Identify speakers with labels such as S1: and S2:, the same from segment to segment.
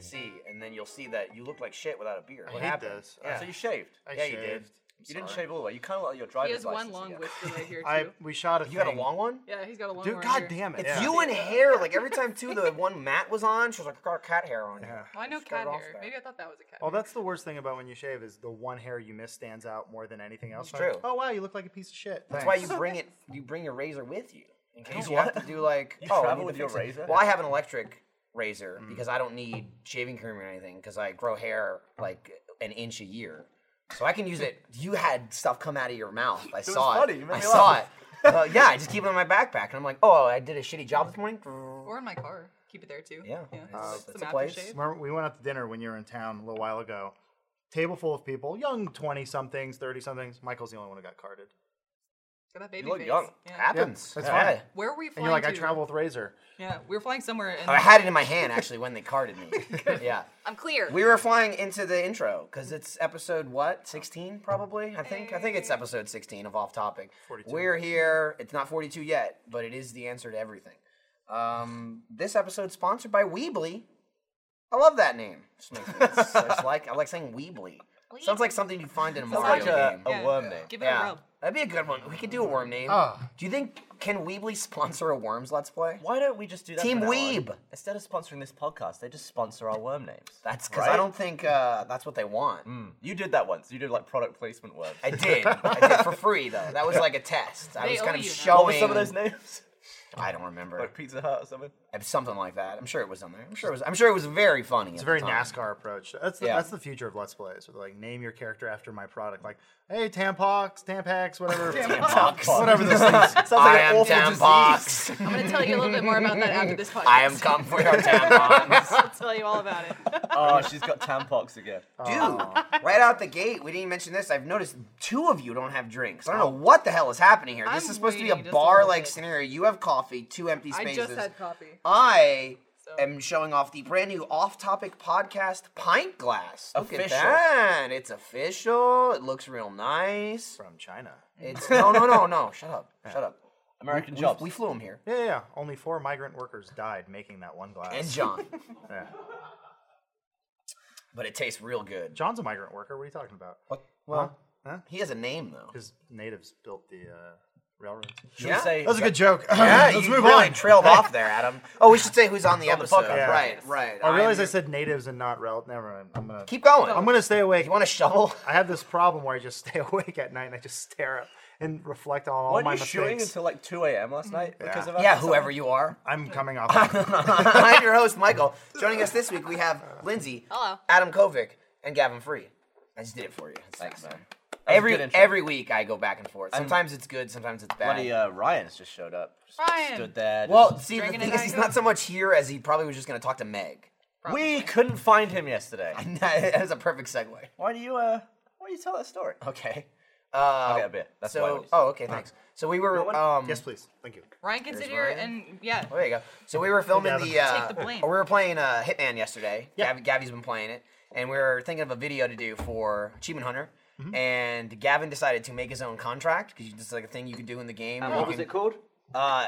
S1: see, and then you'll see that you look like shit without a beard.
S2: I
S1: What
S2: hate
S1: happened?
S2: this.
S1: Yeah.
S2: I-
S1: So you shaved.
S2: I
S1: yeah, you did.
S2: shaved. I'm
S1: You didn't
S2: sorry.
S1: shave all the way. You kind of let your driving
S3: He has one
S1: license
S3: long
S1: again.
S3: whisker right here too.
S2: I we shot a
S1: You got a
S2: thing.
S1: long one.
S3: yeah, he's got a long
S2: Dude,
S3: one
S2: god
S3: here.
S2: damn it.
S1: It's
S2: yeah.
S1: you and hair. Like every time too, the one Matt was on, she was like, "I got cat hair on you."
S2: Yeah.
S3: Well, I know
S1: Just cut it
S3: cat
S1: off
S3: hair.
S1: there.
S3: Maybe I thought that was a cat.
S2: Well,
S3: hair.
S2: that's the worst thing about when you shave is the one hair you miss stands out more than anything else.
S1: Mm-hmm. It's
S2: Like,
S1: true.
S2: Oh wow, you look like a piece of shit.
S1: That's why
S2: Thanks.
S1: you bring it. You bring your razor with you in case
S4: don't
S1: you have
S4: want-
S1: to do like.
S4: You
S1: oh, I
S4: travel
S1: need to
S4: with your
S1: fix it.
S4: razor?
S1: Well, I have an electric razor
S4: Mm.
S1: because I don't need shaving cream or anything because I grow hair like an inch a year, so I can use it. You had stuff come out of your mouth. I
S4: was
S1: saw
S4: funny.
S1: it.
S4: You made
S1: I
S4: me
S1: saw it.
S4: laugh.
S1: Uh, yeah, I just keep it in my backpack, and I'm like, oh, I did a shitty job this morning.
S3: or in my car. Keep it there too.
S1: Yeah,
S3: yeah.
S1: it's-
S3: It's
S1: it's
S3: some
S1: a place.
S3: aftershave.
S2: Remember, we went out to dinner when you were in town a little while ago. Table full of people, young twenty somethings, thirty somethings. Mine's the only one who got carded.
S3: Got that baby
S1: look
S3: face.
S1: young. Ah.
S3: Yeah.
S1: Happens.
S2: that's
S1: Yeah.
S2: fine.
S3: Where were we flying
S2: And you're like, I
S3: to?
S2: travel with razor.
S3: Yeah, we were flying somewhere. And
S1: I had it in my hand actually when they carded me. yeah.
S3: I'm clear.
S1: We were flying into the intro because it's episode what? 16 probably? I think. I think it's episode 16 of Off Topic.
S2: 42.
S1: We're here. It's not 42 yet, but it is the answer to everything. Um, this episode's sponsored by Weebly. I love that name. Just makes me- it's- it's like I like saying Weebly. Sounds like something you'd find in a Mario
S4: like a,
S1: game.
S4: a
S3: Yeah.
S4: worm name.
S3: Give it a
S1: yeah.
S3: rub.
S1: That'd be a good one. We could do a worm name.
S2: Ah.
S1: Do you think can Weebly sponsor a worms let's play?
S4: Why don't we just do that?
S1: Team
S4: from now on?
S1: Weeb.
S4: Instead of sponsoring this podcast, they just sponsor our worm names.
S1: That's because I
S4: Right? Mm.
S1: don't think uh, that's what they want.
S4: You did that once. You did like product placement work.
S1: I did. I did for free though. That was like a test. I
S3: They
S1: was
S3: owe
S1: kind of
S3: you now.
S1: showing.
S4: What were some of those names?
S1: I don't remember.
S4: Like Pizza Hut or something.
S1: It was Something like that. I'm sure it was on there. I'm sure it was. I'm sure it was very funny.
S2: It's a very NASCAR approach. That's the,
S1: Yeah.
S2: that's the future of Let's Plays. where they're Like, name your character after my product. Like, hey, Tampox, Tampax, whatever, whatever this thing's
S4: Sounds
S1: I
S4: like an
S1: am
S4: awful disease.
S1: Tambox.
S3: I'm gonna tell you a little bit more about that after this podcast.
S1: I am come for your Tambox.
S3: I'll tell you all about it.
S4: Oh, she's got Tampox again.
S1: Dude, right out the gate, we didn't mention this. I've noticed two of you don't have drinks. I don't know what the hell is happening here. This
S3: I'm
S1: is supposed to be
S3: waiting
S1: a
S3: just a
S1: bar
S3: little
S1: like
S3: bit.
S1: scenario. You have coffee, two empty
S3: I
S1: spaces.
S3: just had coffee.
S1: I
S3: So-
S1: am showing off the brand new off-topic podcast pint glass. Look at
S4: Official.
S1: that! It's official. It looks real nice.
S2: from China.
S1: It's no, no, no, no. Shut up! Shut up!
S4: American
S1: We,
S4: jobs.
S1: we flew him here.
S2: Yeah, yeah, yeah. Only four migrant workers died making that one glass.
S1: And John,
S2: Yeah.
S1: but it tastes real good.
S2: John's a migrant worker. What are you talking about?
S4: What?
S2: Well, huh?
S1: He has a name though.
S2: Because natives built the uh, railroads.
S4: Should
S1: Yeah.
S4: we say
S2: That was a good joke.
S1: Yeah,
S2: Let's
S1: you
S2: move
S1: really
S2: on.
S1: trailed off there, Adam. Oh, we should say who's on the
S4: On the
S1: episode.
S4: podcast.
S2: Yeah.
S1: Right, right.
S2: I realize
S1: am-
S2: I said natives and not rel. Never mind. I'm gonna
S1: Keep going.
S2: I'm gonna stay awake.
S1: You want a shovel?
S2: I have this problem where I just stay awake at night and I just stare up and reflect on all
S4: Weren't
S2: my
S4: you shooting
S2: mistakes.
S4: until like 2 a.m. last night because of us?
S1: Yeah, whoever you are.
S2: I'm coming off.
S1: I'm your host, Michael. Joining us this week, we have Lindsay,
S3: Hello.
S1: Adam Kovic, and Gavin Free. I just did it for you. That's
S4: Thanks, man. That was a
S1: Every
S4: good intro.
S1: every week, I go back and forth. Sometimes it's good, sometimes it's bad.
S4: Bloody uh, Ryan's just showed up. Just
S3: Ryan.
S4: Stood there. just-
S1: well, see, the
S3: Drinking
S1: thing
S3: and
S1: is, he's
S3: drinking.
S1: not so much here as he probably was just going to talk to Meg.
S3: Probably.
S4: we couldn't find him yesterday.
S1: that was a perfect segue.
S4: Why do you uh? Why do you tell that story?
S1: Okay. Uh,
S4: I'll get a beer. That's why I
S1: so,
S4: was-
S1: oh, okay, thanks. So we were.
S4: what?
S1: Um,
S2: yes, please. Thank you.
S3: Ryan can sit
S1: There's
S3: here
S1: Ryan.
S3: and yeah.
S1: Oh, there you go. So we were filming
S2: Gavin.
S1: the. Uh,
S3: Take the blame.
S1: or We were playing uh, Hitman yesterday.
S2: Yeah.
S1: Gav- Gavi's been playing it, and we were thinking of a video to do for Achievement Hunter. And Gavin decided to make his own contract because it's like a thing you could do in the game. and you can-
S4: called?
S1: Uh,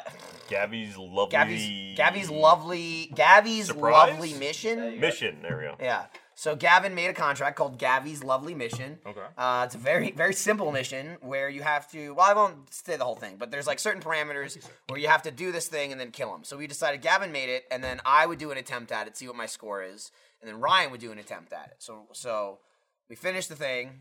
S5: Gabby's lovely
S1: Gavi's Gavi's lovely Gavi's
S5: Surprise?
S1: lovely mission.
S5: mission. There we go.
S1: Yeah. So Gavin made a contract called Gavi's Lovely Mission.
S5: Okay.
S1: Uh, it's a very very simple mission where you have to. Well, I won't say the whole thing, but there's like certain parameters where you have to do this thing and then kill him. So we decided Gavin made it, and then I would do an attempt at it, see what my score is, and then Ryan would do an attempt at it. So so we finished the thing,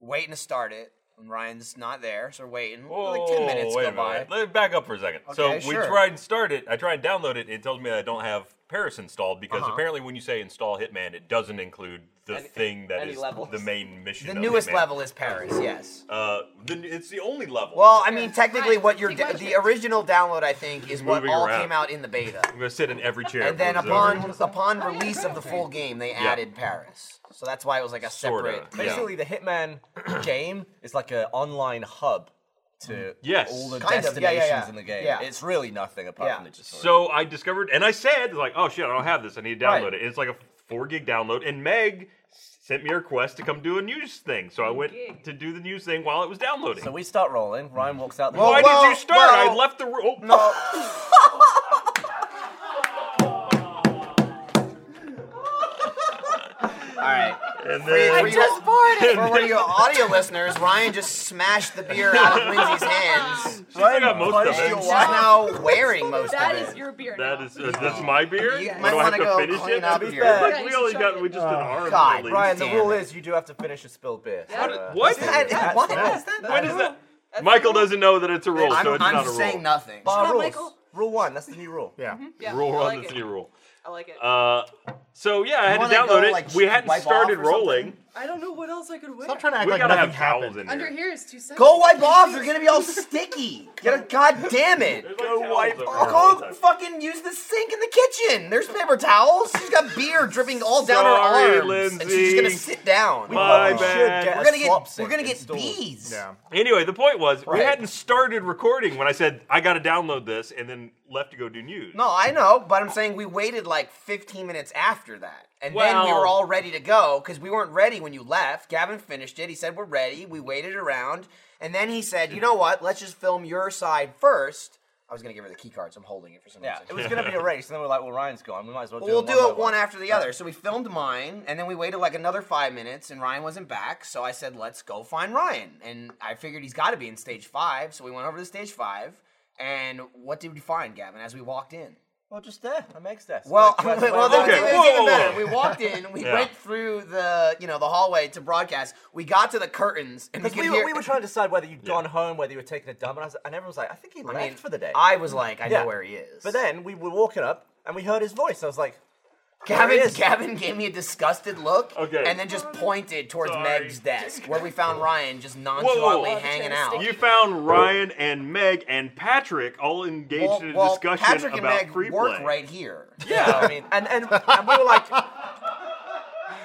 S1: waiting to start it, and Ryan's not there, so we're waiting. like ten minutes
S5: Oh, wait
S1: go
S5: a
S1: by.
S5: minute. Let me back up for a second.
S1: Okay,
S5: so we
S1: sure.
S5: try and start it. I try and download it. It tells me I don't have Paris installed because
S1: Uh-huh.
S5: apparently when you say install Hitman, it doesn't include the
S4: Any-
S5: thing that
S4: any
S5: is
S4: levels.
S5: the main mission.
S1: The
S5: of
S1: newest
S5: Hitman.
S1: level is Paris. Yes.
S5: Uh, the, it's the only level.
S1: Well, I mean, technically,
S3: Right,
S1: what you're
S3: take my
S1: the
S3: shit.
S1: original download, I think, is what
S5: Moving
S1: all
S5: around.
S1: came out in the beta.
S5: I'm gonna sit in every chair.
S1: And then
S5: until it's over.
S1: upon upon
S3: Oh,
S1: release of the full game, they added Paris. So that's why it was like a
S5: Sorta,
S1: separate.
S5: yeah.
S4: Basically, the Hitman game is like an online hub to
S5: Yes.
S4: all the
S1: Kind of,
S4: destinations
S1: yeah, yeah, yeah.
S4: in the game.
S1: Yeah.
S4: It's really nothing apart
S1: Yeah.
S4: from it just sort of-
S5: So I discovered, and I said, like, oh shit, I don't have this. I need to download
S4: Right.
S5: it. It's like a four gig download. And Meg s- sent me a request to come do a news thing. So I went
S3: gig.
S5: to do the news thing while it was downloading.
S4: So we start rolling. Ryan walks out the
S1: Well,
S5: Why
S4: door.
S1: well-
S5: did you start? I
S1: well-
S5: left the room.
S1: No. All right.
S6: And
S1: I
S6: then,
S1: just
S3: bought it.
S1: For one of you audio listeners, Ryan just smashed the beer out of Lindsay's hands.
S6: she's still got most of
S1: And she's
S6: it.
S1: now wearing most
S3: That
S1: of it.
S3: is your beer.
S6: That
S3: now.
S6: is uh, that's my beer.
S1: You
S6: I
S1: might
S6: don't have
S1: wanna
S6: to
S1: go
S6: finish
S1: clean
S6: it.
S1: up
S6: Like,
S1: your-
S3: Yeah,
S6: we
S3: you
S6: only
S3: should
S6: got
S3: try
S6: we just an arm.
S1: God,
S6: at least.
S1: Brian,
S4: And the
S1: Damn
S4: rule
S1: it.
S4: is you do have to finish a spilled beer. so,
S6: What?
S4: uh,
S6: what?
S1: That- what is that?
S6: When is that? Michael doesn't know that it's a rule, so
S1: I'm,
S6: it's
S1: I'm
S6: not a
S1: saying
S6: rule.
S1: nothing.
S4: Bar
S3: Shut up,
S4: rules.
S3: Michael.
S4: Rule one. That's the new rule.
S2: Yeah.
S3: Yeah, I
S6: Rule one.
S3: like
S6: That's
S3: it.
S6: the new rule.
S3: I like it.
S6: Uh, so yeah, I had
S1: wanna
S6: to download
S1: go,
S6: it.
S1: like,
S6: we hadn't
S1: wipe off
S6: started
S1: or something?
S6: rolling.
S3: I don't know what else I could wear.
S2: Stop trying to act
S6: We
S2: like
S6: gotta
S2: nothing
S6: have towels
S2: happened.
S6: in
S3: Under
S6: here.
S3: here is two seconds.
S1: Go wipe off. They're gonna be all sticky. Get a god damn it.
S6: Go
S4: wipe
S1: Or go fucking use the sink in the kitchen. There's paper towels. She's got beer dripping all down
S6: Sorry,
S1: her arms, and she's just gonna
S6: Lindsay.
S1: sit down.
S6: My
S4: But we
S6: bad.
S4: should get
S1: we're gonna
S4: a swap
S1: get we're
S4: sink
S1: gonna get
S4: installed.
S1: bees.
S2: Yeah.
S6: Anyway, the point was we
S1: Right.
S6: hadn't started recording when I said I got to download this and then left to go do news.
S1: No, I know, but I'm saying we waited like 15 minutes after that. And then we
S6: Well-
S1: were all ready to go because we weren't ready when you left. Gavin finished it. He said, We're ready. We waited around. And then he said, You know what? Let's just film your side first. I was going to give her the key cards. I'm holding it for some
S4: Yeah,
S1: reason.
S4: it was gonna be a race, and then we're like, well, Ryan's gone. We might as well.
S1: But we'll
S4: do
S1: do
S4: by
S1: it one after the other. So we filmed mine, and then we waited like another five minutes, and Ryan wasn't back. So I said, "Let's go find Ryan." And I figured he's got to be in stage five. So we went over to stage five, and what did we find, Gavin? As we walked in,
S4: Well, just there. That makes sense.
S1: well,
S4: Like, that's
S1: well,
S4: where-
S1: that
S6: Okay,
S1: was, it
S6: whoa,
S1: was even
S6: whoa, whoa.
S1: better. We walked in, we
S6: Yeah.
S1: went through the you know the hallway to broadcast. We got to the curtains, and we,
S4: Because
S1: could
S4: we, were,
S1: hear-
S4: we were trying to decide whether you'd gone home, whether you were taking a dump, and, I was, and everyone was like, I think he left
S1: I mean,
S4: for the day.
S1: I was like, I
S4: Yeah.
S1: know where he is.
S4: but then we were walking up, and we heard his voice. I was like,
S1: Gavin,
S4: There he is.
S1: Gavin gave me a disgusted look,
S6: Okay.
S1: and then just pointed towards
S6: Sorry.
S1: Meg's desk, where we found Ryan just
S6: whoa.
S1: nonchalantly hanging out.
S6: You found Ryan and Meg and Patrick all engaged
S1: well,
S6: in a
S1: well,
S6: discussion
S1: Patrick and
S6: about
S1: Meg
S6: free
S1: work
S6: play.
S1: right here.
S4: yeah, I mean, and and, and we were like,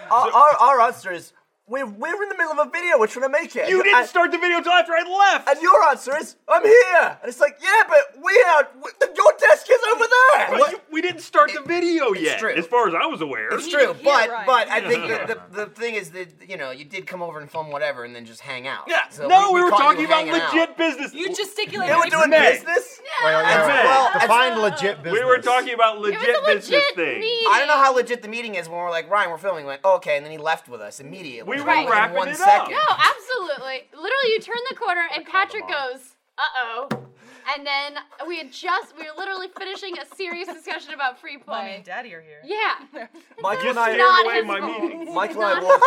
S4: our, our our answer is we're we're in the middle of a video. We're trying to make it.
S6: You
S4: And-
S6: didn't
S4: and-
S6: start the video until after I left.
S4: And your answer is, I'm here! And it's like, yeah, but we are, w- th- your desk is over there!
S6: But
S1: what-
S6: you- we didn't start the video
S1: it's
S6: yet,
S1: true.
S6: as far as I was aware.
S1: It's true,
S3: didn't hear
S1: but
S3: Ryan.
S1: but I think that the, the thing is that you know you did come over and film whatever and then just hang out.
S6: Yeah.
S1: So
S6: no, we, were
S1: caught you
S6: talking about
S1: hanging out.
S6: legit business.
S3: You gesticulated.
S4: They were
S3: like-
S4: doing
S6: Meg.
S4: business?
S2: Well, yeah,
S6: That's it.
S1: Well, that's-
S2: define legit business.
S6: we were talking about
S7: It
S6: legit,
S7: was a
S6: business
S7: legit
S6: thing.
S7: meeting.
S1: I don't know how legit the meeting is when we're like Ryan, we're filming. Like oh, okay, and then he left with us immediately.
S6: We were
S1: like, within
S6: wrapping
S1: one
S6: it up.
S1: second.
S7: No, absolutely. Literally, you turn the corner and Patrick goes, "Uh oh," and then we had just we were literally finishing a serious discussion about free
S3: Mommy and
S7: play.
S3: Daddy are here.
S7: Yeah,
S4: Michael
S6: You
S4: and
S6: scared
S4: I,
S7: not
S6: away
S7: his
S6: my
S7: fault.
S6: meeting.
S4: Michael and I walked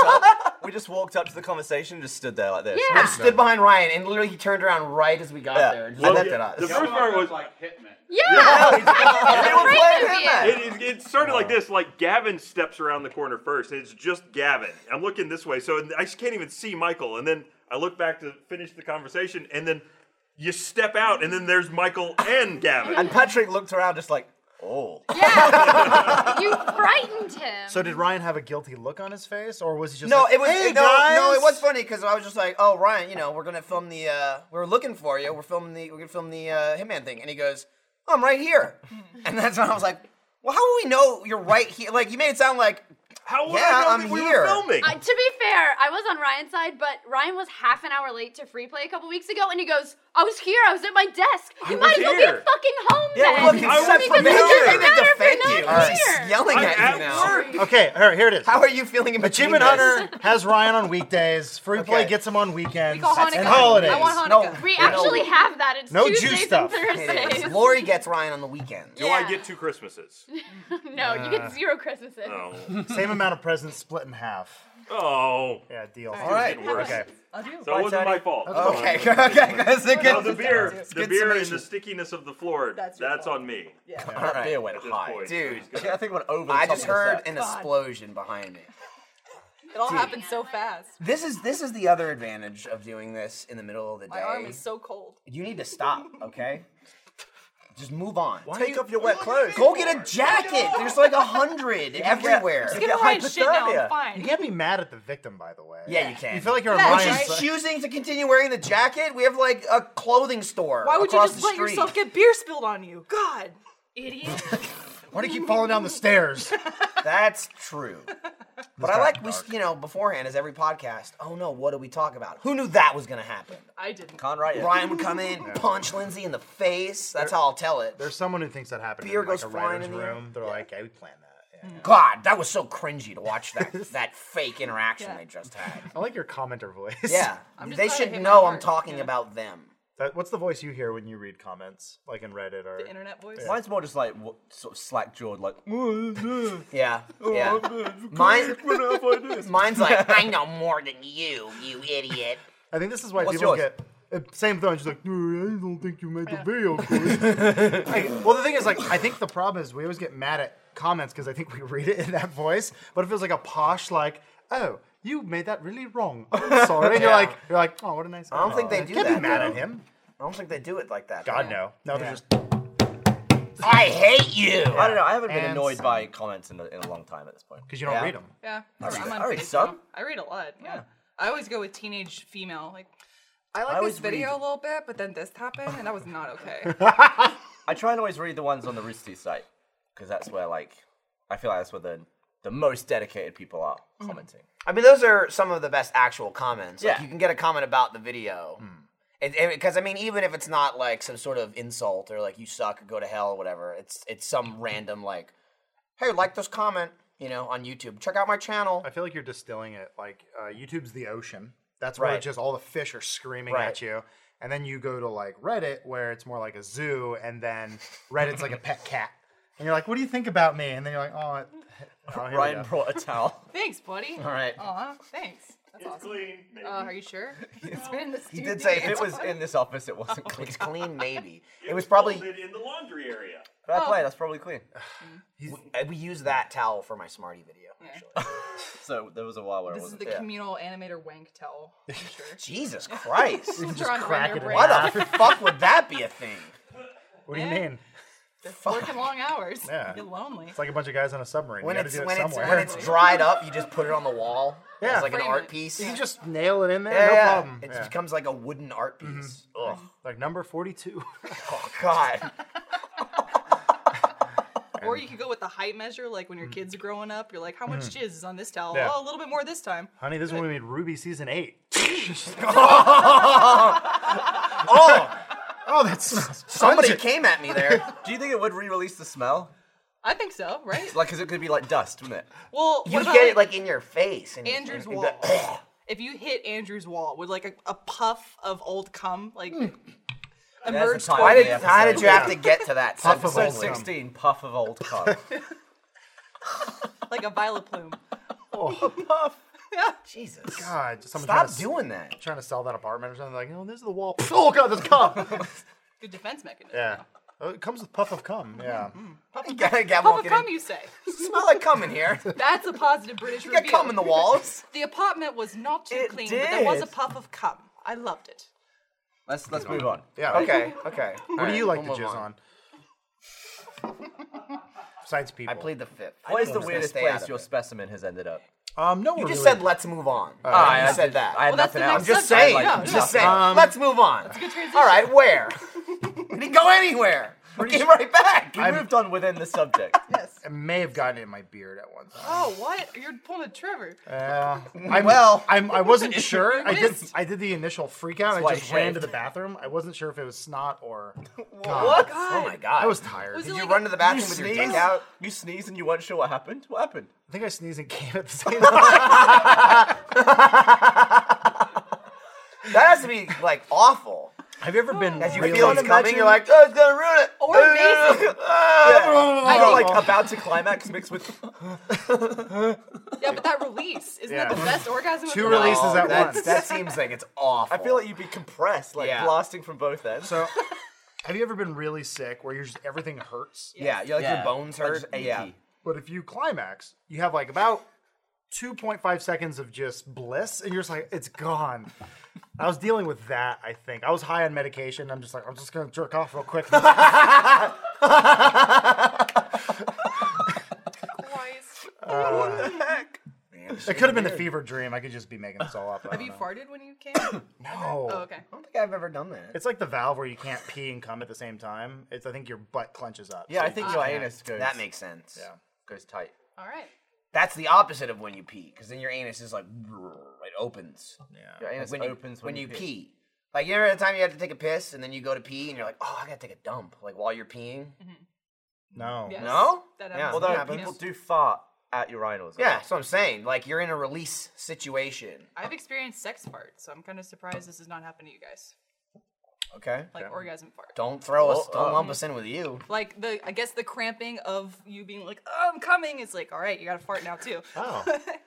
S4: up, we just walked up to the conversation and just stood there like this.
S7: Yeah.
S1: I stood behind Ryan and literally he turned around right as we got
S4: Yeah.
S1: there and just
S4: Well,
S1: looked
S4: yeah,
S1: at us.
S6: The first part was like
S7: yeah.
S4: And they were playing him there.
S6: it, it, it's sort of like this. Like Gavin steps around the corner first, and it's just Gavin. I'm looking this way, so I just can't even see Michael. And then I look back to finish the conversation, and then you step out, and then there's Michael and Gavin.
S4: And Patrick looked around just like, oh.
S7: Yeah. you frightened him.
S2: So did Ryan have a guilty look on his face, or was he just
S1: No,
S2: like,
S1: it was
S2: hey,
S1: no,
S2: guys?
S1: no, it was funny because I was just like, oh Ryan, you know, we're gonna film the, uh, we are looking for you. We're filming the, we're gonna film the uh, Hitman thing, and he goes, "Oh, I'm right here, and that's when I was like, well, how do we know you're right here? Like you made it sound like
S6: How would
S1: Yeah,
S6: I know
S1: I'm
S6: that we
S1: here.
S6: were filming?
S7: Uh, to be fair, I was on Ryan's side, but Ryan was half an hour late to free play a couple weeks ago, and he goes, "I was here. I was at my desk. You
S6: I
S7: might
S6: was
S7: as well be
S6: here."
S7: fucking home
S4: Yeah,
S7: then."
S4: we looked
S6: I
S4: except
S6: was
S4: for
S6: because
S4: me.
S6: it doesn't
S7: matter if
S1: defend
S7: you're
S1: you.
S7: not
S1: She's
S7: here.
S1: yelling
S6: I'm
S1: at,
S6: at
S1: you now.
S6: work.
S2: Okay, all right, here it is.
S1: How are you feeling in between
S2: Achievement
S1: this?
S2: Hunter has Ryan on weekdays. Free play
S1: Okay.
S2: gets him on weekends
S3: call
S2: and
S3: Hanukkah.
S2: holidays.
S3: I want Hanukkah.
S1: No,
S7: We
S1: no,
S7: actually have that. It's
S2: No Jew
S7: Tuesdays
S2: stuff.
S7: and
S1: it is.
S7: Thursdays.
S1: Lori gets Ryan on the weekend.
S6: Do I
S7: Yeah.
S6: get two Christmases?
S7: No, you
S2: Uh,
S7: get zero Christmases.
S6: Oh,
S2: Same amount of presents split in half.
S6: oh.
S2: Yeah, deal.
S1: All right.
S6: worse.
S2: Okay.
S3: I do.
S6: So it wasn't
S4: Daddy.
S6: my fault.
S1: Okay, okay, that's a
S6: Now
S1: good.
S6: the beer, the
S1: good
S6: beer, and
S1: summation.
S6: the stickiness of the floor. That's,
S3: That's your fault.
S6: on me.
S1: All
S4: That
S1: right.
S4: beer went
S6: At this
S4: high.
S6: point.
S1: Dude,
S4: I think it went over the
S1: I
S4: top
S1: just
S4: of the
S1: heard
S4: set.
S1: an explosion behind me.
S3: It all happened so fast.
S1: This is this is the other advantage of doing this in the middle of the day.
S3: My arm is so cold.
S1: You need to stop, okay? Just move on.
S4: Take off your wet clothes.
S1: Go get a jacket. There's like a hundred everywhere.
S4: You
S3: Get
S4: get
S3: Ryan's shit now.
S4: hypothermia.
S3: I'm
S2: You
S3: fine.
S2: can't be mad at the victim, by the way.
S1: Yeah, you can.
S2: You feel like you're on
S3: Yeah,
S1: But
S2: Ryan's
S3: right.
S1: she's
S2: side.
S1: choosing to continue wearing the jacket. We have like a clothing store.
S3: Why would you
S1: across
S3: just
S1: the
S3: let
S1: street.
S3: yourself get beer spilled on you? God, idiot.
S2: Why do you keep falling down the stairs?
S1: That's true. But I
S2: gotten
S1: like we, s-
S2: dark.
S1: you know, beforehand as every podcast. Oh no, what do we talk about? Who knew that was gonna happen?
S3: I didn't.
S4: Can't write it.
S1: Ryan would come in, punch Lindsay in the face. That's how I'll tell it.
S2: There's someone who thinks that happened
S1: Beer
S2: in like
S1: goes
S2: a
S1: flying
S2: writer's
S1: in the air.
S2: room. They're like, yeah, we planned that. Yeah.
S1: God, that was so cringy to watch that that fake interaction
S3: Yeah.
S1: they just had.
S2: I like your commenter voice.
S1: Yeah,
S3: just
S1: they
S3: glad I
S1: should
S3: hit my
S1: know I'm
S3: mark,
S1: talking
S3: yeah.
S1: about them.
S2: That- what's the voice you hear when you read comments, like in Reddit or
S3: The internet voice.
S4: Mine's more just like what, sort of slack jawed, like.
S1: Yeah,
S2: Oh,
S1: yeah. Mine, mine's like, I know more than you, you idiot.
S2: I think this is why
S4: What's
S2: people
S4: yours?
S2: get uh, same thing. She's like, "No, I don't think you made the video. good." Like, well, the thing is, like, I think the problem is we always get mad at comments because I think we read it in that voice. But if it was like a posh, like, oh. You made that really wrong. I'm sorry. And you're
S1: Yeah.
S2: like, you're like, oh, what a nice. I
S1: don't think they do
S2: Can't
S1: that,
S2: be mad
S1: though.
S2: at him.
S1: I don't think they do it like that.
S2: God no. No, they're
S1: Yeah.
S2: just.
S1: I hate you.
S4: I don't know. I haven't been
S2: And
S4: annoyed
S2: some.
S4: by comments in a, in a long time at this point.
S2: Because you don't
S1: Yeah.
S2: read 'em. read them.
S3: Yeah, I
S4: read-
S3: am on
S4: I read
S3: Facebook.
S4: some.
S3: I read a lot. Yeah.
S4: Yeah.
S3: I always go with teenage female. Like, I like
S4: I
S3: this
S4: always
S3: video
S4: read-
S3: a little bit, but then this happened, and that was not okay.
S4: I try and always read the ones on the Roosty site because that's where like I feel like that's where the the most dedicated people are commenting.
S1: I mean, those are some of the best actual comments. Like,
S4: Yeah.
S1: you can get a comment about the video.
S2: Hmm.
S1: Because I mean, even if it's not like some sort of insult or like you suck or go to hell or whatever, it's it's
S2: Mm-hmm.
S1: some random like, hey, like this comment, you know, on YouTube. Check out my channel.
S2: I feel like you're distilling it. Like uh, YouTube's the ocean. That's where
S1: Right.
S2: it's just all the fish are screaming
S1: Right.
S2: at you. And then you go to like Reddit, where it's more like a zoo, and then Reddit's like a pet cat. And you're like, "What do you think about me?" And then you're like, "Oh, it- oh, here we
S4: Ryan
S2: go."
S4: brought a towel.
S3: thanks, buddy.
S1: All right.
S3: Aw, thanks. That's awesome.
S5: Clean,
S3: Uh, are you sure? it's been in the
S1: He
S3: studio.
S1: did say
S4: If it was in this office, it wasn't Oh, clean.
S1: it's clean, maybe. It was probably
S5: folded in the laundry area.
S4: Fair play. That's probably clean.
S1: Uh, we used that towel for my Smarty video. Actually,
S4: So there was a while where it
S3: This is
S4: wasn't.
S3: the
S1: yeah.
S3: communal animator wank towel. I'm sure.
S1: Jesus Christ!
S3: Just
S2: crack it in
S1: Why the fuck would that be a thing?
S2: What do you mean?
S3: Working long hours.
S2: Yeah.
S3: You're lonely.
S2: It's like a bunch of guys on a submarine.
S1: When
S2: you got
S1: it's
S2: to do it
S1: when it's
S2: somewhere.
S1: when it's dried up, you just put it on the wall.
S2: Yeah.
S1: as like an
S3: Frame
S1: art
S3: it.
S1: piece.
S2: you just nail it in there.
S1: Yeah,
S2: no
S1: yeah.
S2: problem.
S1: It
S2: Yeah. Mm-hmm.
S1: becomes like a wooden art piece. Ugh.
S2: like number forty-two.
S1: Oh God.
S3: Or you could go with the height measure, like when your
S1: Mm.
S3: kids are growing up, you're like, how much jizz is on this towel?
S2: Yeah.
S3: Oh, a little bit more this time.
S2: Honey, this is when we made Ruby season eight.
S1: Oh,
S2: Oh, that smells.
S1: somebody came at me there.
S4: Do you think it would re-release the smell?
S3: I think so, right?
S4: Like, cause it could be like dust, wouldn't it?
S3: Well,
S1: You
S3: what
S1: would
S3: about,
S1: get it like in your face. And
S3: Andrew's
S1: and-
S3: wall. if you hit Andrew's wall, would like a, a puff of old cum like
S1: Mm.
S3: emerge?
S4: the time.
S3: toward
S1: Why
S3: you?
S1: did how did you have to get to that?
S2: Puff of
S1: sentence?
S4: Episode
S2: old cum.
S4: sixteen, puff of old cum.
S3: like a violet plume?
S1: Jesus.
S2: God, someone trying
S1: Stop
S2: to,
S1: doing that.
S2: trying to sell that apartment or something. Like, oh, this is the wall. Oh God, there's cum.
S3: Good defense mechanism.
S2: Yeah. Mm-hmm. Oh, it comes with puff of cum. Yeah.
S1: Gavin
S3: Puff
S1: won't
S3: of
S1: get
S3: cum,
S1: in.
S3: you say?
S1: Smell like cum in here.
S3: That's a positive British
S1: You got
S3: review.
S1: cum in the walls.
S3: The apartment was not too
S4: It
S3: clean, but there was a
S4: did.
S3: puff of cum. I loved it.
S4: Let's let's move on.
S2: Yeah.
S1: Okay, okay.
S2: What do you like
S1: we'll
S2: to
S1: move
S2: jizz on? Besides people.
S1: I played the fifth.
S4: What is
S1: I
S4: the
S1: was gonna
S4: weirdest
S1: stay out
S4: place
S1: of
S4: your
S1: it.
S4: specimen has ended up?
S2: Um, no,
S1: You
S2: one
S1: just
S2: really-
S1: said let's move on.
S2: right.
S1: Ah, you
S4: I
S1: said that.
S4: I had
S3: Well, that's
S4: nothing
S3: the
S4: else.
S3: next
S1: just
S3: subject.
S1: saying.
S3: Yeah,
S1: just
S3: yeah.
S1: saying.
S2: Um,
S1: Let's move on.
S3: Good transition.
S1: All right, where? we didn't go anywhere. We came right back.
S4: We moved on within the subject.
S3: Yes.
S2: I may have gotten it in my beard at one time.
S3: Oh, what? You're pulling a Trevor.
S2: Uh, I'm,
S1: Well.
S2: I'm, I wasn't sure. I did.
S3: missed.
S2: I did the initial freak out.
S4: why
S2: I
S4: I
S2: just ran
S4: shaved.
S2: to the bathroom. I wasn't sure if it was snot or.
S1: What? Oh my god.
S2: I was tired.
S3: Was
S2: I
S3: it
S1: Did you
S3: like-
S1: run to the bathroom
S4: You
S1: with your
S4: sneeze?
S1: dick out?
S4: You sneeze and you weren't sure what happened. What happened?
S2: think I sneezed and came at the same time.
S1: That has to be like awful.
S2: Have you ever been?
S1: As you
S2: really-
S1: feel it's coming, you're like, oh, it's gonna ruin it.
S3: Or amazing.
S4: I
S2: don't-
S1: Oh.
S4: like about to climax mixed with.
S3: Yeah, but that release isn't that
S2: Yeah.
S3: the best orgasm?
S2: Two
S3: of your life?
S2: releases at
S1: that,
S2: once.
S1: that seems like it's awful.
S4: I feel like you'd be compressed, like
S1: Yeah.
S4: blasting from both ends.
S2: So, have you ever been really sick where you're just everything hurts?
S1: yeah, you're like
S4: Yeah.
S1: your bones
S4: Like
S1: hurt.
S4: just achy.
S1: yeah.
S2: But if you climax, you have like about 2.5 seconds of just bliss, and you're just like, it's gone. I was dealing with that. I think I was high on medication. I'm just like, I'm just gonna jerk off real quick. I
S3: Christ.
S2: could have been a fever dream. I could just be making this all up. I
S3: Have
S2: don't
S3: you
S2: know.
S3: farted when you came?
S2: No.
S3: oh, okay.
S1: I don't think I've ever done that.
S2: It's like the valve where you can't pee and cum at the same time. It's I think your butt clenches up.
S4: Yeah,
S2: So
S4: I
S2: you
S4: think
S2: just
S4: your
S2: can't.
S4: anus goes.
S1: That makes sense.
S2: Yeah.
S4: goes tight.
S3: All right.
S1: That's the opposite of when you pee, because then your anus is like, it opens.
S4: Your anus
S1: when
S4: opens
S1: you, when, you pee. Like,
S3: Mm-hmm.
S1: you ever had a time you had to take a piss and then you go to pee and you're like, oh, I gotta take a dump, like while you're peeing?
S2: No.
S3: Yes,
S1: No?
S3: That
S1: Yeah.
S3: happens.
S1: Well,
S4: Although
S1: Yeah, but
S4: people
S1: it's-
S4: do fart at urinals.
S1: Yeah, that's what I'm saying. Like you're in a release situation.
S3: I've experienced sex farts, so I'm kind of surprised this has not happened to you guys.
S1: Okay.
S3: Like orgasm fart.
S1: Don't throw us.
S4: Oh,
S1: Don't
S4: uh.
S1: lump us in with you.
S3: Like the, I guess the cramping of you being like, oh, I'm coming. It's like, all right, you gotta fart now too.
S2: Oh,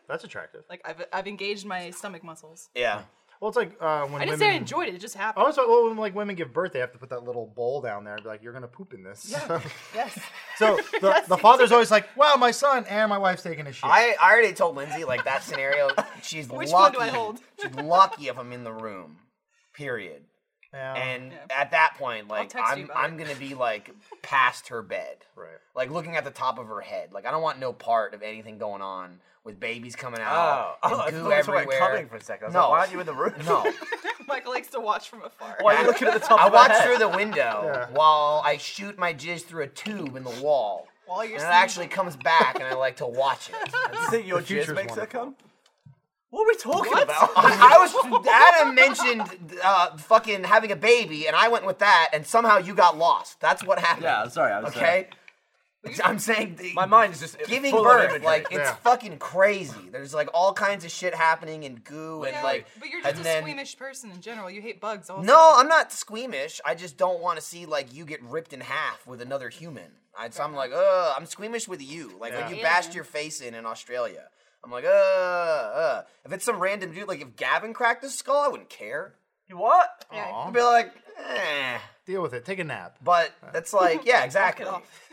S2: that's attractive.
S3: Like I've, I've engaged my stomach muscles.
S1: Yeah.
S2: Well, it's like uh, when
S3: I didn't say I
S2: women.
S3: enjoyed it. It just happened.
S2: Oh, so well, when like women give birth, they have to put that little bowl down there and be like, "You're gonna poop in this." Yeah.
S3: Yes.
S2: so the, the father's always like, "Wow, my son and my wife's taking a shit."
S1: I, I already told Lindsay like that scenario. She's
S3: Which one
S1: lucky.
S3: do I hold?
S1: she's lucky if I'm in the room. Period.
S2: Yeah.
S1: And
S3: Yeah.
S1: at that point, like
S3: text you
S1: I'm
S3: about
S1: I'm
S3: it.
S1: gonna be like past her bed.
S2: right.
S1: Like looking at the top of her head. Like I don't want no part of anything going on with babies coming
S4: Oh,
S1: out.
S4: oh,
S1: and
S4: I
S1: goo
S4: thought you were
S1: everywhere.
S4: coming for a second. I was
S1: No.
S4: like, why aren't you in the room?
S1: No.
S3: Michael likes to watch from afar.
S4: why are you looking at the top
S1: I
S4: of my
S1: watch
S4: head?
S1: through the window
S2: Yeah.
S1: while I shoot my jizz through a tube in the wall.
S3: While
S1: and
S3: you're
S1: it
S3: sneezing.
S1: actually comes back, and I like to watch it.
S4: You think your jizz
S2: future's
S4: makes her
S2: wonderful.
S4: come? What are we talking about?
S1: I was Adam mentioned uh, fucking having a baby, and I went with that, and somehow you got lost. That's what happened.
S4: Yeah, I'm sorry. I was
S1: Okay. I'm saying the,
S4: My mind is just
S1: giving
S4: full of
S1: birth,
S4: imagery.
S1: like it's
S2: Yeah.
S1: fucking crazy. There's like all kinds of shit happening and goo and
S3: Yeah,
S1: like.
S3: but you're just
S1: and
S3: a
S1: then-
S3: squeamish person in general. You hate bugs. Also.
S1: No, I'm not squeamish. I just don't want to see like you get ripped in half with another human. I, so I'm like, ugh. I'm squeamish with you. Like when you
S3: Yeah.
S1: bashed your face in in Australia, I'm like, ugh, ugh. If it's some random dude, like if Gavin cracked his skull, I wouldn't care.
S4: You what?
S3: Yeah.
S1: I'd be like, eh.
S2: Deal with it. Take a nap.
S1: But that's like, yeah,
S3: Knock
S1: exactly.
S3: it off.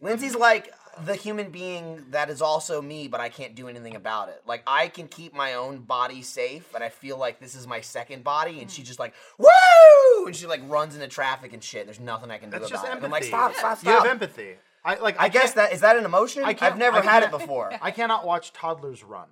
S1: Lindsay's like the human being that is also me, but I can't do anything about it. Like I can keep my own body safe, but I feel like this is my second body, and she
S3: Hmm.
S1: just like woo, and she like runs into traffic and shit. There's nothing I can do
S2: That's
S1: about
S2: just
S1: it. And I'm like, stop,
S2: empathy.
S1: stop,
S2: You have
S1: stop.
S2: empathy. I like. I,
S1: I guess
S2: can't-
S1: that is that an emotion?
S2: I can't-
S1: I've never
S2: I
S1: had it
S2: can't-
S1: before.
S2: I cannot watch toddlers run.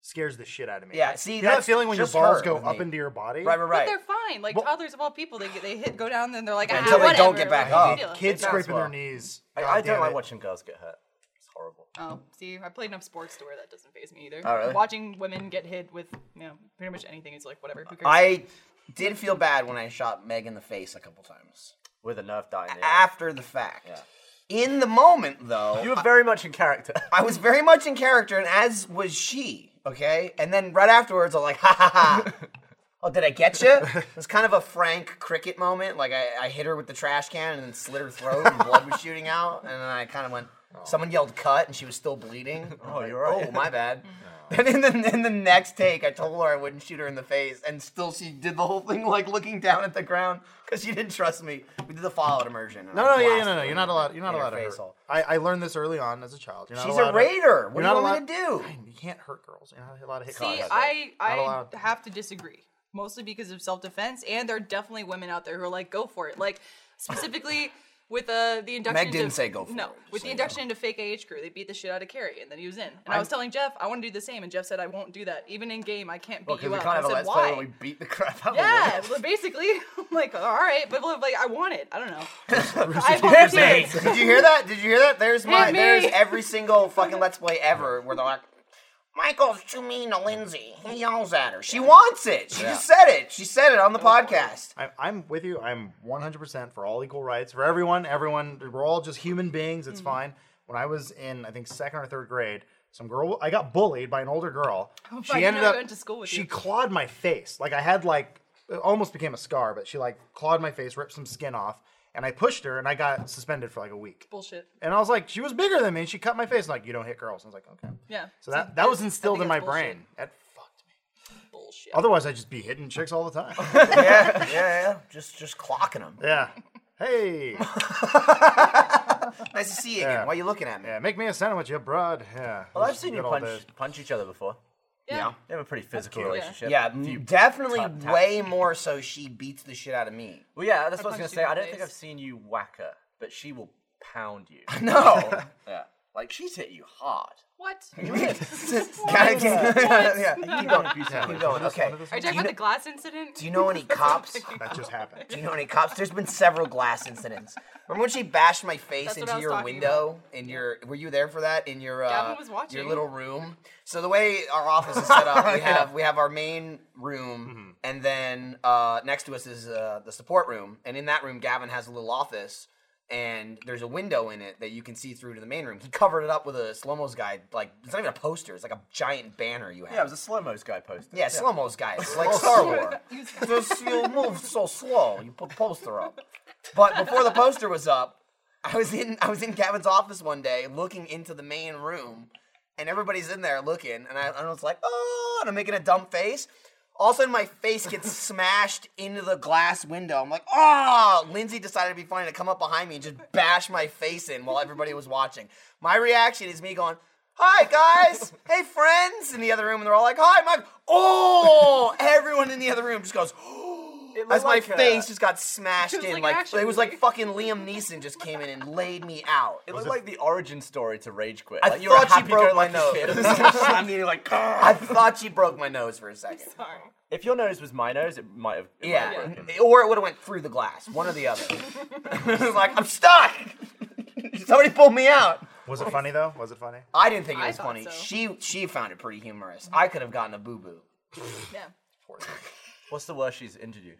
S2: Scares the shit out of me.
S1: Yeah, see,
S2: you know that
S1: that's
S2: feeling when your
S1: just
S2: balls
S1: her
S2: go
S1: with
S2: up
S1: me.
S2: into your body.
S1: right, right,
S3: But
S1: right.
S3: they're fine. Like toddlers of all people, they get they hit go down and they're like ah,
S1: Until they don't
S3: whatever,
S1: get back
S3: like, no
S1: up.
S3: big deal.
S2: Kids
S3: It's not-
S2: scraping their
S4: well.
S2: knees.
S4: I,
S2: God
S4: I don't
S2: damn
S4: like
S2: it.
S4: watching girls get hurt. It's horrible.
S3: Oh, see, I played enough sports to where that doesn't phase me either.
S1: Oh, really?
S3: Watching women get hit with you know pretty much anything is like whatever. Who cares?
S1: I did feel bad when I shot Meg in the face a couple times
S4: With a nerve dying. in the end.
S1: after the fact. In the moment, though,
S4: You were very much in character.
S1: I was very much in character, and as was she. Okay, and then right afterwards, I'm like, ha ha ha. oh, did I get you? It was kind of a Frank cricket moment. Like I, I hit her with the trash can and then slit her throat, and blood was shooting out. And then I kind of went. Someone yelled "cut," and she was still bleeding. Oh,
S4: Oh. you're right.
S1: Oh, my bad. Then in the in the next take, I told her I wouldn't shoot her in the face, and still she did the whole thing like looking down at the ground because she didn't trust me. We did the fallout immersion. and
S2: No,
S1: I
S2: no, yeah, yeah,
S1: blasted
S2: no, no.
S1: her
S2: You're not allowed. You're not
S1: in her
S2: allowed to
S1: face
S2: hurt.
S1: all-
S2: I, I learned this early on as a child. You're not
S1: She's
S2: allowed
S1: a
S2: to-
S1: raider. What
S2: You're
S1: do you
S2: not
S1: want me to
S2: allowed-
S1: do?
S2: You can't hurt girls. You're not allowed to hit
S3: see.
S2: girls.
S3: I I
S2: allowed.
S3: have to disagree mostly because of self defense, and there are definitely women out there who are like, go for it. Like specifically. With uh, the induction,
S1: Meg didn't
S3: into,
S1: say go for
S3: no.
S1: it,
S3: With
S1: so
S3: the
S1: you
S3: induction into fake AH crew, they beat the shit out of Carrie, and then he was in. And i was telling Jeff, I want to do the same, and Jeff said, I won't do that. Even in game, I can't beat
S1: Because
S3: you
S1: we
S3: up.
S1: can't have
S3: I
S1: a
S3: said,
S1: let's
S3: why?
S1: play where we beat the crap out
S3: Yeah,
S1: of
S3: well, basically, I'm like, all right, but like, I want it. I don't know.
S1: the
S3: I
S1: wolf. Did you hear that? Did you hear that? There's my
S7: me.
S1: there's every single fucking let's play ever where they're like Michael's too mean to Lindsay. He yells at her. She wants it. She just said it. She said it on the podcast.
S2: I, I'm with you. I'm 100% for all equal rights for everyone. Everyone, we're all just human beings.
S3: Mm-hmm.
S2: It's fine. When I was in, I think second or third grade, some girl, I got bullied by an older girl.
S3: I
S2: she
S3: didn't
S2: ended
S3: know Oh, I
S2: up.
S3: went to school with
S2: she
S3: you.
S2: clawed my face. Like I had like, it almost became a scar, but she like clawed my face, ripped some skin off, and I pushed her, and I got suspended for like a week.
S3: bullshit.
S2: And I was like, she was bigger than me, and she cut my face. like, you don't hit girls. And I was like, okay.
S3: Yeah.
S2: So
S3: See,
S2: that that was
S3: that's- I
S2: instilled
S3: think
S2: in my
S3: that's bullshit.
S2: brain. That fucked me.
S3: Bullshit.
S2: Otherwise, I'd just be hitting chicks all the time.
S1: yeah, yeah, yeah. Just just clocking them.
S2: yeah. Hey.
S1: Nice to see you again. Why are you looking at me?
S2: Yeah, make me a sandwich, you broad. Yeah.
S4: Well, I've
S2: Just
S4: seen you
S2: good old
S4: punch
S2: days.
S4: punch each other before.
S1: Yeah.
S4: They have a pretty physical
S3: cute.
S4: relationship.
S1: Yeah,
S4: If you-
S1: definitely
S4: tap, tap.
S1: way more so she beats the shit out of me.
S4: Well, yeah, that's what I was gonna
S3: punched you
S4: say.
S3: in the
S4: I don't think
S3: face.
S4: I've seen you whack her, but she will pound you.
S1: No.
S4: yeah, like she's hit you hard.
S3: What? Are
S4: You did.
S1: Guys, yeah.
S4: You keep going, you keep going.
S2: Just
S1: Okay.
S2: one of those
S3: you
S2: ones.
S3: talking about the glass incident?
S1: Do you know any cops?
S2: That just happened.
S1: Do you know any cops? There's been several glass incidents. Remember when she bashed my face
S3: That's what
S1: into
S3: I was
S1: your
S3: talking
S1: window? In your, were you there for that? In your, uh,
S3: Gavin was watching.
S1: your little room. So the way our office is set up, we have we have our main room,
S4: Mm-hmm.
S1: and then uh, next to us is uh, the support room, and in that room, Gavin has a little office. and there's a window in it that you can see through to the main room. He covered it up with a slow mo's guy. Like it's not even a poster. It's like a giant banner you have.
S4: Yeah, it was a Oh, slow mo's guy poster.
S1: Yeah, slow mo's guys, like Star Wars. Just you move so slow. You put the poster up. But before the poster was up, I was in I was in Gavin's office one day looking into the main room, and everybody's in there looking, and I, and I was like, oh, and I'm making a dumb face. All of a sudden, my face gets smashed into the glass window. I'm like, oh! Lindsay decided to be funny to come up behind me and just bash my face in while everybody was watching. My reaction is me going, hi guys, hey friends, in the other room, and they're all like, hi, Mike. Oh! Everyone in the other room just goes,
S4: It
S1: as
S4: looked
S1: my
S4: like a-
S1: face just got smashed
S3: It was
S1: in,
S3: like an
S1: like
S3: action
S1: it was like
S3: movie.
S1: fucking Liam Neeson just came in and laid me out.
S4: It looked like the origin story to Rage Quit.
S1: I
S4: like you were a
S1: thought she
S4: happy
S1: broke
S4: go
S1: my
S4: lucky
S1: nose.
S4: kid. and someone slammed you, and you're like, "Grr."
S1: I thought she broke my nose for a second.
S3: Sorry.
S4: if your nose was my nose, it might have. it might have
S1: Yeah,
S4: broken.
S1: or it would have went through the glass, one or the other. like I'm stuck. Somebody pull me out.
S2: Was it funny though? Was it funny?
S1: I didn't think it
S3: I
S1: was
S3: thought
S1: funny.
S3: so.
S1: She she found it pretty humorous. I could have gotten a boo boo.
S3: Yeah.
S4: What's the worst she's injured you?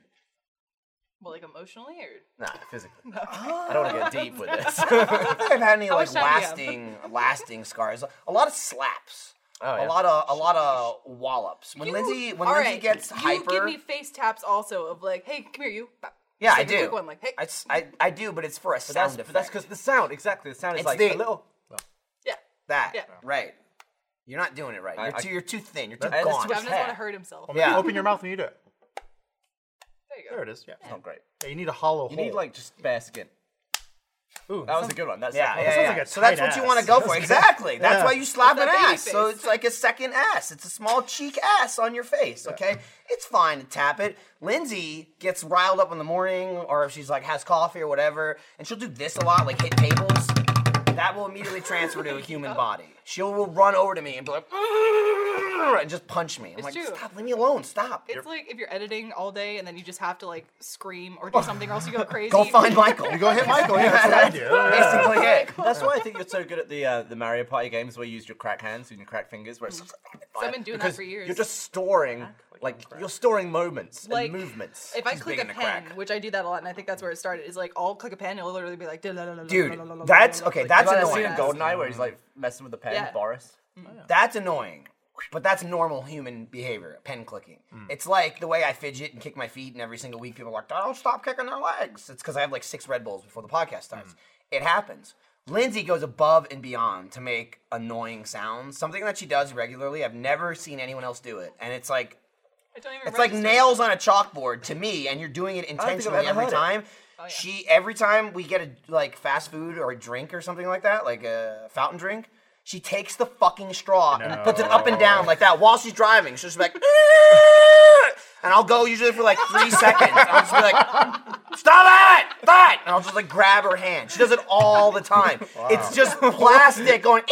S3: Well, like emotionally or
S4: Nah, physically. I don't want to get deep with this.
S1: I don't think I've had any like
S3: much time do
S1: lasting lasting scars. A lot of slaps.
S4: Oh,
S1: A
S4: yeah.
S1: lot of a lot of wallops. When
S3: You-
S1: Lindsay when
S3: all
S1: Lindsay
S3: right,
S1: gets
S3: you
S1: hyper,
S3: give me face taps also of like, hey, come here, you. Bop.
S1: Yeah,
S3: Just
S1: I
S3: like a
S1: do.
S3: quick one, like, hey.
S1: I, s- I- I do, but it's for a sound
S4: That's
S1: effect.
S4: that's because the sound exactly. The sound is
S1: It's
S4: like
S1: the-
S4: a little.
S3: Yeah.
S1: that
S3: Yeah.
S1: right. You're not doing it right.
S4: I-
S1: You're
S4: I-
S1: too you're too thin. You're too
S4: That- that's
S1: gone.
S4: what
S3: Gavin
S4: I'm-
S3: doesn't want to hurt himself.
S2: Well, maybe
S1: Yeah.
S2: Oh, Open your mouth and you do it.
S3: There you go.
S2: There it is. Yeah.
S4: It's not great.
S2: Yeah, you need a hollow
S4: You
S2: hole.
S4: need like Oh. just bare skin.
S2: Ooh,
S4: That was a good one. That's
S1: Yeah,
S4: like,
S1: yeah,
S2: sounds
S1: yeah.
S2: like a
S1: so that's
S2: tight
S1: what you
S2: ass.
S1: want to go for. Exactly. That's
S2: Yeah.
S1: why you slap
S3: It's
S1: an
S3: that baby
S1: ass. So
S3: face.
S1: it's like a second ass. It's a small cheek ass on your face. Okay, it's fine to tap it. Lindsay gets riled up in the morning, or if she's like has coffee or whatever, and she'll do this a lot, like hit tables. That will immediately transfer to a human body. She'll will run over to me and be like, "Argh," and just punch me. I'm like,
S3: true.
S1: stop, leave me alone, stop.
S3: It's like if you're editing all day and then you just have to like scream or do something or else you go crazy.
S1: Go find Michael.
S2: You go hit Michael. Yeah, that's what I do. Yeah.
S1: Basically, it.
S4: That's why I think you're so good at the uh, the Mario Party games where you used your crack hands and your crack fingers. Where it's
S3: Mm-hmm. I've been doing that
S4: because
S3: for years.
S4: You're just storing, like you're storing moments
S3: Like,
S4: and movements.
S3: If I
S1: She's
S3: click
S1: big in
S3: a
S1: the
S3: pen,
S1: crack.
S3: which I do that a lot, and I think that's where it started, is like I'll click a pen, it'll literally be like,
S1: Dude, that's- okay, that's
S4: like that
S1: annoying.
S4: scene in Goldeneye
S1: Mm-hmm.
S4: where he's like messing with the pen,
S3: Yeah.
S4: Boris.
S1: That's annoying. But that's normal human behavior, pen clicking. It's like the way I fidget and kick my feet, and every single week people are like, don't stop kicking their legs. It's because I have like six Red Bulls before the podcast starts. It happens. Lindsay goes above and beyond to make annoying sounds, something that she does regularly. I've never seen anyone else do it. And it's like, it's like nails on a chalkboard to me, and you're doing it
S4: I've
S1: intentionally
S4: ever
S1: every
S4: heard it.
S1: time. She every time we get a like fast food or a drink or something like that, like a fountain drink, she takes the fucking straw and puts it up and down like that while she's driving. She'll just be like, "Ah!" and I'll go usually for like three seconds. I'll just be like, stop it, stop it, and I'll just like grab her hand. She does it all the time. It's just plastic going.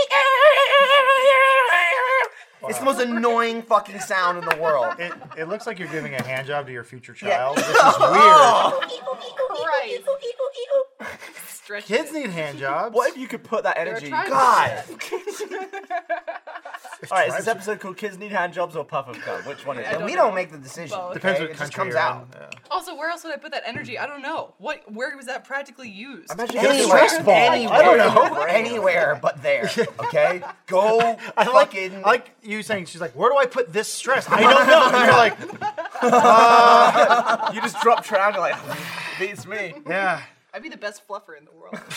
S1: It's the most annoying fucking sound in the world.
S2: It, it looks like you're giving a hand job to your future child. This is
S4: Oh.
S2: weird.
S3: Right. Stretch
S2: Kids
S3: it.
S2: need hand jobs.
S4: What if you could put that
S3: There are
S4: energy?
S3: tribes
S4: God.
S1: God.
S3: that do
S4: All right, is this episode called "Kids Need Hand Jobs" or "Puff of Cum"? Which one is it?
S3: don't
S1: we
S3: know.
S1: don't make the decision.
S3: Well,
S2: Depends
S1: okay?
S2: what
S1: it
S2: country
S1: just comes
S2: you're
S1: out.
S2: in. Yeah.
S3: that. Also, where else would I put that energy? I don't know. What? Where was that practically used?
S4: Imagine
S2: Any
S4: you-
S2: stress ball.
S1: Anywhere,
S2: I don't know.
S1: Anywhere but there. Okay? Go
S2: I like, I
S1: fucking
S2: like you saying, she's like, where do I put this stress? I don't know. And you're like,
S4: You just drop trout and like beats me.
S2: yeah.
S3: I'd be the best fluffer in the world.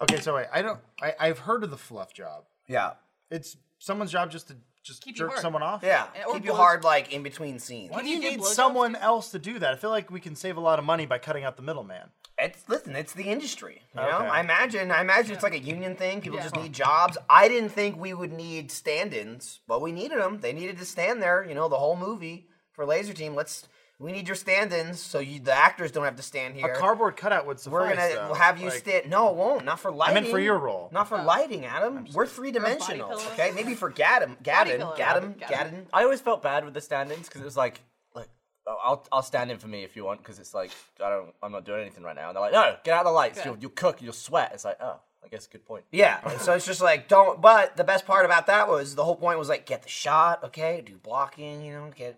S2: Okay, so wait, I don't, I, I've heard of the fluff job.
S1: Yeah.
S2: It's someone's job just to just
S3: Keep you
S2: jerk
S3: hard.
S2: someone off.
S1: Yeah.
S3: And- or
S1: Keep you
S3: blow-
S1: hard like in between scenes.
S2: Why do you
S3: you do
S2: need
S3: blowjobs?
S2: someone else to do that? I feel like we can save a lot of money by cutting out the middleman.
S1: It's listen, it's the industry. You know?
S2: Okay.
S1: I imagine I imagine it's like a union thing. People
S3: Yeah.
S1: just need jobs. I didn't think we would need stand ins, but we needed them. They needed to stand there, you know, the whole movie for Laser Team. Let's we need your stand ins so you the actors don't have to stand
S2: A
S1: here.
S2: cardboard cutout would suffice.
S1: We're gonna
S2: though.
S1: we'll have you
S2: Like,
S1: stand. No, it won't. Not for lighting.
S2: meant for your role.
S1: Not for lighting, Adam. We're three dimensional.
S3: pillow.
S1: Okay, maybe for Gavin. Gavin.
S3: pillow.
S1: Gavin.
S3: Gaddam.
S1: Gavin.
S4: I always felt bad with the stand-ins because it was like, like, oh, I'll I'll stand in for me if you want because it's like I don't I'm not doing anything right now. And they're like, no, get out of the lights.
S3: Yeah.
S4: You'll you'll cook. You'll sweat. It's like, oh, I guess good point.
S1: Yeah. So it's just like don't. But the best part about that was the whole point was like get the shot. Okay, do blocking. You know, get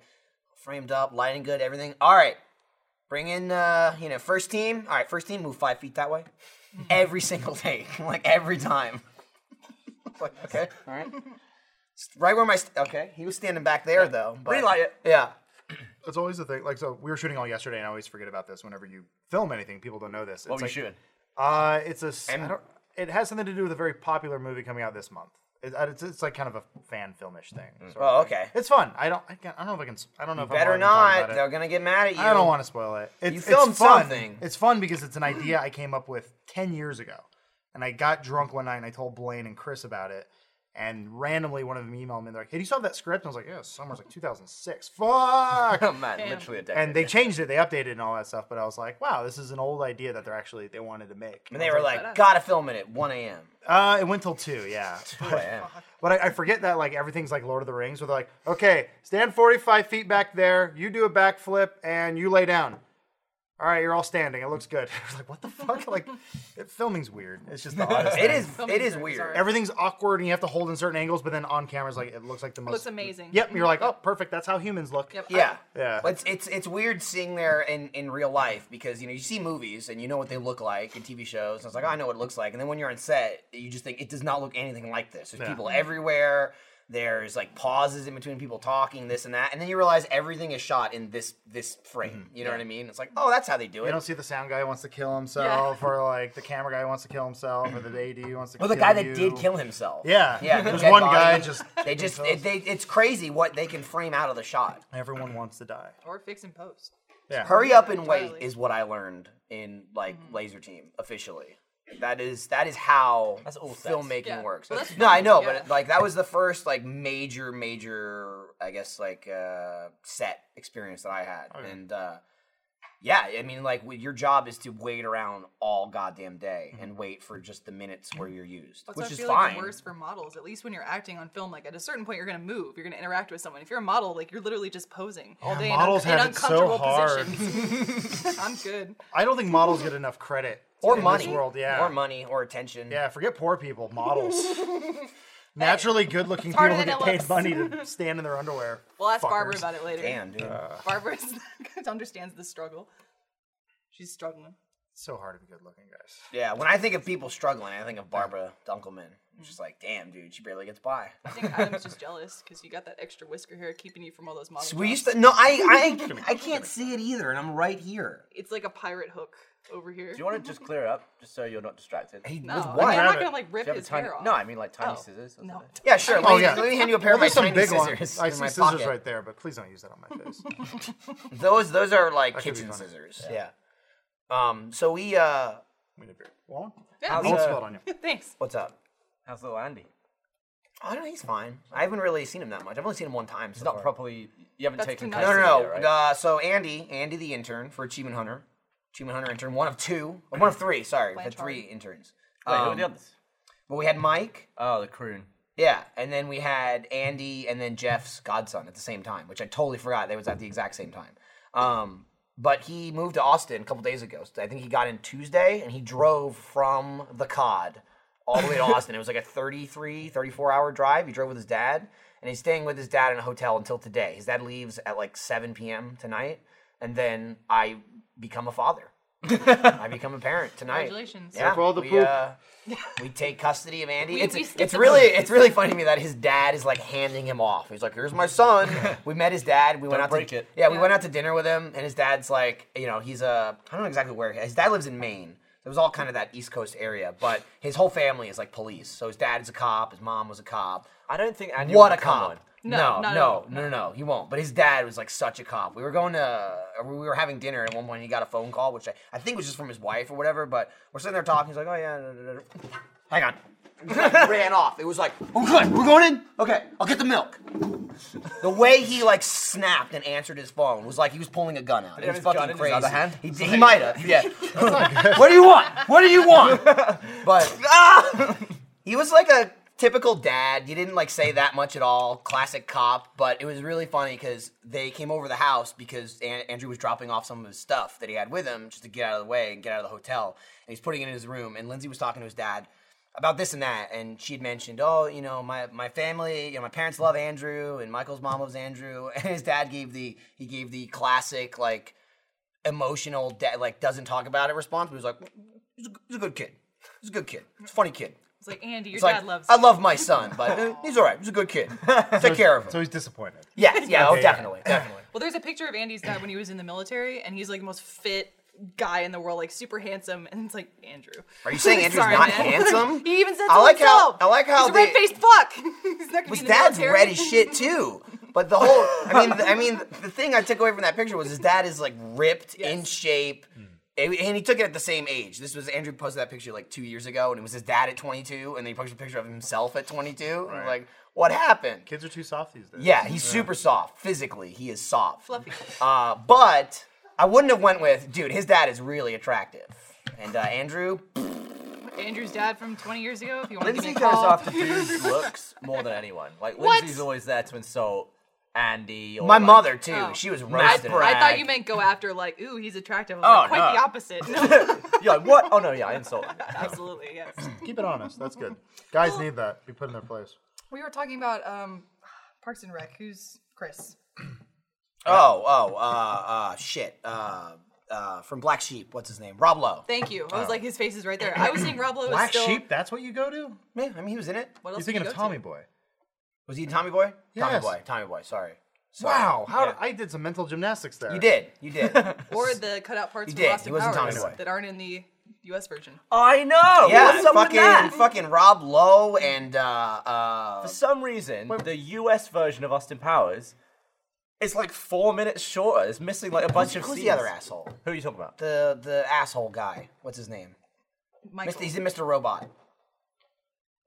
S1: framed up, lighting good, everything. All right. Bring in, uh, you know, first team. All right, first team, move five feet that way. Every single take, like every time. like, okay, all right. Right where my st- okay, he was standing back there though. But,
S4: Relight it.
S1: Yeah,
S2: It's always the thing. Like, so we were shooting all yesterday, and I always forget about this. Whenever you film anything, people don't know this. It's
S1: we
S2: like,
S1: should.
S2: Uh, it's a. s- I don't, it has something to do with a very popular movie coming out this month. It, uh, it's, it's like kind of a fan filmish thing. sort of
S1: Oh,
S2: thing.
S1: okay.
S2: It's fun. I don't. I, can't, I don't know if I can. s- I don't know if
S1: Better
S2: I'm allowed to
S1: not.
S2: talk about it.
S1: They're gonna get mad at you.
S2: I don't want to spoil it. It's, it's
S1: filmed
S2: fun.
S1: something.
S2: It's fun because it's an idea I came up with ten years ago, and I got drunk one night and I told Blaine and Chris about it, and randomly one of them emailed me and they're like, "Hey, do you still have that script?" And I was like, "Yeah, summer's like 2006. Fuck."
S4: Man, literally a decade.
S2: and they changed it, they updated it and all that stuff. But I was like, "Wow, this is an old idea that they're actually they wanted to make."
S1: And they were like, gotta film it at 1 a.m.
S2: Uh, it went till two, yeah. But I, I forget that like everything's like Lord of the Rings, where they're like, okay, stand forty-five feet back there, you do a backflip, and you lay down. All right, you're all standing. It looks good. I was like, what the fuck? Like, it, filming's weird. It's just the oddest.
S1: It
S2: thing.
S1: is. It is weird.
S2: Everything's awkward, and you have to hold in certain angles, but then on camera's like it looks like the most.
S3: Looks amazing.
S2: Yep, you're like, oh, perfect. That's how humans look.
S3: Yep.
S1: Yeah.
S2: Yeah.
S1: But it's, it's it's weird seeing there in, in real life because you know you see movies and you know what they look like in TV shows and it's like oh, I know what it looks like and then when you're on set you just think it does not look anything like this. There's
S2: Yeah.
S1: people everywhere. There's like pauses in between people talking this and that and then you realize everything is shot in this this frame. You know what I mean? It's like oh that's how they do
S2: You
S1: it.
S2: Mm-hmm. don't see the sound guy wants to kill himself, or like the camera guy wants to kill himself, or the AD wants to.
S1: Well,
S2: kill
S1: the guy that
S2: you.
S1: did kill himself.
S2: Yeah.
S1: Yeah.
S2: There's
S1: dead
S2: one
S1: body.
S2: guy just.
S1: They just it, they, it's crazy what they can frame out of the shot.
S2: Everyone wants to die.
S3: Or fix and post.
S2: Yeah.
S1: Hurry up and wait
S3: Entirely.
S1: is what I learned in like
S3: Mm-hmm.
S1: Laser Team officially. That is that is how
S4: That's all sets.
S1: filmmaking
S3: Yeah.
S1: works.
S3: Well, that's
S1: no, I know,
S3: yeah.
S1: but like that was the first like major major I guess like uh set experience that I had.
S2: Oh,
S1: And uh yeah, I mean like w- your job is to wait around all goddamn day
S2: Mm-hmm.
S1: and wait for just the minutes where you're used,
S3: That's
S1: which
S3: I
S1: is
S3: feel
S1: fine.
S3: like worse for models. At least when you're acting on film, like at a certain point, you're gonna move. You're gonna interact with someone. If you're a model, like you're literally just posing all day in, un-
S2: models
S3: in
S2: have it so
S3: uncomfortable
S2: hard.
S3: positions. I'm good.
S2: I don't think models get enough credit
S1: or
S2: in
S1: money,
S2: This world, yeah.
S1: or money, or attention.
S2: Yeah, forget poor people. Models. Naturally good-looking people
S3: harder
S2: who
S3: than
S2: get
S3: it
S2: paid
S3: looks.
S2: money to stand in their underwear.
S3: We'll ask Barbara
S2: Fuckers.
S3: about it later.
S1: Damn, dude.
S2: Uh,
S3: Barbara is- understands the struggle. She's struggling.
S2: It's so hard to be good-looking, guys.
S1: Yeah, when I think of people struggling, I think of Barbara Dunkelman. It's just like, damn, dude, she barely gets by.
S3: I think Adam's just jealous because you got that extra whisker hair keeping you from all those models.
S1: We used to no, I I, I can't see it either, and I'm right here.
S3: It's like a pirate hook over here.
S4: Do you want to just clear it up, just so you're not distracted? Do you
S3: no, I
S1: what?
S3: mean, I'm
S2: Grab
S3: not
S2: it.
S3: gonna like rip
S4: have a
S3: his
S4: tiny,
S3: hair off.
S4: No, I mean like tiny
S3: Oh.
S4: scissors. Or
S3: No.
S4: something.
S1: Yeah, sure.
S2: Oh,
S1: let, me,
S2: yeah.
S1: let me hand you a pair
S2: Well,
S1: of my
S2: there's some
S1: tiny
S2: big
S1: scissors.
S2: ones. I
S1: in
S2: see
S1: my
S2: scissors
S1: pocket.
S2: right there, but please don't use that on my face.
S1: Those those are like
S2: could be
S1: kitchen
S2: funny.
S1: scissors. Yeah. Um. So we uh.
S2: We need a beer. Well,
S3: Yeah,
S2: I
S1: we-
S2: won't
S1: uh,
S2: spill it on you.
S3: Thanks.
S1: What's up?
S4: How's little Andy?
S1: I don't know. He's fine. I haven't really seen him that much. I've only seen him one time. So
S4: It's not
S1: far.
S4: properly. You haven't
S3: That's too
S4: taken
S1: No,
S3: nice.
S1: no,
S4: custody
S1: no.
S4: yet, right?
S1: Uh, so Andy, Andy the intern for Achievement Hunter, Achievement Hunter intern, one of two, or one of three. Sorry, we had
S3: Blanchard.
S1: three interns.
S4: Wait, who are
S1: Um,
S4: the others?
S1: Well, we had Mike.
S4: Oh, the croon.
S1: Yeah, and then we had Andy and then Jeff's godson at the same time, which I totally forgot. They was at the exact same time. Um, but he moved to Austin a couple days ago. So I think he got in Tuesday, and he drove from the COD all the way to Austin. It was like a 33, 34 hour drive. He drove with his dad, and he's staying with his dad in a hotel until today. His dad leaves at like 7 p.m. tonight, and then I become a father. I become a parent tonight.
S3: Congratulations.
S1: Yeah,
S2: all the
S1: we,
S2: poop.
S1: uh, we take custody of Andy.
S7: We-
S1: it's
S7: we skip
S1: it's
S7: the
S1: really it's really funny to me that his dad is like handing him off. He's like, "Here's my son." we met his dad. We went
S4: Don't
S1: out
S4: break
S1: to
S4: it.
S1: yeah, we went out to dinner with him, and his dad's like, you know, he's a I don't know exactly where his dad lives in Maine. It was all kind of that East Coast area, but his whole family is like police. So his dad is a cop. His mom was a cop.
S4: I don't think Andy.
S1: What
S4: will
S1: a
S4: become
S1: cop!
S4: one.
S1: No,
S3: No,
S1: no,
S3: not at
S1: no,
S3: all.
S1: no, no, he won't. But his dad was like such a cop. We were going to, or we were having dinner at one point. And he got a phone call, which I, I think was just from his wife or whatever. But we're sitting there talking. He's like, "Oh yeah, da, da, da, da." hang on." ran off. It was like, "Oh good, we're going in. Okay, I'll get the milk." The way he like snapped and answered his phone was like he was pulling a gun out. it
S4: have
S1: was
S4: his
S1: fucking
S4: gun in his
S1: crazy.
S4: other hand?
S1: He, did- he might have. Yeah. what do you want? What do you want? But he was like a typical dad. He didn't like say that much at all. Classic cop. But it was really funny because they came over the house because An- Andrew was dropping off some of his stuff that he had with him just to get out of the way and get out of the hotel. And he's putting it in his room. And Lindsay was talking to his dad about this and that. And she had mentioned, oh, you know, my my family, you know, my parents love Andrew, and Michael's mom loves Andrew. And his dad gave the he gave the classic like emotional, da- like doesn't talk about it response. But he was like, he's a, he's a good kid. He's a good kid. He's a funny kid.
S3: It's like Andy, your
S1: It's
S3: dad
S1: like,
S3: loves.
S1: I
S3: you."
S1: love my son, but eh, he's all right. He's a good kid. Take care of him.
S2: So he's disappointed.
S1: yeah, yeah, oh, definitely, definitely.
S3: Well, there's a picture of Andy's dad when he was in the military, and he's like the most fit guy in the world, like super handsome, and it's like Andrew.
S1: Are you saying Andrew's
S3: Sorry,
S1: not
S3: man.
S1: handsome?
S3: He even said
S1: I
S3: so
S1: like how-
S3: himself.
S1: I like how
S3: he's a
S1: they-
S3: red faced fuck. he's not gonna
S1: His
S3: be in the
S1: dad's
S3: military.
S1: red as shit too. But the whole, I mean, the, I mean, the thing I took away from that picture was his dad is like ripped, in
S3: Yes.
S1: shape, and and he took it at the same age. This was Andrew posted that picture like two years ago, and it was his dad at 22, and then he posted a picture of himself at 22, and I'm like, what happened?
S2: Kids are too soft these days.
S1: Yeah, he's super soft physically. He is soft.
S3: Fluffy.
S1: Uh, but I wouldn't have went with, dude. His dad is really attractive, and uh, Andrew.
S3: Andrew's dad from 20 years ago. If you want to give me
S4: Lindsay
S3: a
S4: goes
S3: call.
S4: off to dudes' looks more than anyone. Like
S7: What?
S4: Lindsay's always there to insult Andy. Or
S1: My
S4: like,
S1: mother too.
S3: Oh.
S1: She was
S3: I,
S1: roasted.
S3: I thought you meant go after like, ooh, he's attractive. I was
S4: Oh,
S3: like, quite
S4: no.
S3: the opposite. No,
S4: You're like, what? Oh no, yeah, I insult. him.
S3: absolutely, yes.
S2: Keep it honest. That's good. Guys need that. Be put in their place.
S3: We were talking about um, Parks and Rec. Who's Chris?
S1: Oh, oh, uh, uh, shit. Uh, uh, from Black Sheep. What's his name? Rob Lowe.
S3: Thank you. I was like, his face is right there. I was saying Rob Lowe
S2: Black
S3: is still.
S2: sheep. That's what you go to.
S1: Yeah, I mean, he was in it.
S3: What
S2: You're
S3: else
S2: thinking
S3: did
S2: of
S3: he go
S2: Tommy
S3: to?
S2: Boy.
S1: Was he in Tommy Boy? Tommy
S2: Yes.
S1: Boy. Tommy Boy. Sorry. Sorry.
S2: Wow. How
S1: Yeah.
S2: I did some mental gymnastics there.
S1: You did. You did.
S3: Or the cutout parts
S1: He
S3: from
S1: did.
S3: Austin
S1: He was in Tommy
S3: Powers
S1: Boy.
S3: that aren't in the U.S. version.
S2: Oh,
S4: I know.
S1: yeah,
S4: what's up with
S1: fucking,
S4: that?
S1: fucking Rob Lowe and, uh, uh,
S4: For some reason, the U.S. version of Austin Powers is like four minutes shorter. It's missing like a bunch of
S1: who's
S4: scenes.
S1: the other asshole?
S4: Who are you talking about?
S1: The, the asshole guy. What's his name?
S3: Michael.
S1: Mr. He's in Mr. Robot.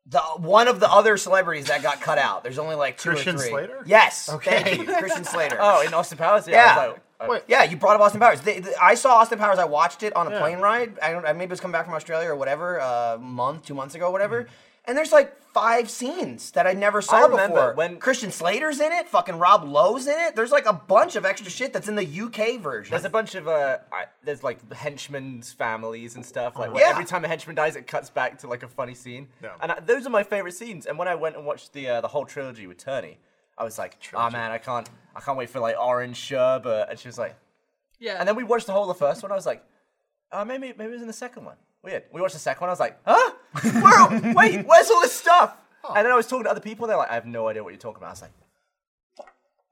S1: The, one of the other celebrities that got cut out. There's only like two
S2: Christian
S1: or three.
S2: Slater?
S1: Yes.
S2: Okay.
S1: Thank you. Christian Slater.
S4: Oh, in Austin Powers. Yeah. I
S1: Yeah.
S4: was like, uh,
S2: Wait.
S1: Yeah, you brought up Austin Powers. They, they- I saw Austin Powers. I watched it on a
S2: Yeah.
S1: plane ride. I don't. I maybe it was coming back from Australia or whatever. A month, two months ago, whatever. And there's like five scenes that I never saw
S4: I remember
S1: before.
S4: when-
S1: Christian Slater's in it, fucking Rob Lowe's in it. There's like a bunch of extra shit that's in the UK version.
S4: There's a bunch of uh, I, there's like henchmen's families and stuff. Like
S1: Yeah.
S4: every time a henchman dies, it cuts back to like a funny scene.
S2: Yeah.
S4: And I, those are my favorite scenes. And when I went and watched the uh, the whole trilogy with Turney, I was like, oh man, I can't I can't wait for like orange sherbet. And she was like,
S3: Yeah.
S4: and then we watched the whole of the first one. I was like, uh, maybe maybe it was in the second one. Weird. We watched the second one. I was like, huh? Where, wait, where's all this stuff? And then I was talking to other people. They're like, I have no idea what you're talking about. I was like,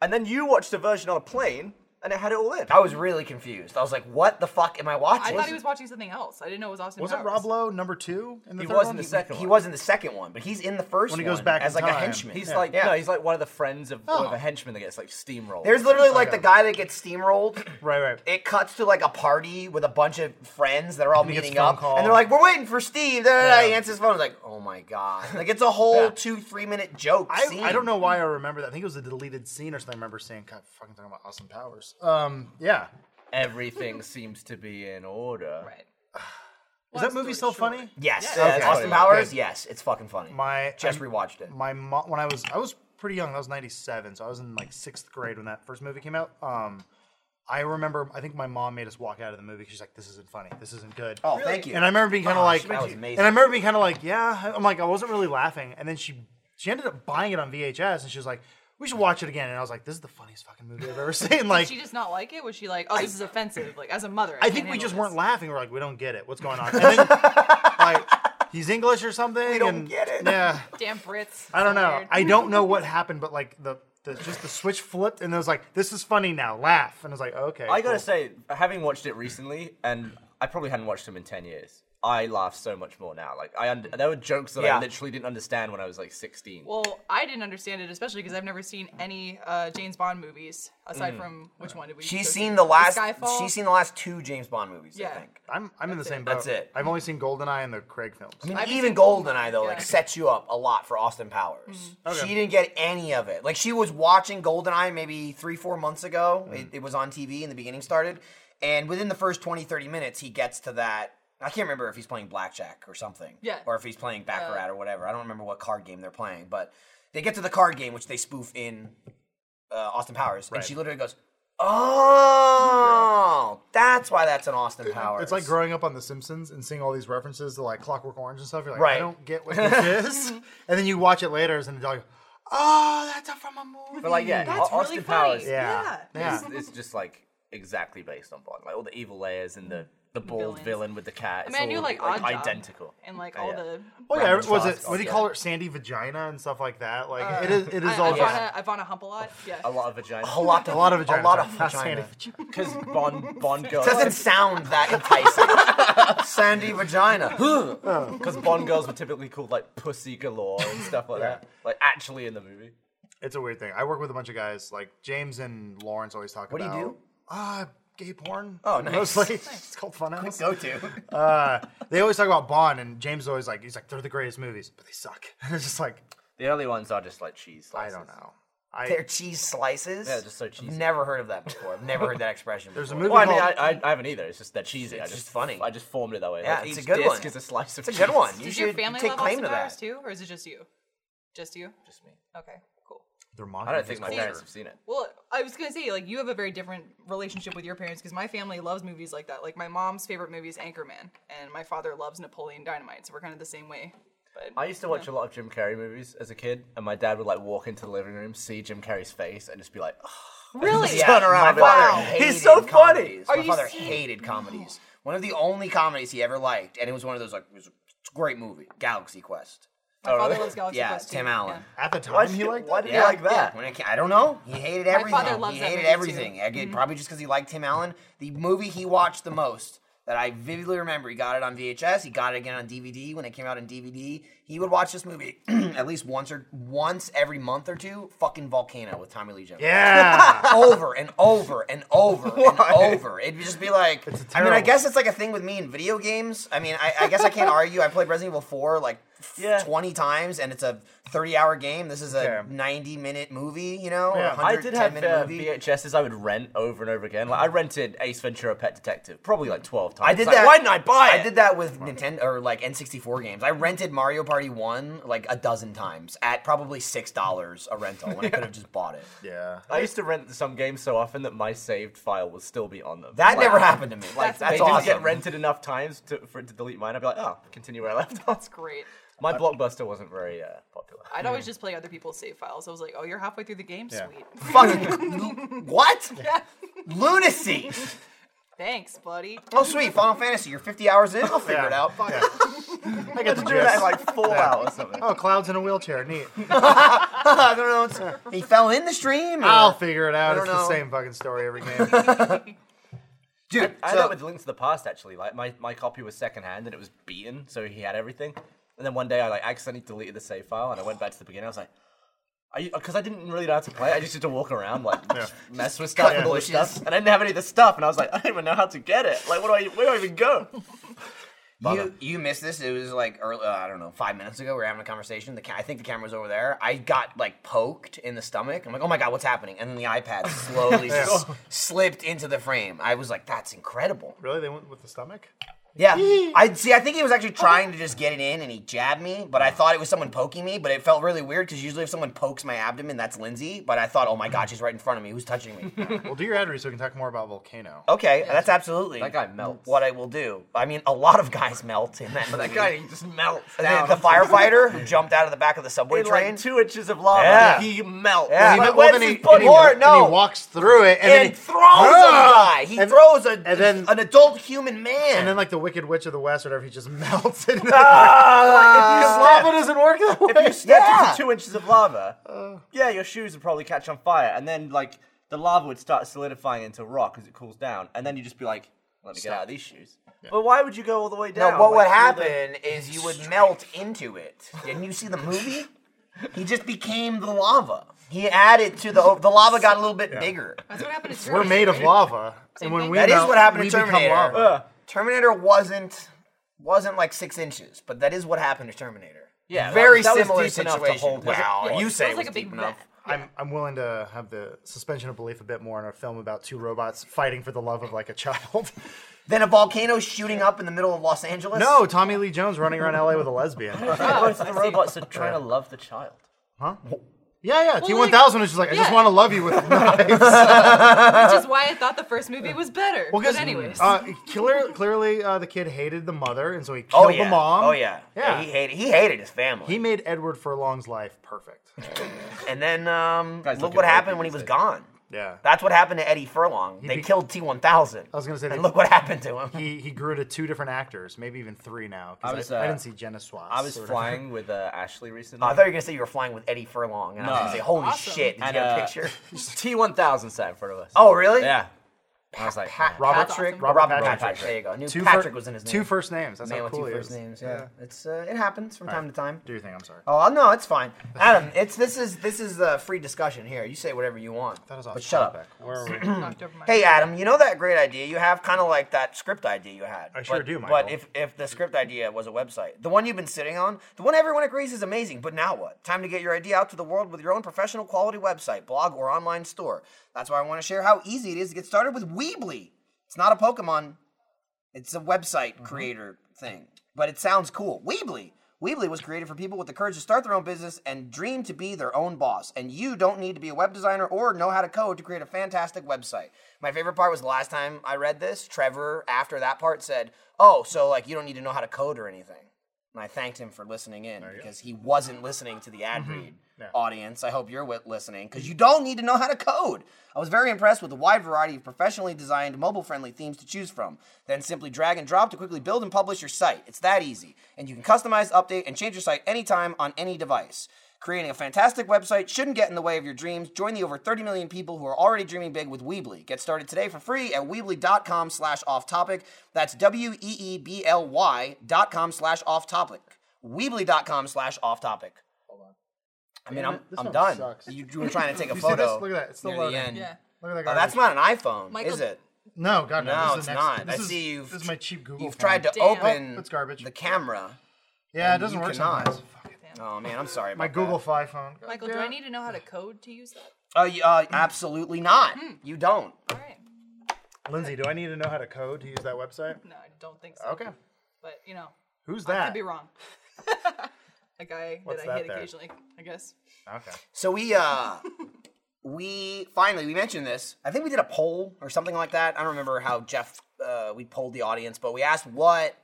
S4: and then you watched a version on a plane, and it had it all in.
S1: I was really confused. I was like, "What the fuck am I
S3: I
S1: watching?"
S3: thought he was watching something else. I didn't know it was Austin
S2: Was it
S3: Powers.
S2: Rob Lowe number two in the
S4: He
S2: third
S4: was
S2: one?
S4: in the second
S1: he
S4: one.
S1: was in the second one, but he's in the first
S2: When he
S1: one
S2: goes back
S1: as
S2: in
S1: like a
S2: time.
S1: henchman.
S4: He's
S2: Yeah.
S4: like
S1: Yeah.
S4: no, he's like one of the friends of,
S2: Oh.
S4: of a henchman that gets like steamrolled.
S1: There's literally like the
S2: Okay.
S1: guy that gets steamrolled.
S2: Right, right.
S1: It cuts to like a party with a bunch of friends that are all
S2: he gets
S1: meeting
S2: phone
S1: up,
S2: call.
S1: and they're like, "We're waiting for Steve." Da, da, da. He
S2: Yeah.
S1: answers his phone. He's like, "Oh my god!" Like it's a whole
S2: Yeah.
S1: two, three minute joke.
S2: I,
S1: scene.
S2: I don't know why I remember that. I think it was a deleted scene or something. I remember seeing. God, fucking talking about Austin Powers. Um, yeah.
S4: everything seems to be in order.
S3: Right.
S2: Is
S3: Long
S2: that movie
S3: story
S2: still
S3: short.
S2: funny?
S1: Yes,
S3: Yes.
S1: Uh,
S4: Okay.
S1: Austin
S4: Good.
S1: Powers. Yes, it's fucking funny.
S2: My
S1: Just
S2: I'm-
S1: rewatched it.
S2: My mom, when I was, I was pretty young. I was '97, so I was in like sixth grade when that first movie came out. Um, I remember. I think my mom made us walk out of the movie. 'cause She's like, "This isn't funny. This isn't good."
S1: Oh, thank you.
S2: And I remember being kind of
S1: Oh,
S2: like,
S1: that was amazing.
S2: and I remember being kind of like, yeah. I'm like, I wasn't really laughing. And then she, she ended up buying it on VHS, and she was like, "We should watch it again." And I was like, "This is the funniest fucking movie I've ever seen." Like,
S3: Did she just not like it? Was she like, oh, this is offensive? Like, as a mother.
S2: I
S3: can't
S2: think we
S3: handle
S2: just
S3: this.
S2: weren't laughing. We're like, we don't get it. What's going on? And then, like, he's English or something. We
S1: don't
S2: and,
S1: get it.
S2: Yeah,
S3: Damn Brits.
S2: I don't know.
S3: Weird.
S2: I don't know what happened, but like the, the just the switch flipped, and it was like, this is funny now. Laugh, and I was like, okay.
S4: I gotta
S2: cool.
S4: say, having watched it recently, and I probably hadn't watched them in ten years. I laugh so much more now. Like I, under there were jokes that
S1: Yeah.
S4: I literally didn't understand when I was like sixteen.
S3: Well, I didn't understand it, especially because I've never seen any uh, James Bond movies aside from which one did we?
S1: Mm. She's
S3: go
S1: seen
S3: to?
S1: the last.
S3: Skyfall.
S1: She's seen the last two James Bond movies. I
S3: Yeah.
S1: think.
S2: I'm I'm in the same boat.
S1: That's it.
S2: I've only seen Goldeneye and the Craig films.
S1: I mean,
S3: I've
S1: even
S3: seen
S1: Goldeneye though,
S3: yeah. Mm-hmm.
S1: like sets you up a lot for Austin Powers.
S2: Okay.
S1: She didn't get any of it. Like she was watching Goldeneye maybe three, four months ago.
S2: Mm-hmm.
S1: It, it was on TV and the beginning started, and within the first 20, 30 minutes, he gets to that. I can't remember if he's playing blackjack or something,
S3: Yeah.
S1: or if he's playing baccarat or whatever. I don't remember what card game they're playing, but they get to the card game which they spoof in uh, Austin Powers, and she literally goes, "Oh, that's why that's an Austin Powers."
S2: It's like growing up on The Simpsons and seeing all these references to like Clockwork Orange and stuff. You're like,
S1: Right.
S2: I don't get what this is. and then you watch it later, and you're like, oh, that's from a movie.
S4: but like yeah,
S3: That's
S4: Au- Austin
S3: really funny.
S4: Powers
S2: yeah,
S3: Yeah.
S2: yeah.
S4: is, is just like exactly based on Bond. Like all the evil layers and the the bald
S3: Villains.
S4: villain with the cat.
S3: I
S4: It's
S3: mean, I knew
S4: all,
S3: like odd job
S4: identical.
S3: and like all
S4: yeah.
S3: the.
S2: Oh yeah,
S4: Brandon
S2: was it?
S4: Trust,
S2: What do you
S4: yeah.
S2: call it? Sandy vagina and stuff like that. Like it is. It is
S3: I,
S2: all
S3: Ivana,
S2: just
S3: Ivana Hump a lot. Yeah.
S4: A lot of
S1: A
S4: vagina.
S1: lot,
S2: a lot of vagina.
S1: A lot of
S2: Not Sandy
S1: vagina.
S2: vagina.
S4: Because Bond Bond girls
S1: Doesn't sound that enticing. Sandy vagina.
S4: because Bond girls were typically called like pussy galore and stuff like that. Like actually in the movie.
S2: It's a weird thing. I work with a bunch of guys. Like James and Lawrence always talk
S1: What do you
S2: about.
S1: do?
S2: Uh, gay porn.
S1: Oh, nice.
S2: Mostly. It's called Funhouse.
S1: Go to.
S2: Uh, they always talk about Bond, and James is always like, he's like, they're the greatest movies, but they suck. And it's just like,
S4: The early ones are just like cheese.
S2: I
S4: Slices.
S2: don't know. I
S1: They're cheese slices.
S4: Yeah, just so cheesy.
S1: I've never heard of that before. I've never heard that expression.
S2: there's a
S1: before.
S2: movie
S4: Well, I
S2: called.
S4: mean, I, I, I haven't either. It's just that cheesy. I
S1: It's
S4: just
S1: just funny.
S4: I just formed it that way.
S1: Yeah,
S4: like,
S1: it's
S4: each
S1: a good
S4: disc
S1: one.
S4: is a slice of
S1: It's a
S4: cheese.
S1: good one. You
S3: Does
S1: should
S3: your family
S1: take
S3: love
S1: claim to
S3: Austin
S1: that.
S3: Powers too, or is it just you? Just you?
S4: Just me.
S3: Okay. Cool.
S2: they're mocking
S4: I don't
S2: his
S4: think my
S2: culture.
S4: parents have seen it.
S3: Well, I was gonna say like you have a very different relationship with your parents because my family loves movies like that. Like my mom's favorite movie is Anchorman, and my father loves Napoleon Dynamite, so we're kind of the same way. But
S4: I used to watch a lot of Jim Carrey movies as a kid, and my dad would like walk into the living room, see Jim Carrey's face, and just be like, "Ugh."
S3: really,
S1: Yeah,
S4: Turn around
S1: my
S4: and be like,
S1: father
S4: "Wow,
S1: hated
S4: he's so funny."
S1: comedies.
S3: Are
S1: my
S3: you
S1: father
S3: serious?
S1: hated comedies. One of the only comedies he ever liked, and it was one of those like it was a great movie, Galaxy Quest.
S3: my father loves Galaxy
S1: yeah,
S3: Quest. too.
S1: Tim Allen.
S2: At the
S4: "Why
S2: time,
S4: did
S2: he
S4: you
S2: liked
S4: like?
S2: that.
S4: Why did you
S1: Yeah,
S4: like that?"
S1: When it ca- I don't know. He hated everything.
S3: father loves Mm-hmm.
S1: he
S3: that
S1: hated
S3: movie,
S1: everything. I get probably just because he liked Tim Allen. The movie he watched the most that I vividly remember, he got it on VHS. He got it again on DVD when it came out on DVD. He would watch this movie at least once or once every month or two. Fucking Volcano with Tommy Lee Jones.
S2: Yeah.
S1: over and over and over and over. It'd just be like.
S2: It's a
S1: I mean, I
S2: terrible-
S1: guess it's like a thing with me in video games. I mean, I, I guess I can't argue. I played Resident Evil Four like f-
S4: Yeah.
S1: twenty times, and it's a thirty-hour game. This is a
S2: Yeah.
S1: ninety-minute movie. You know,
S2: Yeah.
S1: yeah.
S4: I did have
S1: minute
S4: uh,
S1: movie.
S4: VHSs I would rent over and over again. Like I rented Ace Ventura: Pet Detective probably like twelve times.
S1: I did
S4: Like,
S1: that.
S4: Why didn't I buy it?
S1: I did that with Nintendo or like N64 games. I rented Mario Party One like a dozen times at probably six dollars a rental when I could have just bought it.
S2: yeah.
S4: I used to rent some games so often that my saved file would still be on them.
S1: That
S4: Like,
S1: never happened to me. Like
S3: That's-
S1: that's,
S4: They didn't
S1: awesome.
S4: get rented enough times to, for it to delete mine. I'd be like, oh, continue where I left off.
S3: That's great.
S4: My blockbuster wasn't very uh, popular.
S3: I'd always just play other people's save files. I was like, oh, you're halfway through the game,
S2: Yeah.
S3: sweet.
S1: Fucking what? Lunacy.
S3: Thanks, buddy.
S1: Oh sweet, Final Fantasy. You're 50 hours in. I'll figure it out. Fuck it.
S2: I get to do
S4: do that
S2: that.
S4: in like four hours or something.
S2: oh, Cloud's in a wheelchair. Neat.
S1: I don't know. it's- He fell in the stream. or-
S2: I'll figure it out.
S1: I
S2: It's
S1: don't
S2: the
S1: know.
S2: same fucking story every game.
S1: Dude,
S4: I
S1: so-
S4: had that with Link to the Past actually. Like my, my copy was secondhand and it was beaten, so he had everything. And then one day I like accidentally deleted the save file and I went back to the beginning. I was like, because I didn't really know how to play. it. I just used to walk around like just mess with stuff
S1: cut
S4: and all this
S1: bushes.
S4: stuff, and I didn't have any of the stuff. And I was like, I don't even know how to get it. Like, what do I? Where do I even go?
S1: You you missed this. It was like early, uh, I don't know, five minutes ago. We were having a conversation. The ca- I think the camera was over there. I got like poked in the stomach. I'm like, oh my god, what's happening? And then the iPad slowly just slipped into the frame. I was like, that's incredible.
S2: really? They went with the stomach?
S1: Yeah, I see. I think he was actually trying to just get it in, and he jabbed me. But I thought it was someone poking me. But it felt really weird because usually if someone pokes my abdomen, that's Lindsay. But I thought, oh my god, she's right in front of me. Who's touching me?
S2: Well, do your ad read so we can talk more about Volcano.
S1: Okay, that's absolutely
S4: That guy melts.
S1: What I will do. I mean, a lot of guys melt in that.
S4: But that
S1: movie.
S4: guy he just melts
S1: And
S4: down.
S1: then the firefighter who jumped out of the back of the subway
S4: in
S1: train.
S4: like two inches of lava.
S1: Yeah.
S4: He melts.
S1: Yeah.
S2: He
S1: But
S2: met-
S1: when's
S2: then
S1: his
S2: he,
S1: butt-
S2: and he,
S1: Or,
S2: and
S1: no.
S2: he walks through it, and,
S1: and
S2: then he,
S1: throws a guy. He
S2: And-
S1: throws a,
S2: and then-
S1: an adult human man.
S2: and then like the Wicked Witch of the West, or whatever, he just melts it.
S4: Ah!
S2: lava doesn't work that way.
S4: you stepped
S1: Yeah. Uh.
S4: into two inches of lava, yeah, your shoes would probably catch on fire, and then like the lava would start solidifying into rock as it cools down, and then you'd just be like, "Let me get out of these shoes." But why would you go all the way
S1: no,
S4: down?
S1: what
S4: Like,
S1: would
S4: through the-
S1: happen is you would melt into it. Didn't you see the movie? he just became the lava. He added to the the lava got a little bit bigger.
S3: That's what happened to
S2: We're
S3: Terminator.
S2: made of lava, and when
S3: thing.
S2: we
S1: That is
S2: melt,
S1: what happened
S2: we
S1: to
S2: become
S1: Terminator.
S2: lava.
S4: Ugh.
S1: Terminator wasn't wasn't like six inches, but that is what happened to Terminator.
S4: Yeah, that
S1: very
S4: was- that was
S1: similar
S4: deep enough to
S1: situation.
S4: hold-
S1: Wow, you say
S3: Sounds
S1: it was
S3: like a
S1: deep
S3: big
S1: enough.
S3: rat.
S2: I'm I'm willing to have the suspension of belief a bit more in a film about two robots fighting for the love of like a child.
S1: Then a volcano shooting up in the middle of Los Angeles.
S2: no, Tommy Lee Jones running around LA with a lesbian.
S4: Both of the robots are trying to love the child.
S2: Yeah, yeah.
S3: Well,
S2: T1000 is
S3: like-
S2: just like I just
S3: yeah.
S2: want to love you with knives.
S3: Which is why I thought the first movie was better.
S2: Well,
S3: but
S2: 'cause,
S3: anyways,
S2: uh, clearly, clearly uh, the kid hated the mother, and so he killed
S1: Oh yeah.
S2: the mom.
S1: Oh yeah.
S2: Yeah.
S1: He hated. He hated his family.
S2: He made Edward Furlong's life perfect.
S1: and then um,
S4: Guys,
S1: look
S4: look
S1: what
S4: at
S1: happened
S4: Loki
S1: when he
S4: these
S1: was
S4: days.
S1: gone.
S2: Yeah.
S1: That's what happened to Eddie Furlong. they
S2: be- Oh,
S1: killed T1000.
S2: I was gonna say
S1: and
S2: they-
S1: look what happened to him.
S2: He, he grew to two different actors, maybe even three now. 'cause
S4: I
S2: I,
S4: was,
S2: I
S4: uh,
S2: didn't see Jenna Swass.
S4: I was
S2: or-
S4: flying with uh, Ashley recently.
S1: I thought you were gonna say you were flying with Eddie Furlong, and I was
S4: No.
S1: gonna say, "Holy
S3: Awesome.
S1: shit! Did
S4: And,
S1: you get
S4: uh,
S1: a picture?"
S4: T1000 sat in front of us.
S1: Oh, really?
S4: Yeah. I was like,
S1: Pat,
S4: man.
S2: Robert,
S3: That's
S2: Patrick,
S3: awesome.
S1: Robert,
S2: Robert,
S1: Patrick.
S2: Patrick.
S1: There you go. I knew
S2: Two
S1: Patrick
S2: fir-
S1: was in his name.
S2: Two first names. That's
S1: Man
S2: how
S1: with
S2: cool
S1: two
S2: he
S1: first
S2: is.
S1: names. Yeah, it's uh, it happens from time to time.
S2: Do your thing. I'm sorry.
S1: Oh no, it's fine, Adam. It's this is this is a free discussion here. You say whatever you want.
S2: That is off
S1: But shut up.
S2: topic. Where are we?
S3: Knocked over my-
S1: Hey Adam, you know that great idea you have, kind of like that script idea you had.
S2: I sure
S1: but,
S2: do,
S1: But
S2: Michael.
S1: if if the script idea was a website, the one you've been sitting on, the one everyone agrees is amazing. But now what? Time to get your idea out to the world with your own professional quality website, blog, or online store. That's why I want to share how easy it is to get started with Weebly. It's not a Pokemon it's a website creator thing, but it sounds cool. Weebly. Weebly was created for people with the courage to start their own business and dream to be their own boss. And you don't need to be a web designer or know how to code to create a fantastic website. My favorite part was the last time I read this, Trevor, after that part, said, Oh, so like you don't need to know how to code or anything. And I thanked him for listening in because he wasn't listening to the ad read audience. I hope you're wi- listening because you don't need to know how to code. I was very impressed with the wide variety of professionally designed, mobile friendly themes to choose from. Then simply drag and drop to quickly build and publish your site. It's that easy. And you can customize, update, and change your site anytime on any device. Creating a fantastic website shouldn't get in the way of your dreams. Join the over 30 million people who are already dreaming big with Weebly. Get started today for free at Weebly.com slash off topic. That's E W-E-E-B-L-Y dot com slash off topic. Weebly.com slash off topic. I mean, I'm,
S2: This
S1: I'm
S2: one
S1: done.
S2: sucks.
S1: You, you were trying to take a
S2: You see this?
S1: photo.
S2: Look at that. It's still
S1: near the
S2: loading.
S1: end.
S3: Yeah.
S2: Look at that
S1: Oh,
S2: guy.
S1: that's not an iPhone,
S3: Michael-
S1: is it?
S2: No, God, no.
S1: No,
S2: this
S1: it's
S2: is the
S1: not.
S2: next, this
S1: I
S2: is-
S1: see you've.
S2: This is my cheap Google.
S1: You've
S2: phone.
S1: tried to
S3: Damn.
S1: open
S2: Oh, it's garbage.
S1: the camera.
S2: Yeah, it doesn't
S1: you
S2: work
S1: cannot.
S2: sometimes. Fuck it.
S1: Oh man, I'm sorry. About
S2: My Google Fi phone. God
S3: Michael, do
S2: damn
S3: I
S2: it.
S3: need to know how to code to use that?
S1: That. Uh, y- uh, absolutely not.
S3: Hmm.
S1: You don't.
S3: All right.
S2: Lindsay, do I need to know how to code to use that website?
S3: No, I don't think so.
S2: Okay.
S3: But you know,
S2: Who's
S3: I
S2: that?
S3: could be wrong. a guy
S2: What's
S3: that I
S2: that
S3: hit
S2: there?
S3: occasionally, I guess.
S2: Okay.
S1: So we uh, we finally we mentioned this. I think we did a poll or something like that. I don't remember how Jeff uh, we polled the audience, but we asked what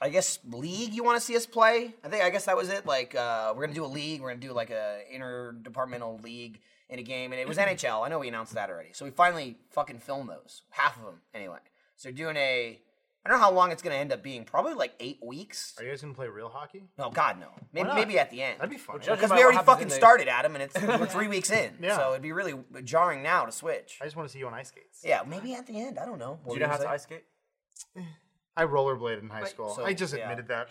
S1: I guess league you want to see us play. I think I guess that was it. Like uh, we're gonna do a league. We're gonna do like a interdepartmental league in a game, and it was NHL. I know we announced that already. So we finally fucking filmed those half of them anyway. So we're doing a. I don't know how long it's gonna end up being. Probably like eight weeks.
S2: Are you guys gonna play real hockey?
S1: No, God, no. Maybe,
S2: not?
S1: maybe at the end.
S2: That'd be fun.
S4: Judging
S1: Because
S4: by
S1: we
S4: what
S1: already
S4: happens in
S1: fucking
S4: the-
S1: started, Adam, and it's we're three weeks in.
S2: Yeah.
S1: So it'd be really jarring now to switch.
S2: I just want to see you on ice skates.
S1: Yeah, maybe at the end. I don't know.
S4: Do you know how to ice skate?
S2: I rollerbladed in high school.
S1: so,
S2: I just
S1: yeah.
S2: admitted that.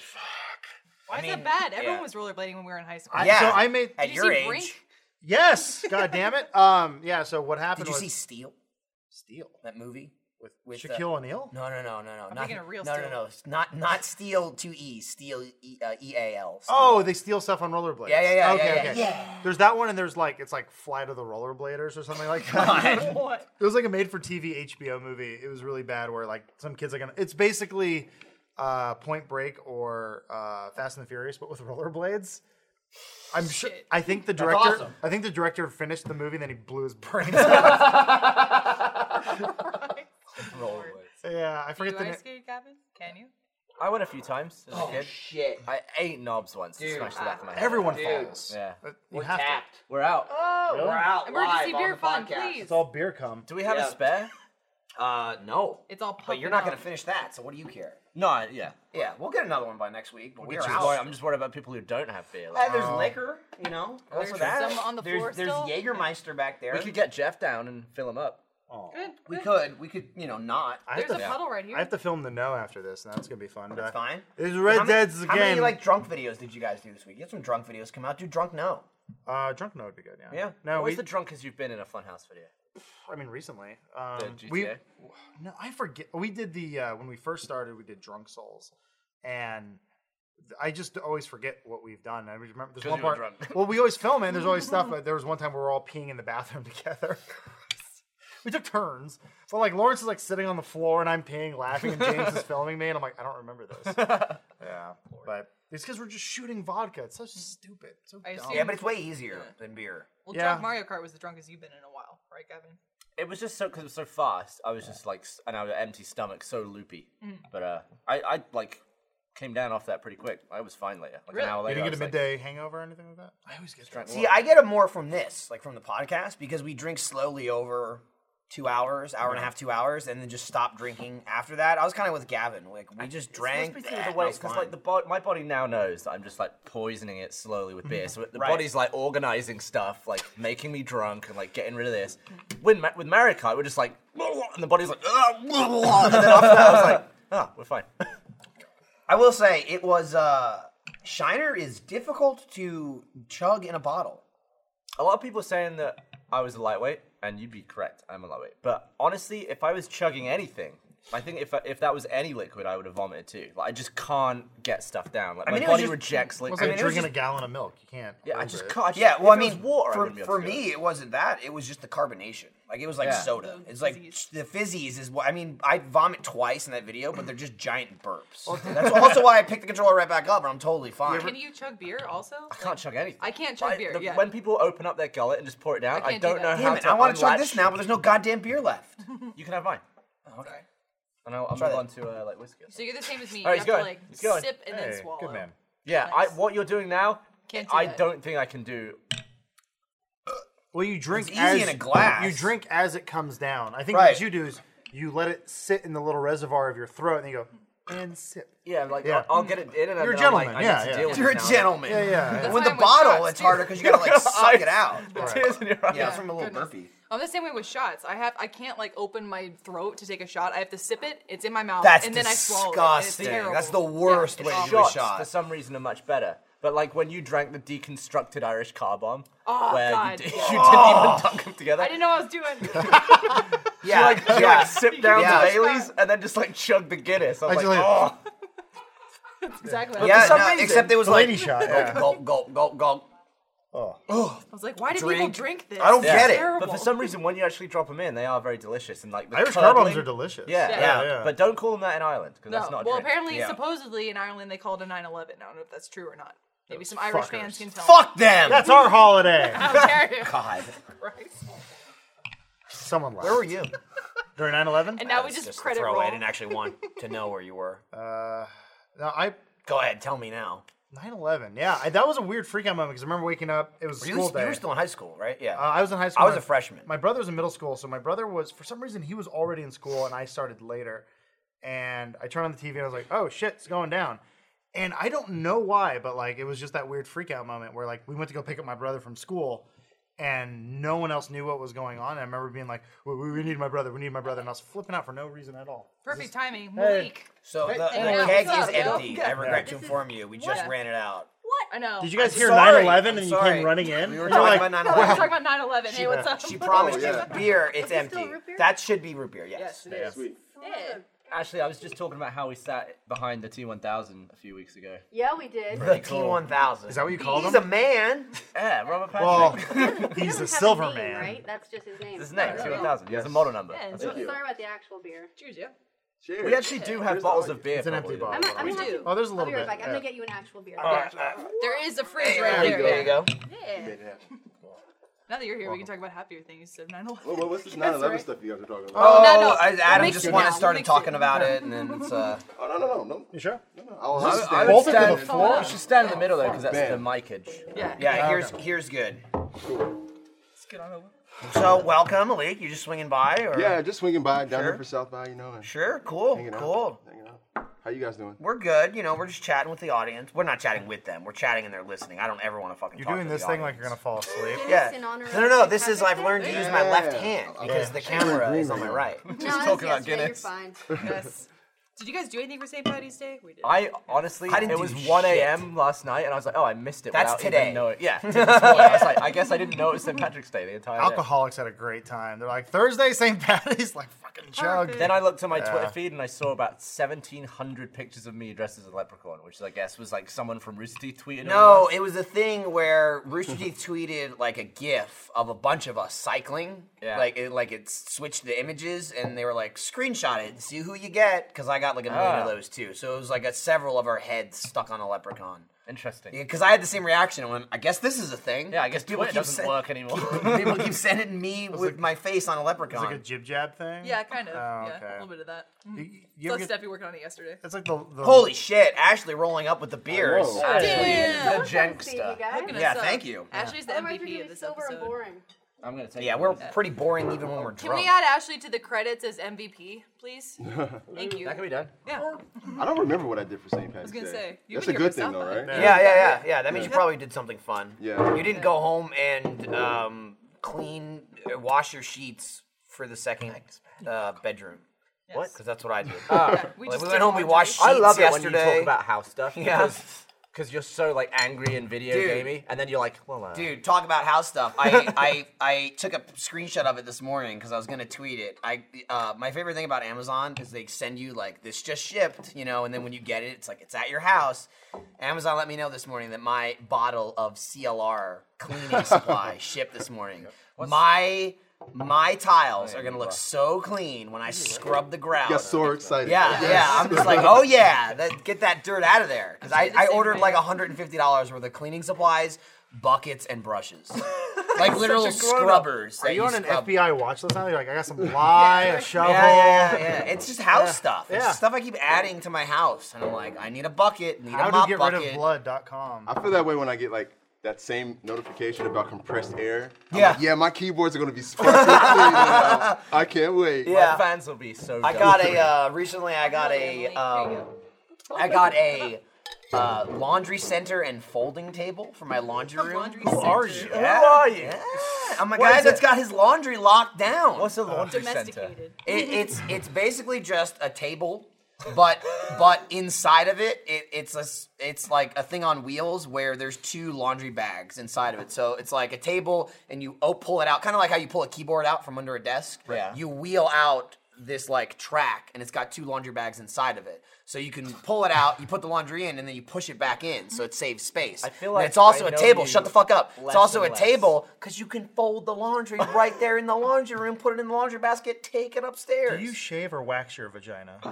S3: Why is
S1: mean,
S3: that bad? Everyone
S1: yeah.
S3: was rollerblading when we were in high school.
S2: I-
S1: Yeah.
S2: So I made.
S1: At
S3: Did you
S1: your
S3: see
S1: age.
S3: Brink?
S2: yes. God damn it. Um. Yeah. So what
S1: Did
S2: happened?
S1: you
S2: was
S1: see Steel?
S2: Steel
S1: That movie? With, with uh,
S2: Shaquille O'Neal?
S1: no, no, no, no, no. I'm not,
S3: thinking of real
S1: no,
S3: Steel.
S1: no, no. Not not Steel two E. Steel E uh, E A L. Steel.
S2: Oh, they steal stuff on rollerblades.
S1: Yeah, yeah, yeah,
S2: Okay,
S1: yeah, yeah,
S2: okay.
S1: yeah.
S2: There's that one, and there's like it's like Flight of the Rollerbladers or something like that.
S1: God.
S3: What?
S2: it was like a made-for-TV HBO movie. It was really bad, where like some kids like it's basically uh, Point Break or uh, Fast and the Furious, but with rollerblades. I'm sure.
S3: Shit.
S2: I think the director.
S1: awesome.
S2: I think the director finished the movie, then he blew his brains out. yeah, I
S3: Do
S2: forget the
S3: you ice
S2: name.
S3: skate, Gavin? Can you?
S4: I went a few times
S1: Oh,
S4: as a kid.
S1: shit.
S4: I ate knobs once. and Smashed the back of my head.
S2: Everyone
S1: Dude.
S2: falls.
S4: Yeah.
S2: Uh, You have to.
S4: We're out.
S3: Oh,
S2: Really?
S1: out
S3: emergency beer fund, please.
S2: It's all beer cum.
S4: Do we have
S1: Yeah.
S4: a spare?
S1: Uh, no.
S3: It's all
S1: But you're
S3: pumping
S1: not gonna
S3: up.
S1: finish that. So what do you care?
S4: No. I- Yeah.
S1: Yeah, we'll get another one by next week. But we're
S4: I'm
S1: out.
S4: just worried- I'm just worried about people who don't have beer. Like,
S1: Uh, there's liquor, you know. There's that.
S3: some on the
S1: there's,
S3: floor
S1: there's
S3: still?
S1: Jägermeister back there.
S4: we could get Jeff down and fill him up.
S3: Good.
S1: We
S3: good.
S1: could. We could. You know, not.
S2: I Oh, have
S3: There's a
S2: to-
S3: puddle right here.
S2: I have to film the no after this, and that's gonna be fun.
S1: That's fine.
S2: It's Red
S1: how
S2: Dead's
S1: many,
S2: again.
S1: How many like drunk videos did you guys do this week? Get some drunk videos come out. Do drunk no.
S2: uh, drunk no would be good. Yeah.
S1: Yeah.
S2: No,
S4: Where's
S2: we,
S4: the drunkest you've been in a Funhouse video?
S2: I mean recently. Um,
S4: The
S2: we
S4: GTA?
S2: no, I forget. We did the uh, when we first started. We did Drunk Souls, and I just always forget what we've done. I remember there's
S4: 'Cause
S2: one
S4: you were
S2: part.
S4: drunk.
S2: Well, we always film it. and There's always stuff. But there was one time we were all peeing in the bathroom together. we took turns. So like Lawrence is like sitting on the floor and I'm peeing, laughing, and James is filming me, and I'm like, I don't remember this. yeah, but it's because we're just shooting vodka. It's
S1: Hmm.
S2: so stupid. So
S3: I
S2: dumb.
S3: assume-
S1: Yeah, but it's way easier than beer.
S3: Well,
S2: Yeah.
S3: drunk Mario Kart was the drunkest you've been in a while, right, Gavin?
S4: It was just so because it was so fast. I was just like, s- and I had an empty stomach, so loopy. But uh, I, I like, came down off that pretty quick. I was fine later. Like
S3: Really?
S4: an hour
S2: You
S4: later.
S2: didn't
S4: I
S2: get a
S4: was like,
S2: midday hangover or anything like that?
S4: I always get drunk.
S1: See, I get it more from this, like from the podcast, because we drink slowly over two hours, hour and a half, two hours, and then just stop drinking after that. I was kind of with Gavin, like we just drank.
S4: It's supposed
S1: bleh,
S4: to be through
S1: and I
S4: the way
S1: was
S4: because
S1: fine.
S4: like the bo- my body now knows that I'm just like poisoning it slowly with beer. So the
S1: Right.
S4: body's like organizing stuff, like making me drunk and like getting rid of this. When ma- with Mario Kart, we're just like, and the body's like, and then after that, I was like, ah, we're fine.
S1: I will say it was. uh Shiner is difficult to chug in a bottle.
S4: A lot of people are saying that I was a lightweight, and you'd be correct. I'm a lightweight. But honestly, if I was chugging anything, I think if if that was any liquid, I would have vomited too. Like I just can't get stuff down. Like my
S1: mean, it was
S4: body
S1: just-
S4: rejects
S2: Well, it's
S4: liquid.
S2: like
S1: mean, it was
S2: drinking
S1: just-
S2: a gallon of milk. You can't.
S4: yeah, I
S2: over
S4: just
S2: it.
S4: can't. I just-
S1: Yeah, well,
S4: if
S1: I
S4: it was
S1: mean,
S4: water, I
S1: for,
S4: wouldn't be able
S1: for
S4: to do it.
S1: me, it wasn't that. It was just the carbonation. Like it was like
S4: Yeah.
S1: soda.
S3: The
S1: It's like
S3: fizzies.
S1: the fizzies is what I mean. I vomit twice in that video, but they're just giant burps. That's also why I picked the controller right back up, and I'm totally fine.
S3: Can you chug beer also?
S4: I can't chug anything.
S3: I can't chug
S4: Like,
S3: beer,
S4: the-
S3: yeah.
S4: When people open up their gullet and just pour it down, I,
S3: can't do
S4: don't
S3: that.
S4: know
S1: Damn
S4: how
S1: it!
S4: to.
S1: I want to chug
S4: unlatch-
S1: this now, but there's no goddamn beer left.
S4: You can have mine.
S1: okay.
S4: And I'll, I'll
S1: Try
S4: move
S1: that.
S4: on to uh, like whiskey.
S3: So you're the same as me. Oh, You
S4: Alright,
S3: have
S4: he's
S3: to
S4: going.
S3: like
S4: He's going.
S3: sip and then
S2: Hey,
S3: swallow.
S2: good man.
S4: yeah, I,
S3: nice.
S4: what you're doing now,
S3: Can't do
S4: I
S3: that.
S4: don't think I can do.
S2: Well, you drink
S1: It's
S2: as
S1: easy in a glass.
S2: You drink as it comes down. I think
S1: Right.
S2: what you do is you let it sit in the little reservoir of your throat, and then you go and sip.
S4: Yeah, like
S2: Yeah.
S4: I'll, I'll get it in, and
S2: You're a
S4: then I'm like,
S2: gentleman,
S4: I
S2: yeah,
S4: need to
S2: yeah.
S4: deal with
S1: You're a
S4: this now.
S1: gentleman.
S2: Yeah, yeah. yeah.
S3: That's
S1: With
S3: why
S1: the
S3: I'm with
S1: bottle,
S3: shots,
S1: it's
S3: too.
S1: harder because you gotta like suck it out.
S4: The tears in your eyes.
S1: Yeah, that's from a little burpee.
S3: I'm the same way with shots. I have I can't like open my throat to take a shot. I have to sip it. It's in my mouth,
S1: That's
S3: and then I swallow it. and It's
S1: disgusting.
S3: terrible.
S1: That's the worst
S3: it's
S1: way to
S3: awful.
S1: do it.
S4: shots
S1: shot.
S4: for some reason are much better. But like when you drank the deconstructed Irish car bomb,
S3: Oh,
S4: where
S3: God.
S4: You, did,
S1: Oh.
S4: not even dunk them together.
S3: I didn't know what I was doing.
S1: Yeah,
S4: like, you
S1: yeah.
S4: like sip down
S1: Yeah.
S4: the Baileys and then just like chug the Guinness. I was
S2: Actually-
S4: like, oh,
S3: exactly.
S1: yeah,
S4: for some
S1: no,
S4: reason-
S1: except it was
S2: The
S1: like
S2: lady shot,
S1: Gulp,
S2: yeah.
S1: gulp, gulp, gulp, gulp.
S3: I was like, why do people
S1: Drink.
S3: drink this?
S1: I don't
S4: Yeah.
S1: get it.
S3: Terrible.
S4: But for some reason, when you actually drop them in, they are very delicious and like the
S2: Irish car bombs
S4: curdling-
S2: are delicious.
S4: Yeah,
S3: Yeah.
S4: yeah,
S2: Yeah, yeah.
S4: But don't call them that in Ireland because
S3: no.
S4: that's not. A
S3: well,
S4: drink.
S3: apparently,
S1: Yeah.
S3: supposedly in Ireland they called a 9/11. I don't know if that's true or not. Maybe some Irish fans
S2: fuckers.
S3: can tell.
S1: Fuck them.
S2: That's our holiday.
S3: How dare you?
S1: God.
S3: Christ.
S2: Someone left.
S1: Where were you?
S2: During 9 11?
S3: And now we just,
S1: Just to
S3: credit
S1: throw
S3: roll.
S1: away. I didn't actually want to know where you were.
S2: No, I.
S1: Go ahead, tell me now.
S2: 9 11. Yeah, I, that was a weird freak out moment because I remember waking up. It was
S1: You,
S2: school
S1: was-
S2: day.
S1: you were still in high school, right? Yeah.
S2: Uh, I was in high school.
S1: I was
S2: My-
S1: a freshman.
S2: My brother was in middle school, so my brother was for some reason he was already in school and I started later. And I turned on the TV and I was like, "Oh shit, it's going down." And I don't know why, but like it was just that weird freak out moment where like we went to go pick up my brother from school and no one else knew what was going on. And I remember being like, we, we we need my brother. We need my brother." And I was flipping out for no reason at all.
S3: Perfect timing. Malik.
S1: so the, the
S3: Hey,
S1: keg is
S3: what's up, yo?
S1: empty. I regret to inform you. We just
S3: Yeah.
S1: ran it out.
S3: What? I know.
S2: Did you guys
S1: I'm
S2: hear
S1: sorry.
S2: 9/11
S1: I'm
S2: and you
S1: sorry.
S2: came running in?
S1: We were
S2: You're
S1: talking
S2: like,
S1: about
S3: No, we're
S1: 9
S3: talking about 9/11. Hey, what's up?
S1: She promised you
S8: yeah.
S1: beer. It's
S3: it still
S1: empty.
S3: root beer?
S1: That should be root beer, yes.
S3: Yes, it is.
S8: Sweet.
S3: Yeah.
S4: Actually, I was just talking about how we sat behind the T1000 a few weeks ago.
S7: Yeah, we did.
S1: The T1000.
S2: Is that what you called
S1: He's
S2: him?
S1: a man.
S4: Yeah, Robert Patrick.
S2: well,
S7: He
S2: he's
S7: doesn't
S2: the
S7: have a
S2: silver
S7: name,
S2: man.
S7: Right? That's just his name.
S4: His name,
S7: Right.
S4: T1000. He has a model number.
S3: Yeah,
S4: That's
S7: So
S4: it.
S3: it's-
S7: sorry about the actual beer.
S3: Cheers, yeah.
S8: Cheers.
S4: We actually do have
S8: Here's
S4: bottles
S8: the-
S4: of beer.
S2: It's an empty
S4: probably,
S2: bottle.
S7: I'm, I'm
S3: We
S7: gonna have
S3: do.
S7: to.
S2: Oh, there's a
S7: I'll
S2: little
S7: be
S2: bit.
S7: right back. I'm
S2: yeah.
S7: gonna get you an actual beer.
S3: There is a fridge right
S1: There
S3: there.
S1: you go. There you go.
S7: Yeah.
S3: Now that you're here, we can talk about happier things instead of 9/11.
S8: What, what- what's this
S3: That's
S8: 9 11
S3: right.
S8: stuff you guys are talking about?
S1: Oh,
S3: no, no.
S1: I- Adam
S3: Mix
S1: just
S3: it
S1: wanted
S3: now.
S1: started
S3: Mix
S1: talking
S3: it.
S1: about it, and then it's uh.
S8: Oh, no, no, no. no.
S2: You sure?
S8: no. I'll- I'll
S4: I- I
S8: stand-
S4: would
S2: Both of them
S4: stand,
S2: to the floor?
S4: You should stand in the middle though, because that's the
S8: Man.
S4: micage.
S3: Yeah.
S1: Yeah, here's here's good.
S3: Let's get on over.
S1: So welcome, Malik. You just swinging by, or
S8: Yeah, just swinging by down
S1: Sure.
S8: here for South by, you know. And
S1: Sure, cool,
S8: hanging out,
S1: cool.
S8: Hanging out. How you guys doing?
S1: We're good. You know, we're just chatting with the audience. We're not chatting with them. We're chatting and they're listening. I don't ever want to fucking.
S2: You're
S1: talk
S2: doing
S1: to the
S2: this thing like
S1: audience.
S2: you're gonna fall asleep.
S1: Yeah.
S7: In honor of
S1: No, no, no. This is I've
S7: Patrick's
S1: learned to
S7: Day?
S1: use my left
S8: Yeah.
S1: hand
S8: Okay.
S1: because the camera is on my right.
S7: No, that's
S4: talking about
S7: yesterday,
S4: Guinness.
S7: You're fine.
S3: Yes. Did you guys do anything for St. Patty's Day? We did.
S4: I honestly,
S1: I didn't
S4: it
S1: do
S4: was
S1: shit.
S4: 1 a.m. last night, and I was like, oh, I missed it.
S1: That's
S4: without
S1: today.
S4: Even knowing. Yeah, it's this morning. I was like, I guess I didn't know it was St. Patrick's Day the entire day.
S2: Alcoholics had a great time. They're like Thursday, St. Patty's, like fucking chug.
S3: Perfect.
S4: Then I looked at my Twitter
S1: Uh.
S2: Yeah.
S4: feed and I saw about 1,700 pictures of me dressed as a leprechaun, which I guess was like someone from Rooster Teeth tweeted.
S1: No, it was a thing where Rooster Teeth tweeted like a GIF of a bunch of us cycling.
S4: Yeah.
S1: Like it, like it switched the images, and they were like, "Screenshot it, and see who you get," because I got like a million
S4: Ah.
S1: of those too. So it was like a several of our heads stuck on a leprechaun.
S4: Interesting.
S1: Because I had the same reaction when I guess this is a thing.
S4: Yeah, I guess
S1: people
S4: Twitch
S1: keep
S4: doesn't
S1: sen-
S4: work anymore.
S1: people keep sending me with my face on a
S2: It's
S1: leprechaun.
S2: like a jib jab thing.
S3: Yeah, kind of.
S2: Oh,
S3: yeah,
S2: okay.
S3: a little bit of that. Mm.
S2: You, you
S3: Plus,
S2: ever get,
S3: Steffi working on it yesterday.
S2: it's like the, the
S1: Holy shit! Ashley rolling up with the beer. is
S8: Whoa.
S1: actually-
S7: Damn.
S4: The Jenkster.
S3: Looking
S1: Yeah,
S3: us up.
S1: thank you.
S3: Ashley's the
S7: Otherwise,
S3: MVP
S7: we're
S3: of
S7: gonna be
S3: this
S7: sober and
S3: episode.
S7: boring.
S4: I'm gonna take.
S1: Yeah, we're pretty boring even when we're drunk.
S3: Can we add Ashley to the credits as MVP, please? Thank you.
S4: That can be done.
S3: yeah,
S8: I don't remember what I did for St. Patrick's
S3: gonna
S8: Day.
S3: say, you've
S8: That's a
S3: been here
S8: good
S3: for
S8: thing, though,
S3: something.
S8: right?
S1: Yeah, yeah, yeah, yeah. That means you
S8: Yeah.
S1: probably did something fun.
S8: Yeah.
S1: You didn't go home and um, clean, uh, wash your sheets for the second uh, bedroom. What? Because that's what I did.
S4: Ah.
S3: yeah. We,
S1: Like,
S3: just
S1: we
S3: did
S1: went home, we
S3: laundry.
S1: washed sheets
S4: I love it
S1: yesterday.
S4: when you talk about house stuff.
S1: Yeah.
S4: Because, because you're so like angry and video
S1: Dude.
S4: gamey, and then you're like, well, uh,
S1: Dude, talk about house stuff. I, I, I took a screenshot of it this morning because I was gonna tweet it. I uh, my favorite thing about Amazon is they send you like this just shipped, you know, and then when you get it, it's like it's at your house. Amazon let me know this morning that my bottle of CLR cleaning supply shipped this morning. my my tiles are gonna look so clean when I scrub the grout.
S8: I got so excited.
S1: Yeah, yeah. I'm just like, oh yeah, that, get that dirt out of there. Because I,
S3: did the
S1: I
S3: same
S1: ordered
S3: thing.
S1: like $150 worth of cleaning supplies, buckets, and brushes. like literal scrubbers.
S2: Are
S1: that
S2: you on an
S1: scrub.
S2: FBI watch list now? You're like, I got some ply, a shovel.
S1: Yeah, yeah, yeah. It's just house stuff. It's
S2: yeah.
S1: stuff I keep adding to my house, and I'm like, I need a bucket, need a
S2: How
S1: mop
S2: to get
S1: bucket.
S2: rid of blood.com.
S8: I feel that way when I get like that same notification about compressed air. I'm
S1: Yeah.
S8: like, yeah, my keyboards are gonna be sparkling. clean, and I'm- I can't wait.
S1: Yeah.
S4: my fans will be so.
S1: I got a uh, recently. I got a
S3: Emily. There you
S1: um, I got a uh, laundry center and folding table for my laundry room.
S3: Laundry
S1: Who
S3: center.
S1: are you?
S4: Who are you?
S1: I'm a
S4: What
S1: guy
S4: is
S1: that's
S4: it?
S1: got his laundry locked down.
S4: What's a laundry center?
S3: Domesticated.
S1: It, it's it's basically just a table, but but inside of it, it it's a s- it's like a thing on wheels where there's two laundry bags inside of it. So it's like a table, and you oh, pull it out, kind of like how you pull a keyboard out from under a desk.
S4: Yeah.
S1: You wheel out this like track, and it's got two laundry bags inside of it. So you can pull it out, you put the laundry in, and then you push it back in, so it saves space. I
S4: feel
S1: and
S4: like
S1: it's also
S4: I
S1: a
S4: know
S1: table.
S4: you
S1: Shut the fuck up. It's
S4: less
S1: also a
S4: and less.
S1: table because you can fold the laundry right there in the laundry room, put it in the laundry basket, take it upstairs.
S2: Do you shave or wax your vagina?
S3: I,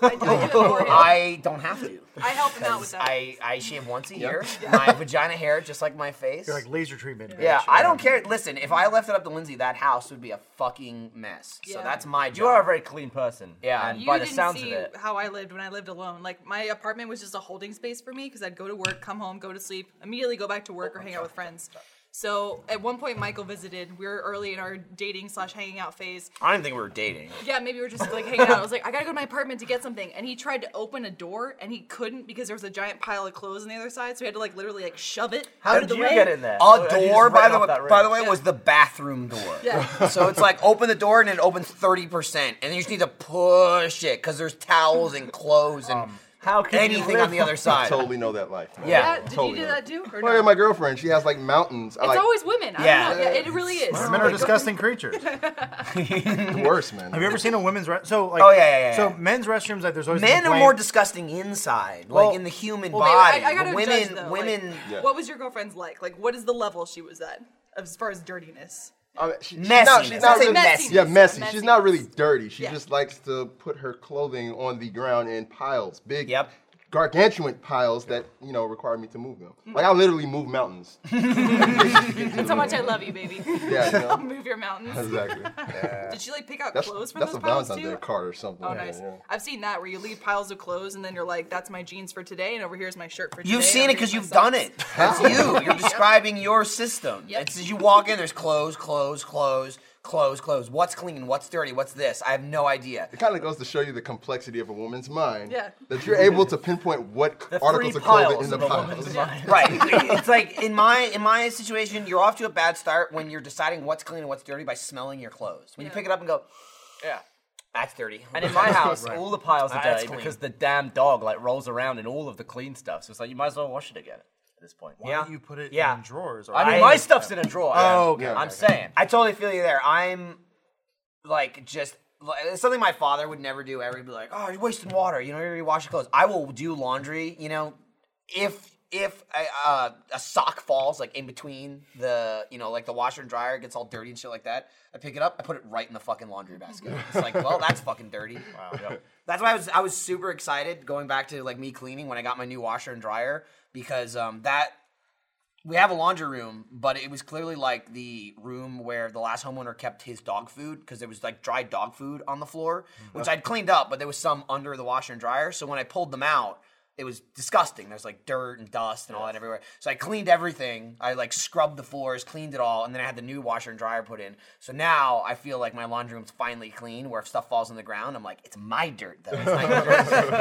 S3: I, did it for him.
S1: I don't have to.
S3: I help him out with that.
S1: I, I shave once a year. My vagina hair, just like my face.
S2: You're like laser treatment.
S1: yeah,
S2: bitch.
S1: I don't care. Listen, if I left it up to Lindsay, that house would be a fucking mess. So
S3: Yeah.
S1: that's my job.
S4: You are a very clean person.
S1: Yeah.
S4: and
S3: you
S4: by the
S3: didn't
S4: sounds
S3: see
S4: of it,
S3: how I lived when I lived alone. Like my apartment was just a holding space for me because I'd go to work, come home, go to sleep, immediately go back to work or hang out with friends. So at one point, Michael visited. We were early in our dating slash hanging out phase.
S1: I didn't think we were dating.
S3: Yeah, maybe we were just like hanging out. I was like, I gotta go to my apartment to get something, and he tried to open a door and he couldn't because there was a giant pile of clothes on the other side. So he had to like literally like shove it
S4: how
S3: out
S4: did
S3: of the
S4: you
S3: way.
S4: get in there?
S1: A
S4: Oh, you
S1: door,
S4: just
S1: by
S4: ran
S1: the
S4: off
S1: way,
S4: that room.
S1: by the way,
S3: Yeah.
S1: was the bathroom door.
S3: Yeah.
S1: So it's like open the door and it opens thirty percent, and then you just need to push it because there's towels and clothes and
S4: How can you
S1: anything
S4: live
S1: on the other
S8: I
S1: side.
S8: totally know that life. man.
S1: Yeah.
S3: Yeah, did
S8: Totally
S3: you do
S8: know.
S3: that too? Or
S8: Well, yeah,
S3: no?
S8: my girlfriend, she has like mountains. I
S3: it's
S8: like
S3: always women. I
S1: Yeah.
S3: don't know. yeah, it really is.
S2: Women are disgusting creatures. Have
S8: worse, man.
S2: you ever seen a women's re- so like
S1: Oh, yeah, yeah, yeah,
S2: so
S1: yeah.
S2: men's restrooms like there's always a
S1: Men are
S2: complaint.
S1: more disgusting inside, like in the human
S3: Well,
S1: body.
S3: wait, I, I gotta
S1: But
S3: judge,
S1: women,
S3: though,
S1: women.
S3: like,
S8: Yeah.
S3: What was your girlfriend's like? Like, what is the level she was at as far as dirtiness?
S8: I mean, Oh, she- she's
S1: Messiness.
S8: not- she's
S1: I'd
S8: not
S1: say
S8: really-
S1: messiness.
S8: Yeah, messy. She's not really dirty. She
S3: Yeah.
S8: just likes to put her clothing on the ground in piles, big,
S1: Yep.
S8: gargantuan piles that you know require me to move them. Like I literally move mountains.
S3: That's how much I love you, baby.
S8: Yeah, you know?
S3: Move your mountains.
S8: exactly.
S3: Did she like pick out
S8: That's
S3: clothes from
S8: that's
S3: those
S8: a
S3: piles
S8: Valentine's Day
S3: too?
S8: card or something.
S3: Oh,
S8: Yeah,
S3: nice.
S8: yeah.
S3: I've seen that where you leave piles of clothes and then you're like, "That's my jeans for today," and over here's my shirt for today.
S1: You've seen
S3: and
S1: it because
S3: over here's
S1: you've
S3: my
S1: done
S3: socks."
S1: it. That's you. You're describing your system.
S3: Yep.
S1: It's as you walk in, there's clothes, clothes, clothes, clothes, clothes. What's clean? What's dirty? What's this? I have no idea.
S8: It kind of goes to show you the complexity of a woman's mind.
S3: Yeah.
S8: That you're able to pinpoint what
S4: The
S8: articles
S4: three
S8: of clothing
S4: piles
S8: in the
S4: of a
S8: piles.
S4: woman's mind.
S1: Right. it's like in my in my situation, you're off to a bad start when you're deciding what's clean and what's dirty by smelling your clothes. When you
S3: Yeah.
S1: pick it up and go,
S4: Yeah.
S1: that's dirty.
S4: And in my house, all the piles are
S1: Ah, that's
S4: dirty
S1: clean.
S4: because the damn dog like rolls around in all of the clean stuff. So it's like you might as well wash it again at this point.
S2: Why
S1: Yeah.
S2: don't you put it
S1: Yeah.
S2: in drawers? Or
S4: I mean,
S1: I-
S4: my stuff's in a drawer.
S2: Oh,
S4: Oh,
S2: okay.
S4: I'm saying.
S1: I totally feel you there. I'm like just like, it's something my father would never do. Ever He'd be like, "Oh, you're wasting water. You know, you already wash your clothes." I will do laundry. You know, if if a, uh, a sock falls like in between the you know like the washer and dryer gets all dirty and shit like that, I pick it up, I put it right in the fucking laundry basket. It's like, well, that's fucking dirty. That's why I was I was super excited going back to like me cleaning when I got my new washer and dryer because um, that we have a laundry room, but it was clearly like the room where the last homeowner kept his dog food because there was like dry dog food on the floor, which I'd cleaned up, but there was some under the washer and dryer. So when I pulled them out, it was disgusting. There's like dirt and dust and all that everywhere. So I cleaned everything. I like scrubbed the floors, cleaned it all, and then I had the new washer and dryer put in. So now I feel like my laundry room's finally clean. Where if stuff falls on the ground, I'm like, it's my dirt though. It's not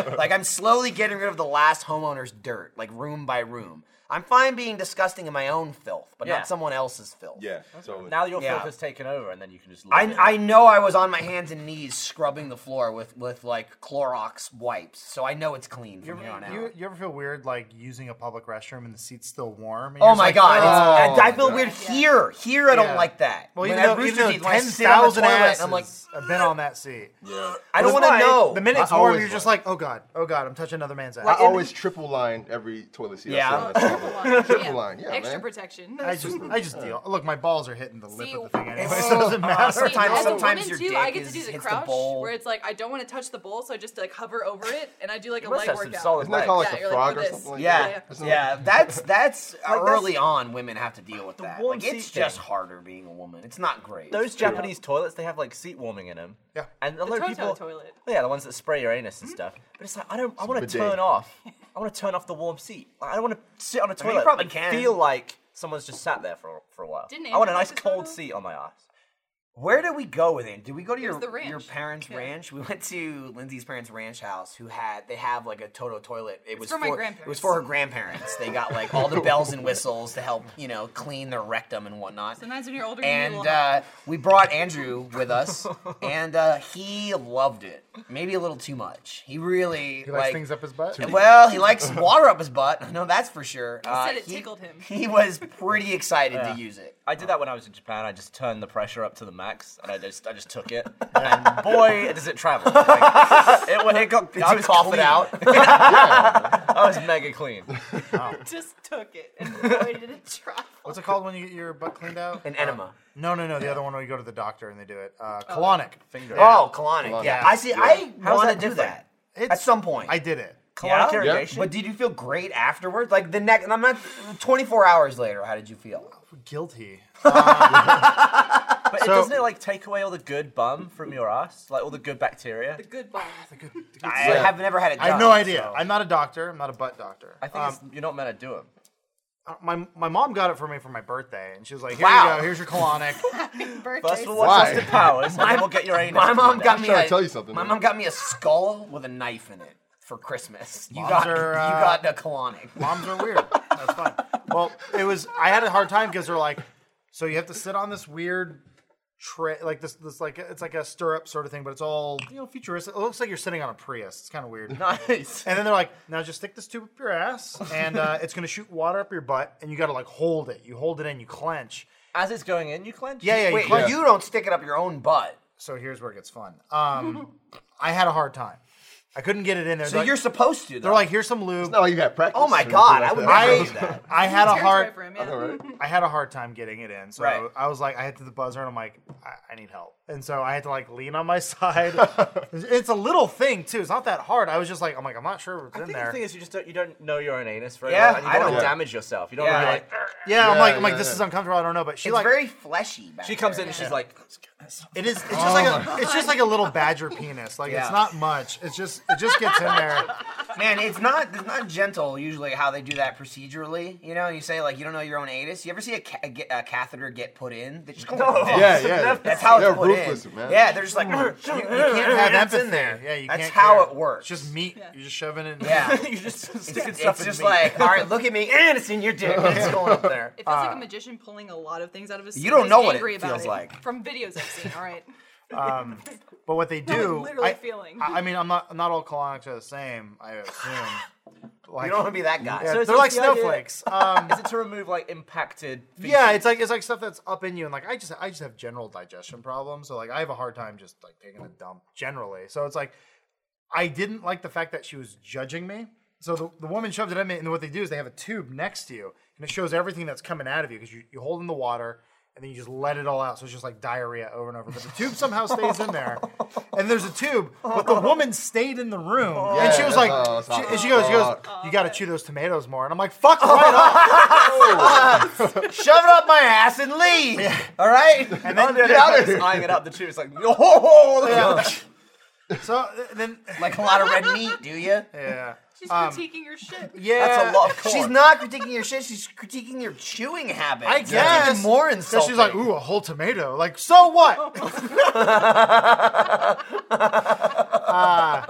S1: yours. like I'm slowly getting rid of the last homeowner's dirt, like room by room. I'm fine being disgusting in my own filth, but
S4: Yeah.
S1: not someone else's filth.
S6: Yeah. So
S4: Now your
S1: Yeah.
S4: filth has taken over, and then you can just. live
S1: I,
S4: in it.
S1: I know I was on my hands and knees scrubbing the floor with, with like Clorox wipes, so I know it's clean from here on out.
S2: You, you ever feel weird like using a public restroom and the seat's still warm? and
S1: oh
S2: you're just
S1: my
S2: like,
S1: god,
S2: "Oh."
S1: it's, I, I feel weird here. Here I don't
S2: Yeah.
S1: like that.
S2: Well,
S1: When
S2: even
S1: I have
S2: though, even
S1: Rooster
S2: though
S1: Teeth, when I
S2: ten
S1: sit on the
S2: thousand
S1: toilet,
S2: asses
S1: I'm like,
S2: have been on that seat.
S6: yeah.
S1: I don't want
S2: That's
S1: to
S2: why
S1: know.
S2: The minute it's
S8: I
S2: warm,
S8: always
S2: you're just
S8: was.
S2: like, oh god, oh god, I'm touching another man's ass.
S8: I always triple line every toilet seat. I
S1: Yeah.
S8: sit on.
S1: Oh,
S8: That's
S3: Triple
S8: all I
S3: line,
S8: do. Triple line, yeah,
S3: Extra
S8: man.
S3: protection.
S2: I just, I just deal. Look, my balls are hitting the lip
S3: See,
S2: of the thing anyway, so it doesn't
S1: Uh,
S2: matter.
S1: sometimes-
S3: as
S1: sometimes
S3: a woman
S1: your
S3: too,
S1: dick
S3: I get to do
S1: is-
S3: the
S1: hits the
S3: crouch,
S1: bowl.
S3: where it's like I don't want to touch the bowl, so I just like hover over it, and I do like a
S4: must
S3: leg
S4: have some
S3: workout.
S4: solid
S8: Isn't that called like
S3: Yeah,
S8: a
S3: you're like,
S8: frog
S3: do
S8: or
S3: this.
S8: something like
S1: yeah,
S8: that?
S1: yeah,
S8: Isn't it-
S1: That's that's
S4: that's-
S1: early on. Women have to deal with that.
S4: warm
S1: Like it's
S4: seat
S1: just
S4: thing.
S1: harder being a woman. It's not great.
S4: Those Japanese toilets, they have like seat warming in them.
S2: Yeah.
S4: And a
S3: The
S4: lot of
S3: Toto
S4: people.
S3: toilet.
S4: Yeah, the ones that spray your anus and stuff. But it's like I don't. I want
S8: bidet.
S4: to turn off. I want to turn off the warm seat. Like, I don't want to sit on a toilet.
S1: you probably
S4: and
S1: can.
S4: Feel like someone's just sat there for for a while.
S7: Didn't
S4: I want a
S7: Andrew
S4: nice
S7: make the
S4: cold
S7: photo?
S4: seat on my ass.
S1: Where did we go with it? Did we go to your
S3: the ranch.
S1: your parents'
S3: Yeah.
S1: ranch? We went to Lindsay's parents' ranch house, who had they have like a Toto toilet. It was
S3: for my
S1: It was for her grandparents. They got like all the bells and whistles to help you know clean their rectum and whatnot.
S3: Sometimes when you're older, you
S1: and
S3: need a little
S1: uh, we brought Andrew with us, and uh, he loved it. Maybe a little too much. He really
S2: He likes
S1: like,
S2: things up his butt.
S1: Well, he likes water up his butt. I know that's for sure. uh, He
S3: said it tickled him.
S1: He was pretty excited to use it.
S4: I did that when I was in Japan. I just turned the pressure up to the max, and I just I just took it. and boy, does it travel! Like, it, when it got,
S1: Did
S4: I
S1: you
S4: was
S1: cough it
S2: Oh,
S4: clean.
S1: out?
S4: I was mega clean.
S3: just took it and avoided it travel.
S2: What's it called when you get your butt cleaned out? Uh,
S1: An enema.
S2: No, no, no. The other one where you go to the doctor and they do it. Uh, colonic.
S4: Finger.
S1: Oh, colonic. Yeah.
S2: Yeah.
S1: I see. I
S4: How's
S1: want
S4: that
S1: to do
S4: different?
S1: that at
S2: It's-
S1: some point.
S2: I did it.
S4: Colonic
S1: Yeah?
S4: irrigation?
S1: But did you feel great afterwards? Like the next, and I'm not. 24 hours later, how did you feel?
S2: Guilty.
S4: But it, doesn't it like take away all the good bum from your ass, like all the good bacteria?
S3: The good ball.
S1: I
S8: Yeah.
S1: have never had it. Done,
S2: I have no um, idea.
S1: so-
S2: I'm not a doctor. I'm not a butt doctor.
S4: I think it's, you're not meant to do it.
S2: Uh, my my mom got it for me for my birthday, and she was like, "Here
S1: Wow.
S2: you go. Here's your colonic."
S4: First we'll
S8: Why?
S4: watch Austin Powers, and then we'll get your anus.
S1: My mom got me.
S8: trying to
S1: a-
S8: tell you something,
S1: My
S8: man.
S1: mom got me a skull with a knife in it for Christmas. You
S2: Moms
S1: got
S2: are, uh,
S1: you got the colonic.
S2: Moms are weird. That's fine. Well, it was. I had a hard time because they're like, so you have to sit on this weird tray, like this, this like it's like a stirrup sort of thing, but it's all you know futuristic. It looks like you're sitting on a Prius. It's kind of weird.
S4: Nice.
S2: And then they're like, now just stick this tube up your ass, and uh, it's gonna shoot water up your butt, and you gotta like hold it. You hold it in, you clench.
S4: As it's going in, you clench.
S2: Yeah, yeah. you
S1: Wait,
S2: clench.
S1: you don't stick it up your own butt.
S2: So here's where it gets fun. Um, I had a hard time. I couldn't get it in there.
S1: So
S2: They're like-
S1: you're supposed to. Though.
S2: they're like, here's some lube.
S8: No, you had practice.
S1: oh my
S8: or
S1: god, I would
S8: something
S1: never
S2: I,
S1: do that.
S2: I had a
S3: Territory
S2: hard
S3: for him, yeah.
S8: like that.
S2: I had a hard time getting it in. So
S1: Right.
S2: I was like, I hit to the buzzer and I'm like, I, I need help. And so I had to like lean on my side. it's a little thing too. It's not that hard. I was just like, I'm like, I'm not sure what's
S4: I
S2: in
S4: think
S2: there.
S4: the thing is, you just don't, you don't know your own anus very
S1: Yeah,
S4: well, and you
S1: I
S4: don't, want
S1: don't.
S4: to damage yourself. You don't
S1: Yeah.
S4: want to be like. "Argh."
S2: yeah, I'm
S8: Yeah,
S2: like, I'm like,
S8: yeah,
S2: this
S8: yeah.
S2: is uncomfortable. I don't know, but she
S1: It's
S2: like,
S1: very fleshy. Back
S4: She comes
S1: there.
S4: in and she's like,
S2: it is. It's just like a, it's just like a little badger penis. Like
S1: Yeah.
S2: it's not much. It's just it just gets in there.
S1: Man, it's not it's not gentle usually how they do that procedurally. You know, you say like you don't know your own anus. You ever see a, ca- a, get- a catheter get put in? They just go, "Oh."
S8: Yeah, yeah.
S1: That's how
S8: They're
S1: it's put
S8: ruthless,
S1: in.
S8: man.
S1: Yeah, they're just like you, you can't have
S2: That's
S1: empathy in there.
S2: Yeah, you
S1: That's
S2: can't
S1: how
S2: care.
S1: it works.
S2: It's just meat. You're just shoving it. In
S1: yeah.
S4: you just sticking
S1: It's,
S4: stuff
S1: it's
S4: in
S1: just
S4: me.
S1: like, all right, look at me, and it's in your dick. and It's going up there.
S3: It feels like a magician pulling a lot of things out of his.
S1: You don't
S3: sleeve.
S1: know
S3: He's
S1: what it
S3: angry about
S1: feels like.
S3: from videos I've seen. All right,
S2: But what they do,
S3: literally
S2: I,
S3: feeling.
S2: I, I mean, I'm not not all colonics are the same. I assume. Like,
S1: You don't want to be that guy.
S2: Yeah,
S4: So it's
S2: they're like
S4: just the idea-
S2: snowflakes. Um,
S4: Is it to remove like impacted?
S2: yeah,
S4: feces?
S2: it's like it's like stuff that's up in you, and like I just I just have general digestion problems, so like I have a hard time just like taking a dump generally. So it's like I didn't like the fact that she was judging me. So the, the woman shoves it in me, and what they do is they have a tube next to you, and it shows everything that's coming out of you because you, you hold in the water and then you just let it all out. So it's just like diarrhea over and over. But the tube somehow stays in there, and there's a tube, but the woman stayed in the room, and she was
S8: that's-
S2: like,
S8: oh, it's
S2: she,
S8: awful.
S2: and she goes, she goes, you gotta chew those tomatoes more, and I'm like, fuck
S4: Oh,
S2: right up, shove it up my ass and leave.
S1: All right.
S2: And then
S4: Get
S2: yeah,
S4: out of here. eyeing it up. The tree was like, oh, look at that."
S2: so then
S1: like a lot of red meat, do you?
S2: yeah.
S3: She's critiquing your shit.
S2: Yeah,
S4: That's a lot of corn.
S1: She's not critiquing your shit. She's critiquing your chewing habits.
S2: I
S1: That's
S2: guess.
S1: even more
S2: So
S1: insulting.
S2: she's like, ooh, a whole tomato. Like, so what? Uh,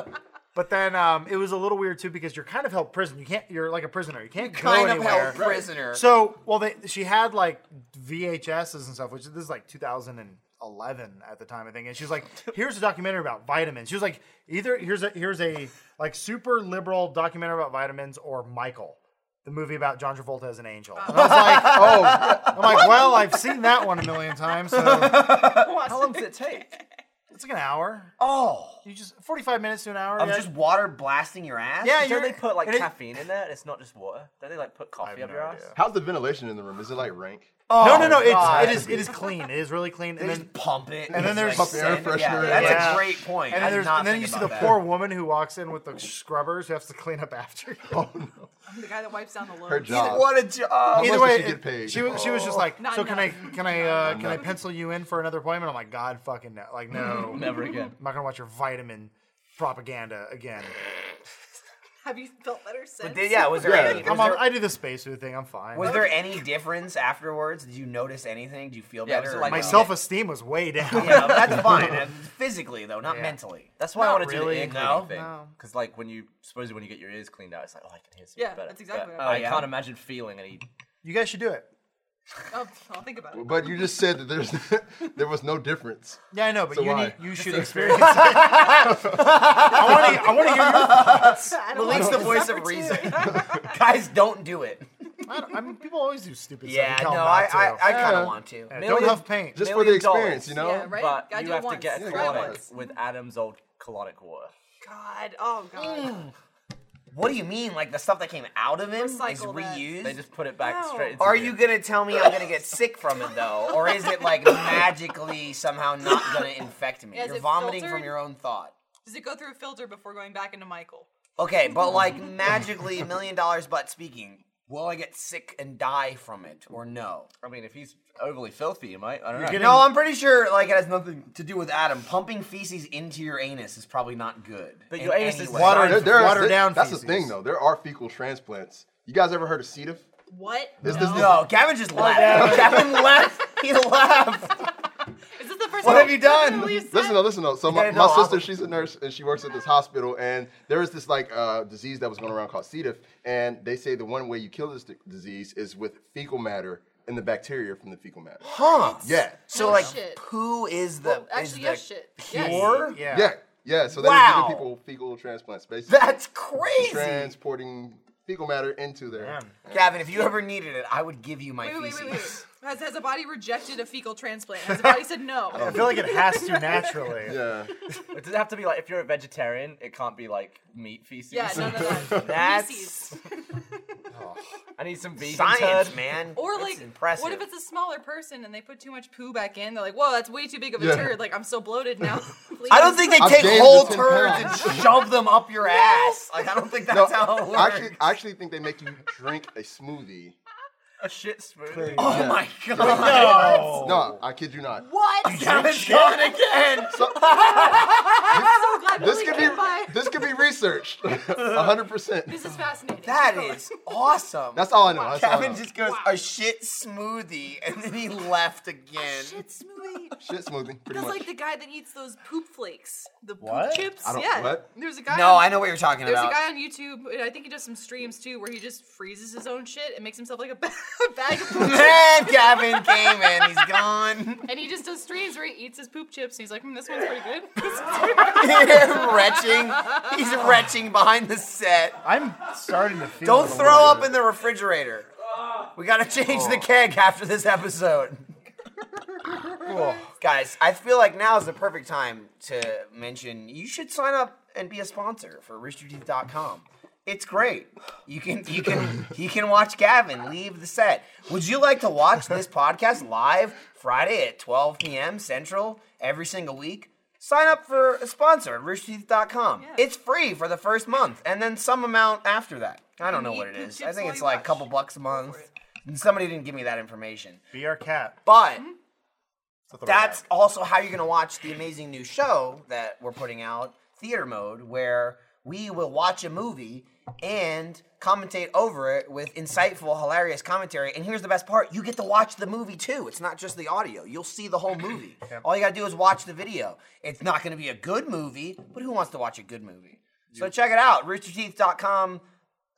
S2: but then um, it was a little weird too because you're kind of held prison. You can't. You're like a prisoner. You can't go
S1: kind of
S2: anywhere.
S1: held prisoner.
S2: So, well, they, she had like VHSs and stuff, which this is like 2011 at the time, I think. And she's like, "Here's a documentary about vitamins." She was like, "Either here's a here's a like super liberal documentary about vitamins or Michael." The movie about John Travolta as an angel. And I was like, oh, I'm like, well, I've seen that one a million times. So
S4: How long does it take?
S2: it's like an hour.
S1: oh,
S2: You just 45 minutes to an hour.
S1: I'm
S2: yeah.
S1: just water blasting your ass.
S2: yeah.
S4: Don't
S2: You're,
S4: they put like
S2: and it-
S4: caffeine in there? It's not just water. Don't they like put coffee
S2: have
S4: up
S2: no
S4: your
S2: idea.
S4: ass?
S8: How's the ventilation in the room? Is it like rank?
S2: no, no, no. It's,
S1: oh, God.
S2: it is it is clean. It is really clean.
S1: They
S2: And then
S1: just pump it.
S2: and then there's-
S1: just,
S8: Pump air
S1: send it.
S8: freshener
S1: Yeah,
S8: in.
S1: that's
S2: Yeah.
S1: a great point.
S2: And
S1: I
S2: then,
S1: did
S2: there's,
S1: not
S2: and then
S1: think
S2: you see the
S1: about that.
S2: poor woman who walks in with the scrubbers who has to clean up after you.
S3: I'm the guy that wipes down the load.
S8: Her job.
S1: What a oh. job.
S2: Either
S8: much
S2: way,
S8: does she get
S2: it-
S8: paid?
S2: she was she was just like,
S3: Not
S2: so can I
S3: enough.
S2: can I uh, can I pencil you in for another appointment? I'm like, God fucking no, like no, I'm
S4: Never again.
S2: not gonna watch your vitamin propaganda again.
S3: Have you felt better since?
S1: But did- yeah, was there
S8: Yeah.
S1: any?
S2: I'm
S1: Was
S2: on-
S1: there,
S2: I do the space food thing. I'm fine.
S1: was there any difference afterwards? Did you notice anything? Did you feel
S4: Yeah,
S1: better?
S4: was it
S1: or
S4: like-
S2: My
S1: no?
S2: self esteem was way down.
S1: Yeah, that's fine. Uh, Physically though, not
S2: Yeah.
S1: mentally.
S4: That's why I
S2: Not
S4: want to do
S2: really,
S4: the ear cleaning
S1: no.
S4: thing.
S2: No.
S4: Because like when you supposedly when you get your ears cleaned out, it's like oh I can hear something
S3: Yeah,
S4: better.
S3: that's exactly
S4: But
S3: what
S1: I
S4: I
S1: meant.
S4: can't imagine feeling any.
S2: You guys should do it.
S3: Oh, I'll think about it.
S8: But you just said that there's there was no difference.
S2: Yeah, I know, but
S8: So
S2: you
S8: why?
S2: need, you should experience it. I want to I want to hear your
S3: I don't
S1: Release
S3: want
S1: the
S3: to
S1: voice
S3: suffer
S1: of
S3: too.
S1: reason. Guys, don't do it.
S2: I, don't, I mean, people always do stupid
S1: Yeah,
S2: stuff.
S1: no,
S2: You tell them
S1: I,
S2: not
S1: I,
S2: to.
S1: I kind
S8: Yeah.
S1: of want to.
S2: Yeah, don't
S4: Million-
S2: huff paint.
S8: Just for the
S4: Million dollars.
S8: experience, you know?
S3: Yeah, right.
S4: But
S3: Gotta
S4: you
S3: do it
S4: have to
S3: once.
S4: get
S3: Try
S4: a
S3: it
S4: colonic
S3: once.
S4: with Adam's old colonic water.
S3: God, oh god.
S1: What do you mean? Like the stuff that came out of him is
S3: Recycle that.
S1: reused?
S4: They just put it back
S3: No.
S4: straight. Into
S1: Are
S4: the-
S1: you gonna tell me I'm gonna get sick from it though, or is it like magically somehow not gonna infect me?
S3: Is
S1: You're
S3: it
S1: vomiting from
S3: filtered?
S1: your own thought.
S3: Does it go through a filter before going back into Michael?
S1: Okay, but like magically, a million dollars butt speaking, will I get sick and die from it, or no?
S4: I mean, if he's overly filthy, you might. I don't know.
S2: getting-
S1: No, I'm pretty sure like it has nothing to do with Adam. Pumping feces into your anus is probably not good.
S4: But
S1: in
S4: your anus
S1: any
S4: is
S1: way.
S4: water-
S8: There, there are-
S2: water down
S8: That's the
S2: feces.
S8: thing, though. There are fecal transplants. You guys ever heard of CETIF?
S3: What?
S8: This-
S3: no.
S8: this-
S1: No, Gavin just left. Gavin left. He left.
S3: Is this the first
S1: What
S3: time
S1: have you done?
S3: really said-
S8: Listen, though, listen, though. So my,
S1: gotta
S8: my
S1: know,
S8: sister,
S1: I'll-
S8: she's a nurse, and she works at this hospital, and there is this like uh, disease that was going around called C. diff, and they say the one way you kill this di- disease is with fecal matter and the bacteria from the fecal matter.
S1: Huh?
S8: Yeah,
S1: So
S7: Oh,
S1: like,
S7: shit.
S1: poo is the
S7: Well,
S1: is
S7: actually,
S1: the
S7: yes, shit. Yes.
S1: pure?
S2: Yeah.
S8: yeah, yeah. So they
S1: Wow.
S8: were giving people fecal transplants, basically
S1: That's crazy.
S8: transporting fecal matter into their.
S2: Damn.
S1: Gavin, if you ever needed it, I would give you my
S3: Wait, wait,
S1: feces.
S3: wait, wait, wait. Has, has a body rejected a fecal transplant? Has a body said no?
S1: Oh.
S2: I feel like it has to naturally.
S8: Yeah,
S4: It doesn't have to be like if you're a vegetarian, it can't be like meat feces.
S3: yeah, no, no, no.
S1: That's
S3: Feces.
S4: I need some vegan
S1: science,
S4: turd.
S1: man.
S3: Or
S1: That's
S3: like,
S1: impressive.
S3: what if it's a smaller person and they put too much poo back in? They're like, whoa, that's way too big of a
S8: Yeah.
S3: turd. Like, I'm so bloated now.
S1: I don't think they
S8: I've
S1: take
S8: gained
S1: whole
S8: the 10
S1: turds and shove them up your ass. Like I don't think that's how it works.
S8: I actually, I actually think they make you drink a smoothie.
S4: A shit spoon.
S1: oh my god!
S2: No.
S8: No, I kid you not.
S3: What?
S1: Gavin's gone again.
S3: so glad
S8: This
S3: Billy
S8: could
S3: came by.
S8: be this could be researched, hundred percent.
S3: This is fascinating.
S1: That
S3: Keep going.
S1: is awesome.
S8: That's all I know. That's all I
S1: Gavin
S8: know.
S1: just goes a shit smoothie, and then he left again.
S3: Shit smoothie.
S8: shit smoothie. Pretty
S3: That's
S8: much.
S3: like the guy that eats those poop flakes, the poop
S4: What?
S3: chips.
S8: I don't-
S3: yeah,
S8: what?
S3: there's a guy.
S1: No,
S3: on-
S1: I know what you're talking
S3: There's
S1: about.
S3: a guy on YouTube. and I think he does some streams too, where he just freezes his own shit and makes himself like a ba- bag of poop. chips.
S1: Man, Gavin came in. He's gone.
S3: And he just does streams where he eats his poop chips, and he's like, hmm, "This one's pretty good."
S1: retching. He's retching behind the set.
S2: I'm starting to feel.
S1: Don't throw up in the refrigerator. We gotta change the
S3: Oh.
S1: keg after this episode. Guys, I feel like now is the perfect time to mention you should sign up and be a sponsor for roosterteeth.com. It's great. You can you can you can watch Gavin leave the set. Would you like to watch this podcast live Friday at 12 p.m. Central every single week? Sign up for a sponsor at roosterteeth.com. It's free for the first month and then some amount after that. I don't know
S3: eat
S1: what it
S3: good
S1: is.
S3: chips
S1: I think
S3: while
S1: it's
S3: you
S1: like a
S3: watch.
S1: couple bucks a month. And somebody didn't give me that information.
S2: Be our cat.
S1: But
S2: It's a throwback.
S1: that's also how you're going to watch the amazing new show that we're putting out, Theater Mode, where we will watch a movie and commentate over it with insightful, hilarious commentary. And here's the best part you get to watch the movie too. It's not just the audio, you'll see the whole movie. All you got to do is watch the video. It's not going to be a good movie, but who wants to watch a good movie? So check it out, roosterteeth.com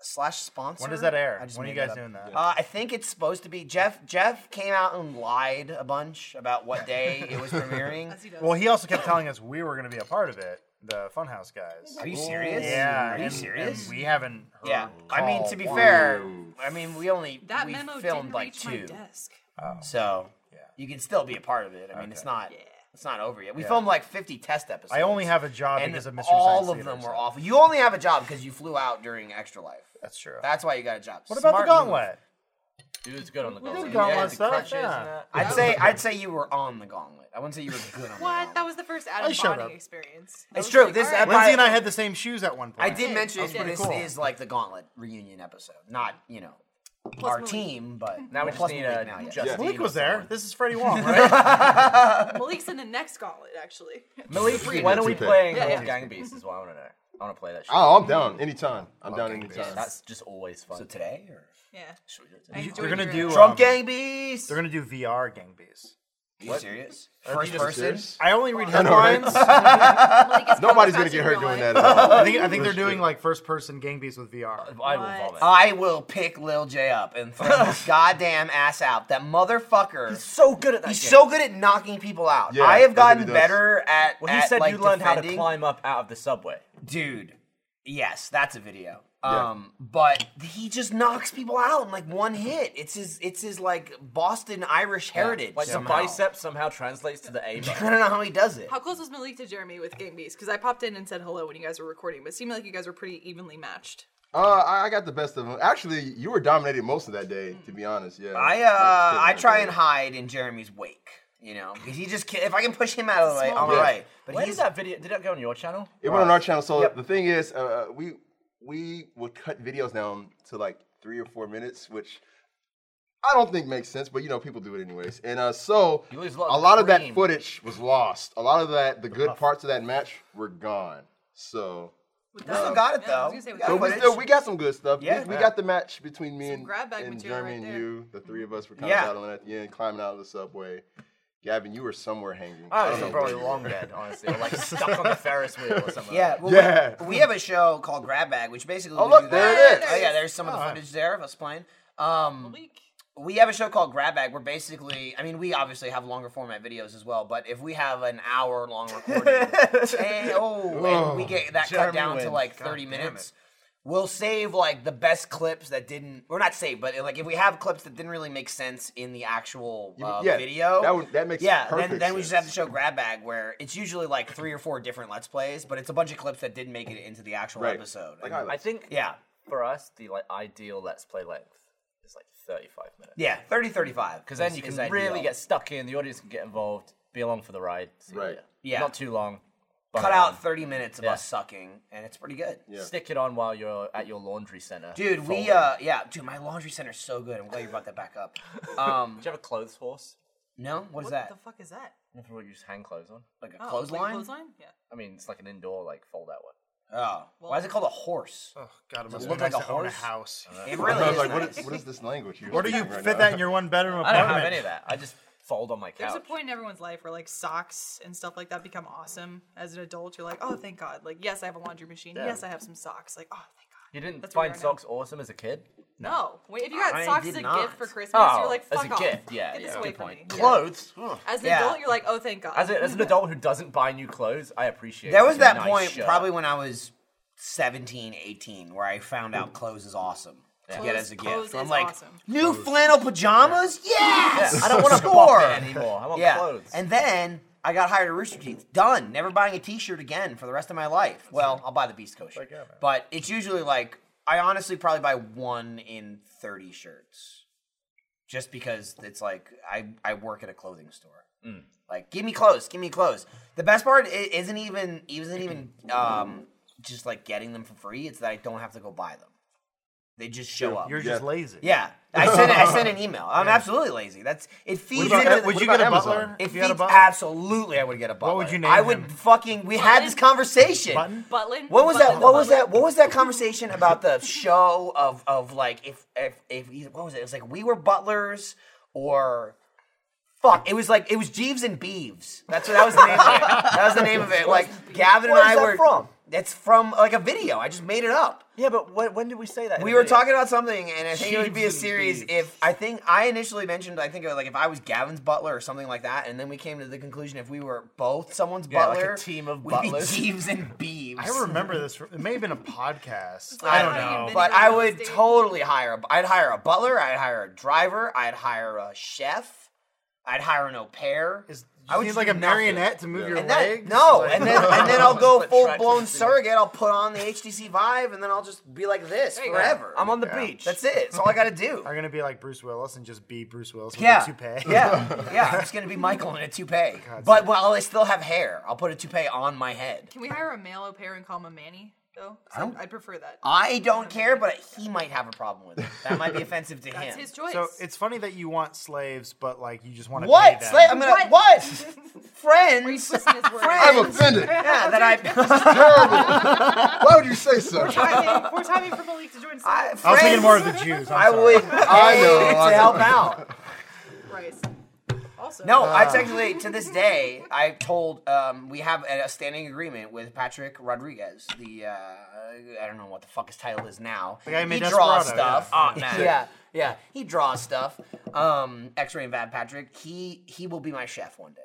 S1: slash sponsor.
S2: When does that air?
S1: I just
S2: When are you
S1: made it
S2: guys
S1: up.
S2: doing that?
S1: Uh, I think it's supposed to be Jeff. Jeff came out and lied a bunch about what day it was premiering.
S3: As he does.
S2: Well, he also kept telling us we were going to be a part of it, the Funhouse guys.
S1: Are you serious?
S2: Yeah.
S1: Are you
S2: and-
S1: serious?
S2: and we haven't heard.
S1: yeah. I mean, to be
S2: call
S1: fair, I mean, we only
S3: that
S1: we
S3: memo
S1: filmed
S3: didn't
S1: like
S3: reach my
S1: two,
S3: desk.
S1: so
S2: Yeah.
S1: you can still be a part of it. I mean, it's not it's not over yet. We
S2: Yeah.
S1: filmed like 50 test episodes.
S2: I only have a job
S1: and
S2: because of Mr.
S1: all
S2: Science
S1: of
S2: Theater,
S1: them
S2: so-
S1: were awful. You only have a job because you flew out during Extra Life.
S2: That's true.
S1: That's why you got a job.
S2: what about
S1: Smart
S2: the
S1: move.
S2: gauntlet?
S4: Dude's good on the
S2: We
S4: goal.
S2: did gauntlet
S1: the
S2: stuff.
S1: crutches
S2: yeah.
S4: and that.
S1: I'd say I'd say you were on the gauntlet. I wouldn't say you were good on the gauntlet.
S3: What? That was the first
S2: I
S3: Adam
S2: showed
S3: Bonding
S2: up.
S3: experience.
S1: It's true, this
S3: episode.
S1: ep-
S2: Lindsay
S1: I-
S2: and I had the same shoes at one
S1: I
S2: point.
S1: did mention
S3: That's pretty
S1: this
S2: cool.
S1: is like the Gauntlet reunion episode, not you know our
S3: Malik.
S1: team, but
S4: Now we
S1: Plus
S4: just need
S1: Malik
S4: a
S1: now, yeah.
S4: Justin.
S8: Yeah.
S2: Malik was
S4: or someone.
S2: there. This is Freddie Wong, right?
S3: Malik's in the next gauntlet, actually.
S4: Malik, when are we
S8: Two pack.
S4: playing
S3: Yeah, yeah.
S4: Gang Beasts? Is what I want to know. I want to play that shit.
S8: Oh, I'm down anytime. I'm down anytime.
S4: That's just always fun.
S1: So today, or
S3: Yeah.
S4: Should we do it
S3: I
S4: today?
S3: enjoyed
S2: They're gonna
S3: your-
S2: do
S1: Trump
S2: um,
S1: gang beast?
S2: They're gonna do VR gang bees.
S1: Are you serious?
S2: Are
S1: First
S2: you
S1: person.
S8: Serious?
S2: I only read
S8: I know, right?
S2: headlines.
S3: Malik is
S8: Nobody's
S3: traumatized
S8: gonna get
S3: in
S8: hurt
S3: real
S8: doing
S3: life.
S8: that. At all.
S2: I think I think they're doing like first person gang bees with VR.
S4: I
S3: What?
S4: will vomit.
S1: I will pick Lil J up and throw his goddamn ass out. That motherfucker.
S4: He's so good at that.
S1: He's
S4: game.
S1: so good at knocking people out.
S8: Yeah,
S1: I have
S8: that's what he
S1: gotten
S8: does.
S1: better at.
S4: Well, he
S1: at,
S4: said
S1: like,
S4: you learned how to
S1: defending.
S4: climb up out of the subway.
S1: dude. Yes, that's a video.
S8: Yeah.
S1: Um, but he just knocks people out in like one hit. It's his, it's his like Boston Irish heritage.
S4: Like the
S1: somehow.
S4: bicep somehow translates to the A
S1: I
S4: button.
S1: don't know how he does it.
S3: How close was Malik to Jeremy with Game Beast? Because I popped in and said hello when you guys were recording, but it seemed like you guys were pretty evenly matched.
S8: Uh, I I got the best of them. Actually, you were dominating most of that day, to be honest. Yeah.
S1: I uh, I try and hide in Jeremy's wake. You know, 'cause he just ca- if I can push him out of the way, I'm
S8: Yeah.
S1: alright. But
S4: Where
S1: he's
S4: did that video? Did that go on your channel?
S8: It went on our channel. So the thing is, uh, we we would cut videos down to like three or four minutes, which I don't think makes sense, but you know, people do it anyways. And uh, so
S4: You lose a lot
S8: a
S4: of
S8: lot of that
S4: cream.
S8: footage was lost. A lot of that, the good parts of that match were gone. So.
S3: With
S1: still got it
S3: Yeah, I
S1: though.
S3: was gonna say,
S1: We
S3: with
S1: got
S3: that
S8: But we,
S1: footage.
S8: still, we got some good stuff. We-
S1: Yeah.
S8: we, got the match between me
S3: Some
S8: and,
S3: grab bag
S8: and
S3: material
S8: Jeremy
S3: right
S8: and
S3: there.
S8: you. The three of us were kind
S1: Yeah.
S8: of battling at the end, climbing out of the subway. Gavin, you were somewhere hanging. I
S4: Oh,
S8: don't
S4: it's
S8: know
S4: probably
S8: where you
S4: long
S8: were.
S4: dead, honestly, or like stuck on the Ferris wheel or something.
S1: yeah,
S4: like
S1: well,
S8: Yeah.
S1: We, we have a show called Grab Bag, which basically
S8: Oh,
S1: we
S8: look,
S1: do
S8: there
S1: that.
S8: it is.
S1: Oh yeah, there's some of the
S2: Oh.
S1: footage there of us playing. Um,
S3: Malik.
S1: we have a show called Grab Bag. We're basically, I mean, we obviously have longer format videos as well, but if we have an hour long recording, and, oh, and we get that cut
S4: Jeremy
S1: down to
S4: wins.
S1: like 30 minutes, we'll save like the best clips that didn't, or not save, but like if we have clips that didn't really make sense in the actual uh,
S8: yeah,
S1: video,
S8: that would- that makes
S1: yeah, then,
S8: perfect
S1: then we just
S8: sense.
S1: have the show Grab Bag where it's usually like three or four different Let's Plays, but it's a bunch of clips that didn't make it into the actual
S8: Right.
S1: episode.
S8: Like,
S1: And-
S8: I-
S4: I think
S1: yeah.
S4: for us the like ideal let's play length is like 35 minutes.
S1: Yeah, 30 35.
S4: Because then you can really get stuck in, the audience can get involved, be along for the ride. So
S8: Right.
S1: Yeah.
S4: Not too long. but,
S1: cut
S4: um,
S1: out 30 minutes of
S4: Yeah.
S1: us sucking and it's pretty good
S8: Yeah.
S4: Stick it on while you're at your laundry center.
S1: dude we
S4: folding.
S1: uh yeah dude my laundry center's so good i'm glad you brought that back up um
S4: Do you have a clothes horse?
S1: no what is
S3: What
S1: that
S3: the fuck is that?
S4: Never what you just hang clothes on.
S1: like a
S3: Oh, like
S1: clothesline
S3: a clothesline? Yeah.
S4: I mean, it's like an indoor like fold out one.
S1: oh why is it called a horse
S2: Oh God, it must
S1: look
S2: look like
S1: like a
S2: to own a
S1: horse.
S2: house.
S1: it
S8: I
S1: really
S8: was
S1: is
S8: like, what
S1: nice.
S8: is, what is this language? You're
S2: Where do you
S8: speaking right
S2: fit
S8: now?
S2: that in your one bedroom
S4: I
S2: apartment?
S4: don't have any of that. I just fold on my couch.
S3: There's a point in everyone's life where like socks and stuff like that become awesome. As an adult, you're like, oh, thank God. Like, yes, I have a laundry machine. Yes, I have some socks. Like, oh, thank God.
S4: You didn't
S3: That's where we
S4: find
S3: are now.
S4: socks awesome as a kid?
S3: No. Wait, if you got
S1: I
S3: socks
S1: did
S3: as a
S1: not.
S3: gift for Christmas,
S4: Oh,
S3: you're like,
S4: as
S3: fuck
S4: a
S3: off.
S4: gift, yeah,
S3: Get this
S4: yeah.
S3: away
S4: Good
S3: from
S4: point.
S3: me.
S4: Clothes. Ugh.
S3: As an
S1: Yeah.
S3: adult, you're like, oh, thank God.
S4: As, a, as an adult who doesn't buy new clothes, I appreciate.
S1: there was
S4: a
S1: that
S4: nice
S1: point
S4: shirt.
S1: probably when i was 17 18 where i found out clothes is awesome to get
S3: Clothes-
S1: as a
S3: clothes
S1: gift i'm
S3: is
S1: like
S3: awesome.
S1: new flannel pajamas
S4: Yeah,
S1: yes
S4: I don't want to
S1: score
S4: score anymore. I want
S1: yeah
S4: clothes.
S1: and then I got hired at Rooster Teeth. Done. Never buying a T-shirt again for the rest of my life. Well, I'll buy the Beast Kosher, but it's usually like I honestly probably buy one in thirty shirts, just because it's like I I work at a clothing store. Like, give me clothes, give me clothes. The best part i- isn't even isn't even um just like getting them for free. It's that I don't have to go buy them. They just show up.
S2: You're just lazy.
S1: yeah, I sent I sent an email. I'm absolutely lazy. That's it feeds
S2: Would
S8: What
S2: you
S1: into
S8: about-
S2: get, would
S8: what
S2: you get a
S8: about
S2: butler?
S8: Amazon?
S1: it
S2: If you had a
S1: feeds
S2: butler?
S1: absolutely. I would get a butler.
S2: would you name
S1: I would
S2: him?
S1: fucking. We had this conversation.
S2: Button?
S3: Butlin.
S1: What was that?
S3: Butlin,
S1: What was
S3: Butlin.
S1: that? What was that conversation about the show of of like if if if he- what was it? It was like we were butlers or fuck. It was like it was Jeeves and Beeves. That's what that was the name. of it. That was the name of it. Like Gavin and
S4: Where's
S1: I
S4: that
S1: were
S4: from?
S1: That's from like a video. I just made it up.
S4: Yeah, but when, when did we say that? in
S1: We
S4: the
S1: were
S4: video?
S1: talking about something, and I think it would be a
S6: Jeeves and
S1: series
S6: Beeves.
S1: if I think I initially mentioned I think it was like if I was Gavin's butler or something like that, and then we came to the conclusion if we were both someone's
S4: Yeah, like a
S1: butler,
S4: team of
S1: we'd
S4: butlers.
S1: be Jeeves and Beeves.
S2: I remember this. It may have been a podcast.
S1: I don't
S7: Probably
S1: know,
S7: been
S1: but
S7: doing
S1: I
S7: those
S1: would
S7: days.
S1: totally hire. A, I'd hire a butler. I'd hire a driver. I'd hire a chef. I'd hire an au pair.
S2: Is,
S1: I
S2: I
S1: would
S2: would
S1: just
S2: like
S1: do
S2: a
S1: nothing.
S2: marionette to move your
S1: And then,
S2: legs.
S1: no,
S2: Like-
S1: and then and then I'll go
S4: But
S1: full
S4: track
S1: blown
S4: this thing.
S1: surrogate. I'll put on the HTC Vive, and then I'll just be like this
S7: There you go.
S1: forever.
S4: I'm on the
S2: Yeah.
S4: beach.
S1: That's it. That's all I got to do.
S2: Are you gonna be like Bruce Willis and just be Bruce Willis with
S1: Yeah.
S2: a toupee?
S1: Yeah, yeah. I'm just gonna be Michael in a toupee,
S2: God,
S1: but while I still have hair, I'll put a toupee on my head.
S3: Can we hire a male au pair and call him a Manny though? 'Cause
S1: don't-
S3: I, I prefer that.
S4: Oh,
S1: I don't care, but he might have a problem with it. That might be offensive to
S3: That's
S1: him.
S3: his choice.
S2: So it's funny that you want slaves, but like you just want to
S1: What?
S2: Pay them.
S1: Sla- I'm gonna what?
S7: What?
S3: Are you
S1: Friends?
S3: twisting his words?
S8: I'm offended.
S1: Yeah, that I,
S8: Why would you say so?
S3: timing, poor timing for Malik to join.
S1: I
S3: I,
S1: friends,
S2: I was thinking more of the Jews. I'm
S1: I
S2: sorry.
S1: would
S8: I know,
S1: pay
S8: I
S1: to
S8: know.
S1: help out.
S3: Christ. Also,
S1: No,
S4: Ah.
S1: I technically to this day I told um, we have a, a standing agreement with Patrick Rodriguez. The uh, I don't know what the fuck his title is now.
S2: guy who made
S1: he draws
S2: Desperado, yeah.
S1: stuff.
S4: Ah,
S1: Oh man. Yeah, yeah. He draws stuff. Um, X-ray and Bad Patrick. He he will be my chef one day.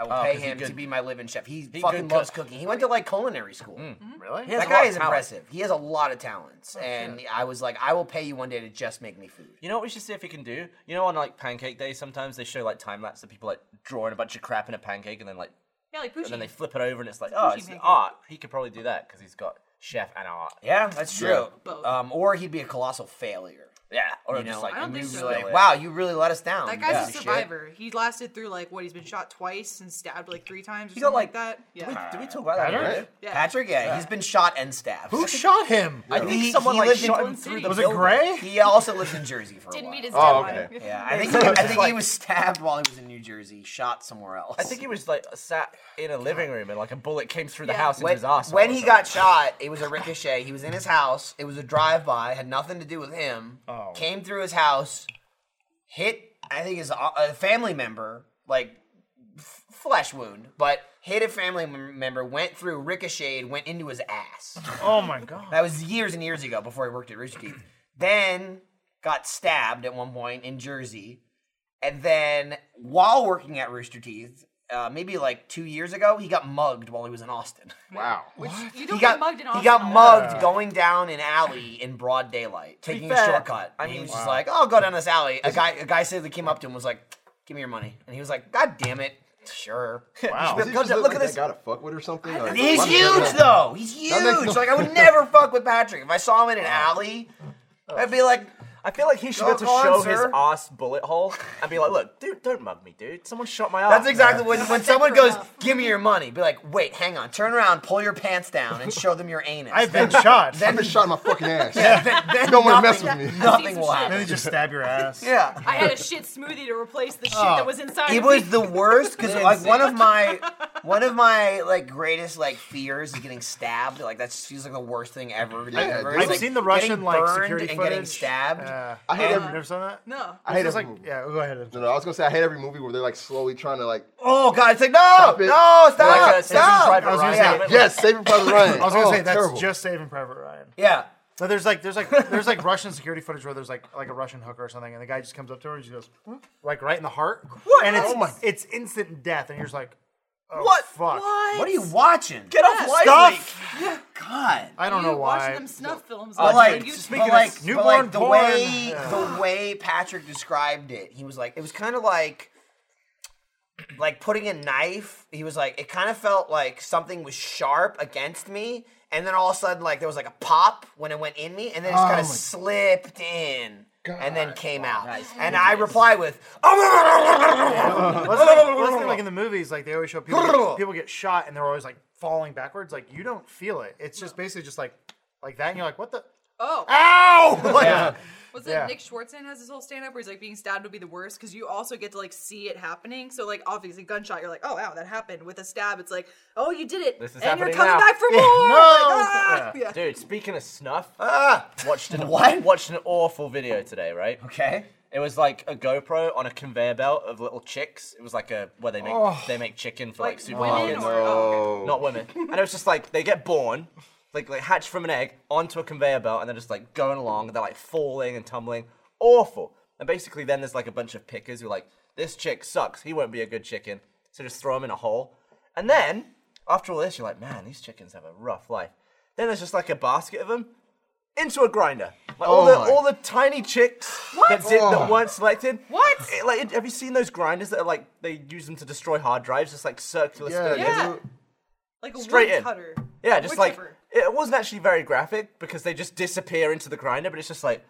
S1: I will
S4: Oh,
S1: pay
S4: 'cause he
S1: him to
S4: good-
S1: be my living chef. He,
S4: he
S1: fucking
S4: good
S1: loves
S4: cook.
S1: cooking. He went to like culinary school.
S2: really.
S4: He has
S1: That
S4: a lot
S1: guy
S4: of
S1: is
S4: talent. Oh,
S1: impressive. He has a lot of talents, and I was like, I will pay you one day to just make me food.
S4: You know what we should see if we can do? You know, on like pancake day, sometimes they show like time lapse of people like drawing a bunch of crap in a pancake and then like
S3: yeah, like Pushy.
S4: and then they flip it over and it's like, oh,
S3: pushy
S4: it's an
S3: pancake.
S4: art. He could probably do that because he's got chef and art.
S1: Yeah, that's true.
S3: Both.
S4: Oh,
S1: Um, or he'd be a colossal failure.
S4: Yeah, or
S1: You know,
S4: just like
S3: I don't think
S4: immediately
S3: so.
S1: Like,
S4: like,
S1: wow, you really let us down.
S3: that
S1: you
S3: guy's
S1: piece
S3: a
S1: of shit."
S3: survivor. He lasted through like what? He's been shot twice and stabbed like three times. Or
S4: He
S3: something
S4: got,
S3: like,
S4: like,
S3: that.
S4: Did
S3: Yeah.
S4: we, did we talk about that?
S2: Patrick?
S4: already?
S3: yeah.
S1: Patrick, yeah, he's been shot and stabbed.
S2: Who shot him?
S4: I think
S1: He-
S4: someone
S1: he
S4: like
S1: lived in
S4: shot him
S1: Twin
S4: through
S3: Cities.
S4: the
S2: Was it
S4: building.
S2: Gray?
S1: He also lives in Jersey for a
S7: Didn't
S1: while.
S7: meet his
S8: Oh,
S7: deadline.
S8: okay.
S1: yeah, I think, I think he was stabbed while he was in New Jersey, shot somewhere else.
S4: I think he was like sat in a living room and like a bullet came through the
S3: Yeah.
S4: house into
S1: when,
S4: his ass.
S1: when he got shot, it was a ricochet. He was in his house. It was a drive-by. Had nothing to do with him.
S2: Oh.
S1: Came through his house, hit. I think his uh, a family member, like f- flesh wound, but hit a family mem- member. Went through, ricocheted, went into his ass.
S2: Oh my god.
S1: That was years and years ago before he worked at Rooster Teeth. then got stabbed at one point in Jersey. And then while working at Rooster Teeth, uh, maybe like two years ago, he got mugged while he was in Austin.
S8: Wow.
S3: You
S1: He
S3: don't
S1: got
S3: get mugged in Austin.
S1: he got
S3: all the time.
S1: mugged going down an alley in broad daylight, taking a
S4: fair,
S1: shortcut.
S4: I
S1: I mean, he
S4: mean-
S1: was just like, "Oh, "I'll go down this alley." A guy, a guy said that came up to him was like, "Give me your money," and he was like, "God damn it, sure."
S8: Is
S2: Wow.
S8: he
S4: God,
S8: just look,
S4: look
S8: like
S4: at
S8: that
S4: this-
S8: guy to fuck with or something? Like,
S1: He's
S8: why does that
S1: huge
S8: matter?
S1: though. He's
S8: That makes
S1: huge.
S8: no-
S1: Like I would never fuck with Patrick. If I saw him in an alley, I'd be like,
S4: I feel like he should be able to
S1: Go on,
S4: show his
S1: sir.
S4: ass bullet hole and be like, look, dude, don't mug me, dude. Someone shot my ass.
S1: "That's exactly when when someone
S3: Fair
S1: goes,
S3: enough.
S1: give me your money." Be like, "Wait, hang on, turn around, pull your pants down, and show them your anus."
S2: I've been shot.
S1: Then-
S8: I've been shot in my fucking ass.
S1: then, then
S8: You don't wanna
S1: nothing-
S8: mess with me.
S1: Nothing will
S3: I've seen some
S2: Then they
S1: happen.
S2: just stab your ass.
S1: Yeah.
S3: I had a shit smoothie to replace the shit that was inside.
S1: It
S3: of
S1: was
S3: me.
S1: the worst because like one of my one of my like greatest like fears is getting stabbed. Like that just feels like the worst thing ever. Like,
S8: Yeah,
S1: ever.
S8: dude.
S1: It's,
S2: I've
S1: like,
S2: seen the
S1: getting
S2: Russian like
S1: burned
S2: security
S1: and
S2: footage.
S1: getting stabbed.
S2: Yeah.
S8: I hate
S2: Have
S8: every,
S2: you never seen that?
S3: no.
S8: I hate
S2: Um, It's
S8: every
S2: like
S8: movie.
S2: yeah. Go ahead.
S8: No, no, I was gonna say I hate every movie where they're like slowly trying to like
S1: oh god, it's like no,
S8: Stop it.
S1: no, stop,
S4: Like, uh, Saving
S1: stop.
S4: Private
S2: I was gonna
S4: Ryan.
S2: say,
S4: Like,
S8: yes, Saving Private Ryan.
S2: I was gonna
S8: oh,
S2: say that's
S8: terrible.
S2: just Saving Private Ryan.
S1: Yeah.
S2: So there's like there's like there's like Russian security footage where there's like like a Russian hooker or something, and the guy just comes up to her and she goes "Huh?" like right in the heart, and it's
S8: Oh my-
S2: it's instant death, and you're just like, oh,
S4: What?
S2: Fuck.
S1: What are you watching?
S4: Get off live
S2: Stop.
S4: leak.
S1: God.
S2: I don't
S3: you
S2: know why.
S3: Watching them snuff films.
S1: But
S3: on
S1: like,
S3: YouTube.
S1: but like, but
S2: newborn
S1: like the
S2: porn.
S1: way
S2: Yeah.
S1: the way Patrick described it, he was like, it was kind of like like putting a knife. He was like, it kind of felt like something was sharp against me, and then all of a sudden, like there was like a pop when it went in me, and then it just kind of slipped in. and then came out, and I reply with, "Oh,
S2: Well, that's like, well, that's the thing, like in the movies, like they always show people people get shot and they're always like falling backwards. Like you don't feel it. It's just basically just like like that, and you're like, what the?
S3: Oh,
S2: Ow! Like,
S3: was
S2: yeah.
S3: it Nick Schwartzman has his whole stand up where he's like being stabbed would be the worst because you also get to like see it happening. So like obviously gunshot, you're like, oh wow, that happened. With a stab, it's like, oh you did it,
S4: This is
S3: and you're
S4: happening
S3: coming
S4: now.
S3: back for more. Like, ah! Yeah.
S4: Dude, speaking of snuff,
S1: ah,
S4: watched an
S1: What?
S4: watched an awful video today, right?
S1: okay,
S4: It was like a GoPro on a conveyor belt of little chicks. It was like a where they make
S1: Oh.
S4: they make chicken for like,
S3: Like
S4: supermarkets.
S3: women or oh, okay.
S4: Not women. and it was just like they get born, like like hatched from an egg onto a conveyor belt, and they're just like going along, and they're like falling and tumbling. Awful. And basically, then there's like a bunch of pickers who are like, this chick sucks. He won't be a good chicken. So just throw him in a hole. And then after all this, you're like, man, these chickens have a rough life. Then there's just like a basket of them into a grinder. Like all,
S8: Oh
S4: the,
S8: my. Oh.
S4: all the tiny chicks that, did, that weren't selected.
S3: What?
S4: It- like, it- have you seen those grinders that are like they use them to destroy hard drives? Just like circular.
S8: Yeah,
S4: stages?
S3: Yeah.
S8: dude.
S3: Like a
S4: Straight
S3: wood
S4: in.
S3: cutter.
S4: Yeah, just like
S3: Whichever.
S4: it wasn't actually very graphic because they just disappear into the grinder, but it's just like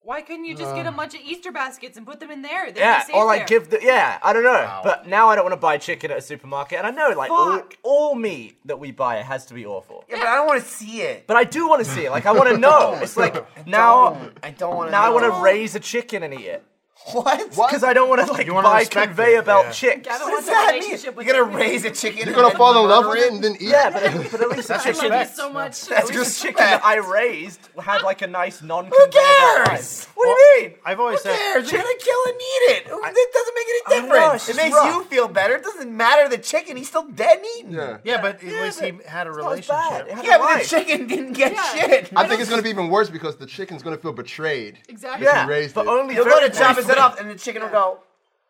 S3: Why couldn't you just get a
S1: Uh.
S3: bunch of Easter baskets and put them in there? They'd
S4: yeah,
S3: be safe
S4: or like
S3: there.
S4: give the yeah, I don't know. But now I don't want to buy chicken at a supermarket, and I know like all,
S3: Fuck.
S4: all meat that we buy has to be awful.
S1: yeah, but I don't want to see it.
S4: But I do want to see it. Like I want to know. It's like now
S1: I don't want to.
S4: now I want to raise a chicken and eat it
S1: What?
S4: because I don't want to like
S2: You wanna
S4: buy
S2: respect
S4: conveyor
S2: it,
S4: belt
S2: yeah.
S4: chicks.
S3: Gavin
S1: What does
S3: wants a
S1: that mean?
S3: relationship with
S1: You're gonna
S3: everything.
S1: raise a chicken.
S8: You're gonna fall in love with it and then eat
S4: Yeah,
S8: it?
S4: but, it, but at least a
S3: I
S4: chicken,
S3: love you so much.
S1: That's
S4: at least a
S1: respect.
S4: chicken that I raised had like a nice non-conveyor
S1: Who
S4: belt
S1: cares?
S4: life. What do you mean?
S2: I've always
S1: Who
S2: said
S1: cares? You're gonna kill and eat it. It doesn't make
S4: I
S1: any
S4: don't know,
S1: difference.
S4: it's
S1: It
S4: just
S1: makes
S4: rough.
S1: you feel better. It doesn't matter the chicken. He's still dead and eaten.
S8: Yeah.
S2: Yeah, but at least
S4: but
S2: he had a
S4: That was bad. It
S2: relationship.
S4: had
S1: Yeah,
S4: a
S1: but the
S4: life.
S1: chicken didn't get
S3: Yeah.
S1: shit.
S8: I think it's gonna be even worse because the chicken's gonna feel betrayed.
S3: Exactly.
S4: Yeah,
S8: raised
S4: but
S8: it.
S4: only
S1: He'll go
S4: very
S1: to chop his head
S4: briefly.
S1: off, and the chicken will go.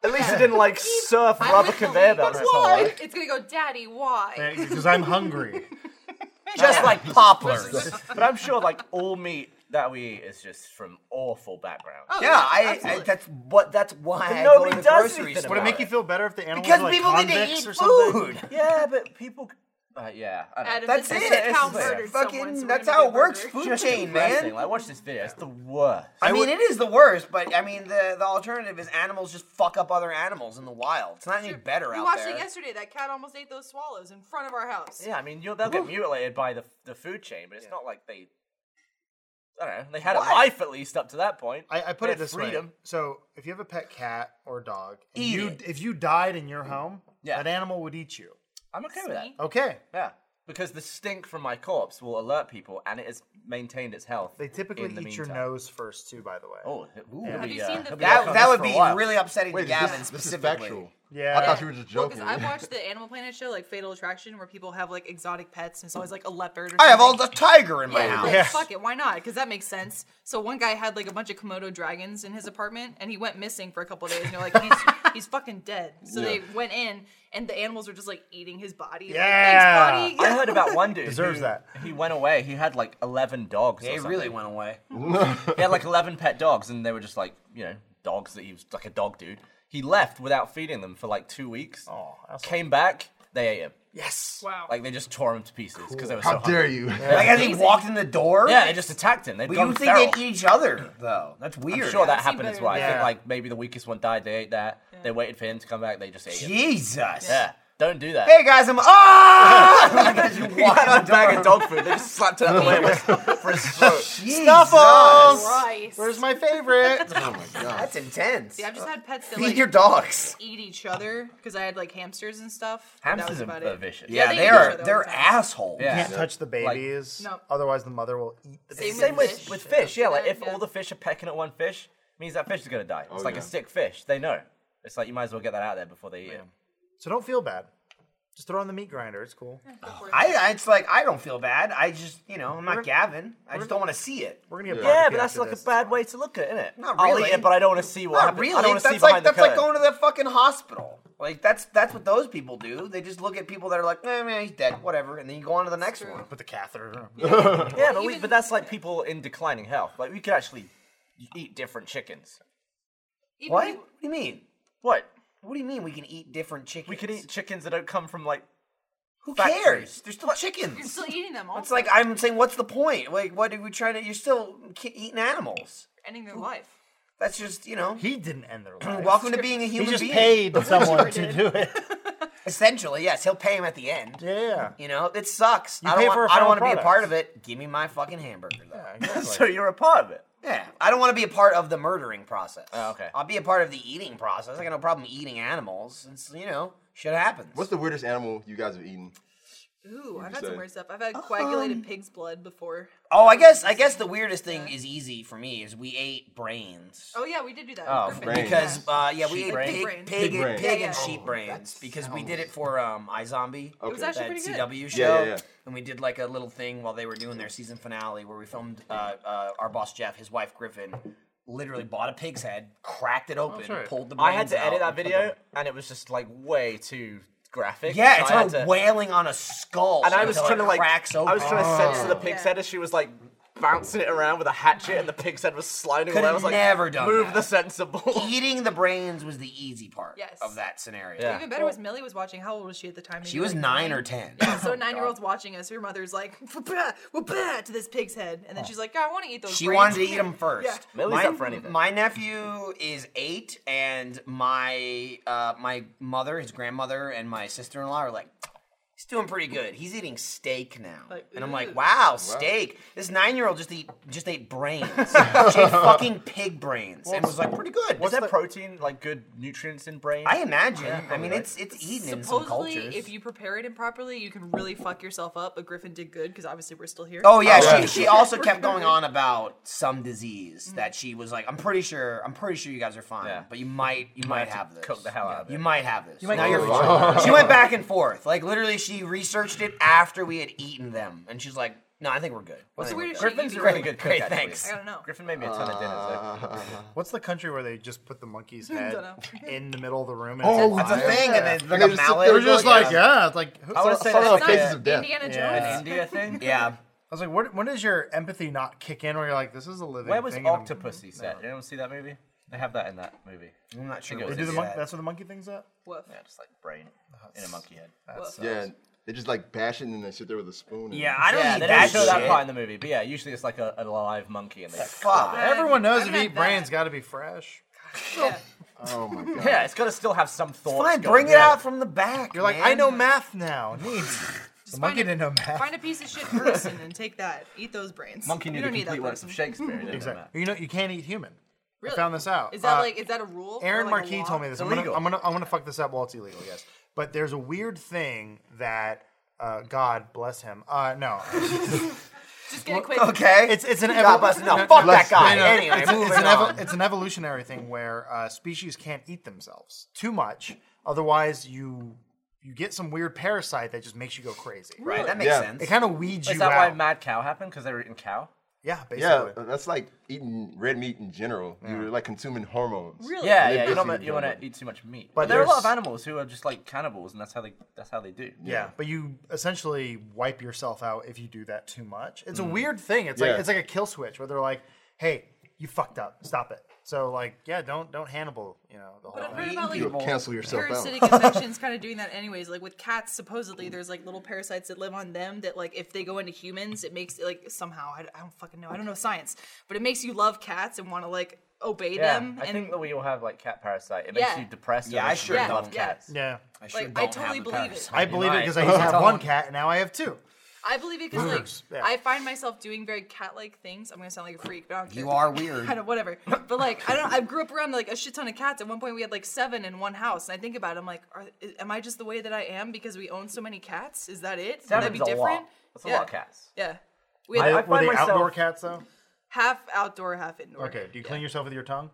S4: At least it didn't like surf rubber conveyor belts. his whole life.
S3: It's gonna go, Daddy, why?
S2: Because I'm hungry.
S1: Just like poplars.
S4: But I'm sure like all meat that we eat is just from awful backgrounds.
S1: Yeah, I, I. Oh, That's what. That's why I go
S4: nobody
S1: to the
S4: does
S1: grocery
S4: anything
S1: store.
S2: Would
S4: about
S2: it make you feel better if the animals
S1: Because
S2: were, like,
S1: people need to
S2: convicts
S1: eat
S2: or something?
S1: food.
S4: Yeah, but people. Uh, yeah, I don't know.
S3: Adam,
S1: That's
S3: this
S1: it.
S3: is
S1: This
S3: how
S1: is
S3: murdered someone,
S1: fucking.
S3: so we're
S1: that's
S3: gonna
S1: how
S3: be
S1: it works.
S3: murdered.
S1: Food
S4: Just
S1: chain,
S4: depressing.
S1: man.
S4: Like, watch this video. It's the worst.
S1: I, mean, it is the worst, but I mean, the the alternative is animals just fuck up other animals in the wild. It's not any better
S3: We
S1: out
S3: watched
S1: there.
S3: it yesterday. That cat almost ate those swallows in front of our house.
S4: Yeah, I mean, you'll, they'll get mutilated by the the food chain, but it's not like they. I don't know. They had a
S1: What?
S4: life at least up to that point.
S2: I, I put
S4: They
S2: it
S4: had
S2: this
S4: freedom.
S2: way. So if you have a pet cat or dog, and
S1: Eat
S2: you
S1: it.
S2: if you died in your home,
S4: Yeah.
S2: that animal would eat you.
S4: I'm okay with that.
S2: Okay.
S4: Yeah, because the stink from my corpse will alert people, and it has maintained its health.
S2: They typically
S4: in the
S2: eat your
S4: meantime.
S2: nose first too, by the way.
S4: Oh, it- ooh, it'll
S3: Have
S4: be,
S3: you
S4: uh,
S3: seen the
S4: it'll be
S3: video?
S4: like
S1: That,
S4: on
S1: that
S4: this
S1: would
S4: for a
S1: be
S4: while.
S1: really upsetting
S8: Wait,
S1: to
S8: is
S1: Gavin
S8: this, this is
S1: specifically.
S8: factual.
S2: Yeah.
S8: I thought you were just
S3: Well,
S8: joking.
S3: because I've watched the Animal Planet show, like Fatal Attraction, where people have like exotic pets, and it's always like a leopard. Or
S1: I have all
S3: something.
S1: the tiger in my
S3: Yeah,
S1: house.
S3: like, fuck it, why not? Because that makes sense. So one guy had like a bunch of Komodo dragons in his apartment, and he went missing for a couple days. And they're like, he's, he's fucking dead. So they went in, and the animals were just like eating his body. Like,
S2: Yeah.
S3: Thanks, body.
S4: I heard about one dude
S2: Deserves
S4: who-
S2: that.
S4: He went away. He had like eleven dogs. or
S1: They
S4: something.
S1: really went away.
S4: He had like eleven pet dogs, and they were just like you know dogs that he was like a dog dude. He left without feeding them for like two weeks.
S2: Oh, that's-
S4: Came back, they ate him.
S3: Wow.
S4: Like they just tore him to pieces because they were
S8: How
S4: so hungry.
S8: dare you?
S1: Like as he walked in the door.
S4: Yeah, they just attacked him. They'd
S1: But you
S4: gone
S1: would think
S4: feral.
S1: they'd eat each other though. That's weird.
S4: I'm sure that
S3: I've seen
S4: happened as
S3: better
S4: well. I think
S2: than-
S4: like maybe the weakest one died. They ate that. They waited for him to come back. They just ate him.
S1: Jesus.
S4: Yeah, don't do that.
S1: Hey guys, I'm ah! Like, as you
S4: He
S1: walk
S4: had
S1: out
S4: a
S1: the door.
S4: bag of dog food. They just slapped it out the way it was for his throat.
S1: Jesus.
S2: Snuffles!
S3: Christ.
S2: Where's my favorite?
S8: Oh
S1: That's intense.
S3: Yeah, I've just had pets that
S1: uh, Feed
S3: like
S1: your dogs.
S3: eat each other because I had like hamsters and stuff. but
S4: Hamsters
S3: that was
S4: are,
S3: about
S4: are
S3: it.
S4: vicious.
S1: Yeah,
S3: they
S1: they
S3: eat each
S1: are
S3: other
S1: they're
S3: all the time.
S1: assholes.
S4: Yeah.
S2: Can't touch the babies.
S3: Nope.
S2: Otherwise, the mother will eat the baby.
S3: Same
S4: Same
S3: with
S4: with,
S3: fish.
S4: with fish, yeah. Like
S3: Yeah,
S4: if
S3: yeah.
S4: all the fish are pecking at one fish, means that fish is gonna
S1: Oh,
S4: die. It's like
S8: yeah.
S4: a sick fish. They know. It's like you might as well get that out there before they eat it.
S2: So don't feel bad. Just throw it on the meat grinder. It's cool.
S1: I, I it's like I don't feel bad. I just you know I'm not Gavin. I just don't want to see it.
S2: We're gonna get
S4: Yeah,
S2: barbecue
S4: but that's
S2: after
S4: like
S2: this.
S4: a bad way to look at it, isn't it?
S1: Not
S4: I'll
S1: really.
S4: eat it, but I don't want to see what
S1: Not
S4: happens. I
S1: really.
S4: don't want to see
S1: That's like
S4: behind the
S1: that's like
S4: curtain.
S1: going to the fucking hospital. Like that's that's what those people do. They just look at people that are like, eh, man, he's dead, whatever, and then you go on to the next
S3: true.
S1: one.
S2: Put the catheter.
S4: yeah, but, we,
S3: even-
S4: but that's like people in declining health. Like we could actually eat different chickens.
S3: Even
S1: What?
S3: people-
S1: What do you mean?
S4: What?
S1: What do you mean we can eat different chickens?
S4: We could eat chickens that don't come from like.
S1: Who
S4: factories.
S1: cares? They're still
S3: You're
S1: chickens.
S3: still eating them. Also.
S1: It's like I'm saying, what's the point? Like, what did we try to? You're still ki- eating animals.
S3: ending their life.
S1: That's just you know.
S2: He didn't end their life.
S1: Welcome to being a
S2: He
S1: human
S2: just
S1: being.
S2: paid someone to do it.
S1: Essentially, yes, he'll pay him at the end.
S2: Yeah.
S1: You know, it sucks.
S2: You
S1: I don't
S2: pay for
S1: want.
S2: a
S1: I don't
S2: final
S1: want to be a
S2: product.
S1: part of it. Give me my fucking hamburger though.
S4: so you're a part of it.
S1: Yeah, I don't want to be a part of the murdering process.
S4: Oh, okay.
S1: I'll be a part of the eating process. I got no problem eating animals. It's you know, shit happens.
S8: What's the weirdest animal you guys have eaten?
S3: Ooh, I've
S8: you
S3: had
S8: say?
S3: some weird stuff. I've had coagulated
S1: Um,
S3: pig's blood before.
S1: oh, I guess I guess the weirdest thing is easy for me is we ate brains.
S3: Oh yeah, we did do that.
S4: Oh,
S3: Perfect.
S8: brains.
S1: Because uh, yeah, we
S4: Sheep
S1: ate
S4: brain.
S1: pig,
S3: Pig brain.
S1: pig, pig,
S8: Pig brain.
S1: and, pig
S3: Yeah,
S1: and
S3: yeah.
S1: sheep brains because we did it for um, iZombie.
S8: Oh,
S3: It was actually
S1: that
S3: pretty good.
S1: CW show,
S8: Yeah, yeah, yeah.
S1: and we did like a little thing while they were doing their season finale, where we filmed uh, uh, our boss Jeff, his wife Griffin, literally bought a pig's head, cracked it open,
S2: sure.
S1: pulled the brains
S4: I had to
S1: out,
S4: edit that
S1: and put
S4: video,
S1: them-
S4: and it was just like way too graphic.
S1: Yeah, it's
S4: so I had
S1: her
S4: to-
S1: wailing on a skull,
S4: And I was
S1: until
S4: trying to
S1: it
S4: like,
S1: cracks open.
S4: I was trying to censor the pig's
S3: Yeah.
S4: head as she was like bouncing it around with a hatchet, and the pig's head was sliding away.
S1: Could've
S4: I was like,
S1: never done
S4: move
S1: that.
S4: the censor ball.
S1: Eating the brains was the easy part
S3: Yes.
S1: of that scenario.
S4: Yeah.
S3: Even better was Millie was watching. How old was she at the time?
S1: uh, She
S3: Maybe,
S1: was
S3: like,
S1: nine or ten.
S2: Oh,
S3: So nine year old's watching us. Her mother's like, "Wah-bah, wah-bah," to this pig's head, and then she's like, "Yeah, I want to eat those."
S1: Oh. She
S3: brains."
S1: wanted to eat them first.
S3: Yeah.
S4: Millie's
S1: my,
S4: up for anything.
S1: my nephew is eight, and my uh, my mother, his grandmother, and my sister in law are like, he's doing pretty good. He's eating steak now,
S3: Like,
S1: and I'm like,
S3: "Ew."
S1: wow, steak. This nine year old just eat just ate brains. she ate fucking pig brains, and was like, pretty good.
S4: Was there protein, like good nutrients in brain?
S1: I imagine. I mean,
S4: right.
S1: it's it's eaten in some
S3: Supposedly,
S1: cultures.
S3: if you prepare it improperly, you can really fuck yourself up. But Griffin did good because obviously we're still here.
S1: Oh yeah,
S8: Oh, yeah.
S1: she, she also kept going on about some disease that she was like, I'm pretty sure, I'm pretty sure you guys are fine,
S4: Yeah.
S1: but you might, you might
S4: have
S1: have
S4: to
S1: this.
S4: cook the hell out of
S1: You
S4: it.
S1: might have this. now
S8: get
S1: you're
S8: it.
S1: fine. she went back and forth. Like literally, she researched it after we had eaten them, and she's like, No, I think we're good.
S3: What's the weirdest shit
S4: Griffin's
S3: you
S4: a
S3: can
S4: really
S3: do?
S4: good cook.
S1: Great,
S4: actually.
S1: thanks. Uh,
S3: I don't know.
S4: Griffin made me a
S8: Uh,
S4: ton of dinners. though.
S2: What's the country where they just put the monkey's
S3: Don't
S2: head
S3: know.
S2: in the middle of the room? And
S8: Oh,
S1: It's
S2: it's a
S1: a
S8: Yeah.
S1: thing, and it's like
S8: They're
S1: a
S8: just-
S1: mallet.
S8: they're just like,
S2: yeah, it's like who,
S4: I wanna
S2: so-
S4: say
S8: Some of
S4: that's
S8: the
S4: like
S8: faces
S4: a-
S8: of death.
S3: Indiana Jones.
S2: Yeah.
S4: an India thing.
S1: yeah.
S2: I was like, what, when does your empathy not kick in? Where you're like, this is a living
S4: Where was
S2: thing. and I'm-
S4: Octopussy set? Did anyone see that movie? They have that in that movie.
S1: I'm not sure.
S4: They
S1: what
S2: They do
S1: it
S2: the
S1: is
S2: monkey.
S1: yet.
S2: That's where the monkey thing's at.
S3: Woof.
S4: Yeah, just like brain in a monkey head.
S3: Woof.
S8: Yeah, they just like bash it and then they sit there with a spoon. And
S1: Yeah, I don't
S4: Yeah,
S1: need
S4: they
S1: that
S4: don't show that
S1: shit.
S4: part in the movie, but yeah, usually it's like a, a live monkey and they.
S1: Fuck.
S2: Everyone knows
S3: I've
S2: if you
S3: had
S2: eat
S3: that.
S2: brains, got to be fresh.
S3: Yeah.
S8: Oh my god.
S4: Yeah, it's gotta still have some thoughts.
S1: Fine,
S4: going
S1: bring it
S4: on.
S1: out from the back.
S2: You're like,
S1: man.
S2: I know math now. Neat. the
S3: find
S2: monkey
S3: it-
S2: didn't know math.
S3: Find a piece of shit person and take that. Eat those brains.
S4: Monkey
S3: you
S4: knew the
S3: don't need
S4: complete
S3: that
S4: works of
S3: person.
S4: Shakespeare. didn't they,
S2: Exactly.
S4: Matt?
S2: You know, you can't eat human.
S3: Really?
S2: I found this out.
S3: Is that
S2: Uh,
S3: like is that a rule? or
S2: Aaron
S3: like a
S2: Marquis
S3: law?
S2: told me this. I'm gonna,
S4: illegal.
S2: I'm gonna, I'm gonna fuck this up while it's illegal, yes. But there's a weird thing that uh, God bless him. Uh, no,
S3: Just get it quick.
S1: Okay.
S2: it's it's an
S1: God
S2: evo-
S1: bless. No, fuck that
S8: Bless-
S1: guy.
S2: no, no,
S1: Anyway,
S2: it's, it's
S1: moving
S2: an
S1: on.
S2: evo- it's an evolutionary thing where uh, species can't eat themselves too much. Otherwise, you you get some weird parasite that just makes you go crazy.
S1: Right, that makes
S8: Yeah.
S1: sense.
S2: It kind of weeds
S4: Is
S2: you
S4: that
S2: out.
S4: why Mad Cow happened? Because they were eating cow?
S2: yeah,
S8: Yeah, uh,
S2: basically.
S8: that's like eating red meat in general. You're like consuming hormones.
S3: Really?
S4: Yeah,
S8: They
S4: yeah. You
S8: basically
S4: don't you
S8: killed
S4: want to
S8: them.
S4: eat too much meat.
S2: But
S4: But there are a lot
S2: there's-
S4: of animals who are just like cannibals, and that's how they that's how they do.
S2: Yeah, but you essentially wipe yourself out if you do that too much. It's a weird thing. It's
S8: Yeah.
S2: like it's like a kill switch where they're like, "Hey, you fucked up. Stop it." So like, yeah, don't don't Hannibal, you know, the whole
S3: But I've
S2: thing.
S3: heard about
S8: You'll
S3: like
S8: cancel yourself out.
S3: parasitic infections kind of doing that anyways. Like with cats, supposedly there's like little parasites that live on them that like if they go into humans, it makes it like somehow I, I don't fucking know. I don't know science, but it makes you love cats and want to like obey
S4: Yeah,
S3: them.
S4: I
S3: and
S4: think that we all have like cat parasite. It
S3: Yeah.
S4: makes you depressed.
S1: Yeah,
S4: it
S1: I
S4: makes you
S1: sure
S4: love
S1: don't.
S4: cats.
S2: Yeah,
S1: sure
S3: Like, I
S1: don't have
S3: totally
S1: the
S3: believe it.
S1: parasite.
S2: I believe it
S4: might.
S2: because I used to have one cat and now I have two.
S3: I believe it because like
S2: Gross. Yeah.
S3: I find myself doing very cat-like things. I'm gonna sound like a freak, but I don't care.
S1: You are weird.
S3: kind of whatever. But like I don't. I grew up around like a shit ton of cats. At one point, we had like seven in one house. And I think about it, I'm like, are, i- am I just the way that I am because we own so many cats? Is that it? Would that
S4: Seven's
S3: be
S4: a
S3: different?
S4: lot. That's a
S3: yeah.
S4: lot of cats.
S3: Yeah. We had
S4: I-
S2: Were
S4: find
S2: they
S4: myself-
S2: outdoor cats though?
S3: half outdoor, half indoor.
S2: Okay. Do you clean yourself with your tongue?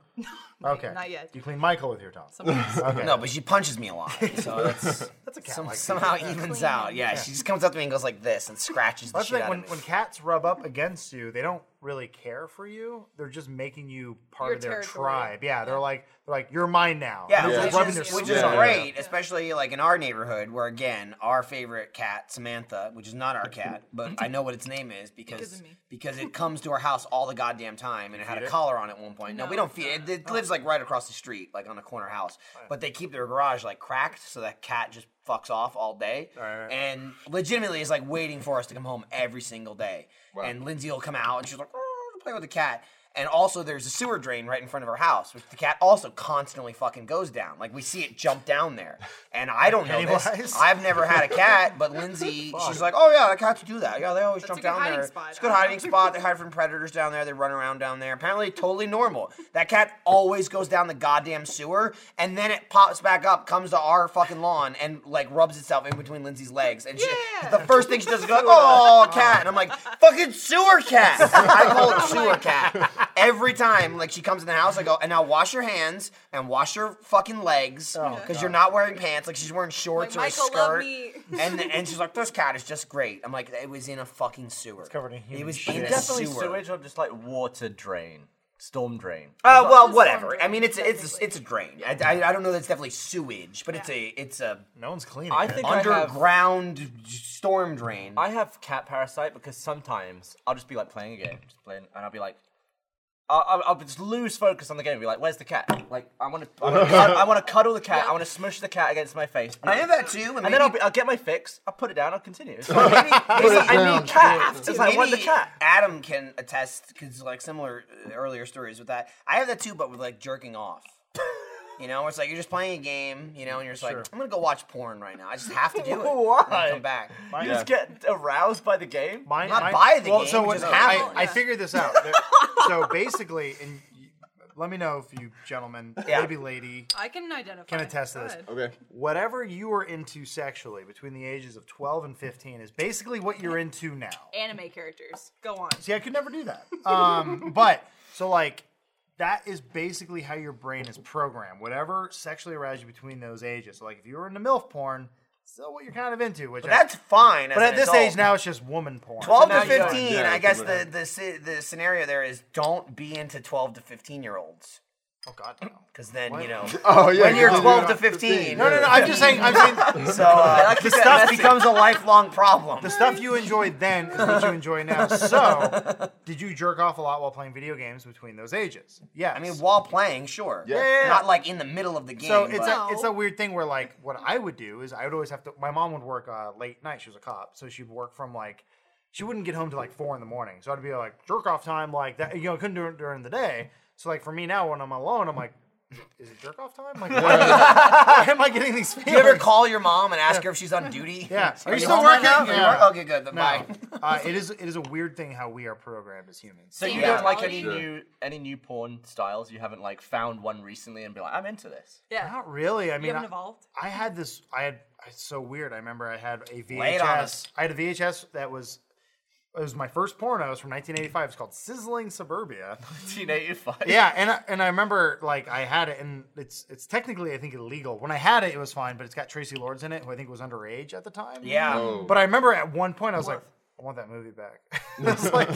S3: No,
S2: Okay.
S3: not yet.
S2: You clean Michael with your tongue.
S3: Sometimes.
S2: Okay.
S1: No, but she punches me a lot, so that's,
S2: that's a cat.
S1: some,
S2: like
S1: somehow evens out. Yeah, she just comes up to me and goes like this and scratches the
S2: That's the
S1: shit
S2: thing.
S1: out
S2: When,
S1: of me.
S2: when cats rub up against you, they don't really care for you. They're just making you part
S3: Your
S2: of their
S3: territory.
S2: tribe. Yeah, they're like, they're like, you're mine now.
S1: yeah,
S2: And they're just
S1: which
S2: rubbing
S1: is,
S2: their
S1: which
S2: skin
S1: is
S2: on you.
S1: great, especially like in our neighborhood, where again our favorite cat Samantha, which is not our cat, but I know what its name is because
S3: Because of me.
S1: because it comes to our house all the goddamn time, and it had a collar on at one point. No, Oh. we don't feed it. it lives like right across the street, like on a corner house. But they keep their garage like cracked, so that cat just fucks off all day, and legitimately is like waiting for us to come home every single day. And Lindsay will come out, and she's like, "Oh, play with the cat." And also, there's a sewer drain right in front of her house, which the cat also constantly fucking goes down. Like we see it jump down there, and I don't know this.
S2: Cannibalized?
S1: I've never had a cat, but Lindsay, she's like, "Oh yeah, the cats do that. Yeah, they always
S3: That's
S1: jump
S3: a good
S1: down
S3: hiding
S1: there.
S3: spot.
S1: It's a good hiding spot. They hide from predators down there. They run around down there. Apparently, totally normal. That cat always goes down the goddamn sewer, and then it pops back up, comes to our fucking lawn, and like rubs itself in between Lindsay's legs. And she,
S3: Yeah.
S1: the first thing she does is go, "Oh, cat," and I'm like, "Fucking sewer cat." I call it sewer cat every time. Like she comes in the house, I go, "And now wash your hands and wash your fucking legs because you're not wearing pants. Like she's wearing shorts or
S3: Like,
S1: a
S3: Michael,
S1: skirt."
S3: love me.
S1: and and she's like, "This cat is just great." I'm like, "It was in a fucking sewer. It's
S2: covered in
S1: It
S2: human
S1: was
S2: shit.
S1: in a
S4: Definitely
S1: sewer."
S4: sewage or just like water drain, storm drain.
S1: Uh, well,
S3: It's a storm
S1: whatever.
S3: drain,
S1: I mean, it's a, it's a, it's a drain. I, I, I don't know. That's definitely sewage, but it's
S3: Yeah.
S1: a it's a
S2: No one's cleaning.
S4: I
S2: it.
S4: think I have
S1: underground storm drain.
S4: I have cat parasite because sometimes I'll just be like playing a game, just playing, and I'll be like, I'll, I'll, I'll just lose focus on the game. and Be like, "Where's the cat? Like, I want to, I want to cuddle the cat. I want to smush the cat against my face."
S1: I have that too.
S4: and then I'll, be, I'll get my fix. I'll put it down. I'll continue. It's like, it's like, I need cat. It's like I want the
S1: Maybe
S4: cat.
S1: Adam can attest because like similar uh, earlier stories with that. I have that too, but with like jerking off. You know, it's like you're just playing a game, you know, and you're just like, I'm gonna go watch porn right now. I just have to do it.
S4: Why?
S1: And I come back.
S4: You just get aroused by the game.
S2: Mine,
S1: Not
S2: mine-
S1: buy the
S2: well,
S1: game,
S2: So when-
S1: just have
S2: I,
S3: Oh,
S1: it.
S2: I figured this out. There- so basically, and you- let me know if you gentlemen,
S1: Yeah.
S2: maybe lady,
S3: I can identify.
S2: Can attest to this.
S3: Good.
S8: Okay.
S2: whatever you are into sexually between the ages of 12 and 15 is basically what you're into now.
S3: Anime characters. Go on.
S2: See, I could never do that. Um, but so like that is basically how your brain is programmed. Whatever sexually aroused you between those ages. So like if you were into milf porn, still what you're kind of into. Which
S1: But
S2: I-
S1: that's fine. as
S2: but
S1: an
S2: at this
S1: adult.
S2: age now it's just woman porn.
S1: 12
S4: now
S1: to
S4: you don't-
S1: 15,
S8: yeah,
S1: I
S8: you
S1: guess
S8: don't
S1: the, the si- the scenario there is don't be into 12 to 15 year olds.
S2: Oh god. No.
S1: Because then, you know,
S8: Oh yeah.
S1: when you're
S8: you do
S1: 12
S8: it
S1: to
S8: on
S1: 15,
S2: No, no, no. I'm just saying. I'm saying
S1: so uh, the stuff becomes a lifelong problem.
S2: the stuff you enjoyed then is what you enjoy now. So, did you jerk off a lot while playing video games between those ages? Yes.
S1: I mean, while playing, sure.
S8: Yeah. Yeah, yeah,
S1: Not like in the middle of the game.
S2: So it's
S1: but-
S2: a, it's a weird thing where like what I would do is I would always have to. My mom would work uh, late night. She was a cop, so she'd work from like she wouldn't get home till like four in the morning. So I'd be like jerk off time like that. You know, I couldn't do it during the day. So like for me now when I'm alone, I'm like, is it jerk off time? Like, why, why am I getting these feelings?
S1: you ever call your mom and ask her if she's on duty?
S2: Yeah.
S1: Are, you still working?
S2: Yeah.
S1: Okay, good. Then
S2: No.
S1: Bye.
S2: uh, it is it is a weird thing how we are programmed as humans.
S4: So you
S1: Yeah.
S4: don't like any
S3: Sure.
S4: new any new porn styles? You haven't like found one recently and be like, I'm into this.
S3: Yeah.
S2: Not really. I mean,
S3: You haven't
S2: I-
S3: evolved.
S2: I had this. I had. It's so weird. I remember I had a
S1: Lay it on
S2: VHS.
S1: us.
S2: I had a VHS that was. It was my first porno. It was from 1985. It's called Sizzling Suburbia.
S4: 1985.
S2: yeah, and I, and I remember like I had it, and it's it's technically I think illegal. When I had it, it was fine, but it's got Tracy Lords in it, who I think was underage at the time.
S1: Yeah.
S2: But I remember at one point I was like, I want that movie back. it's like,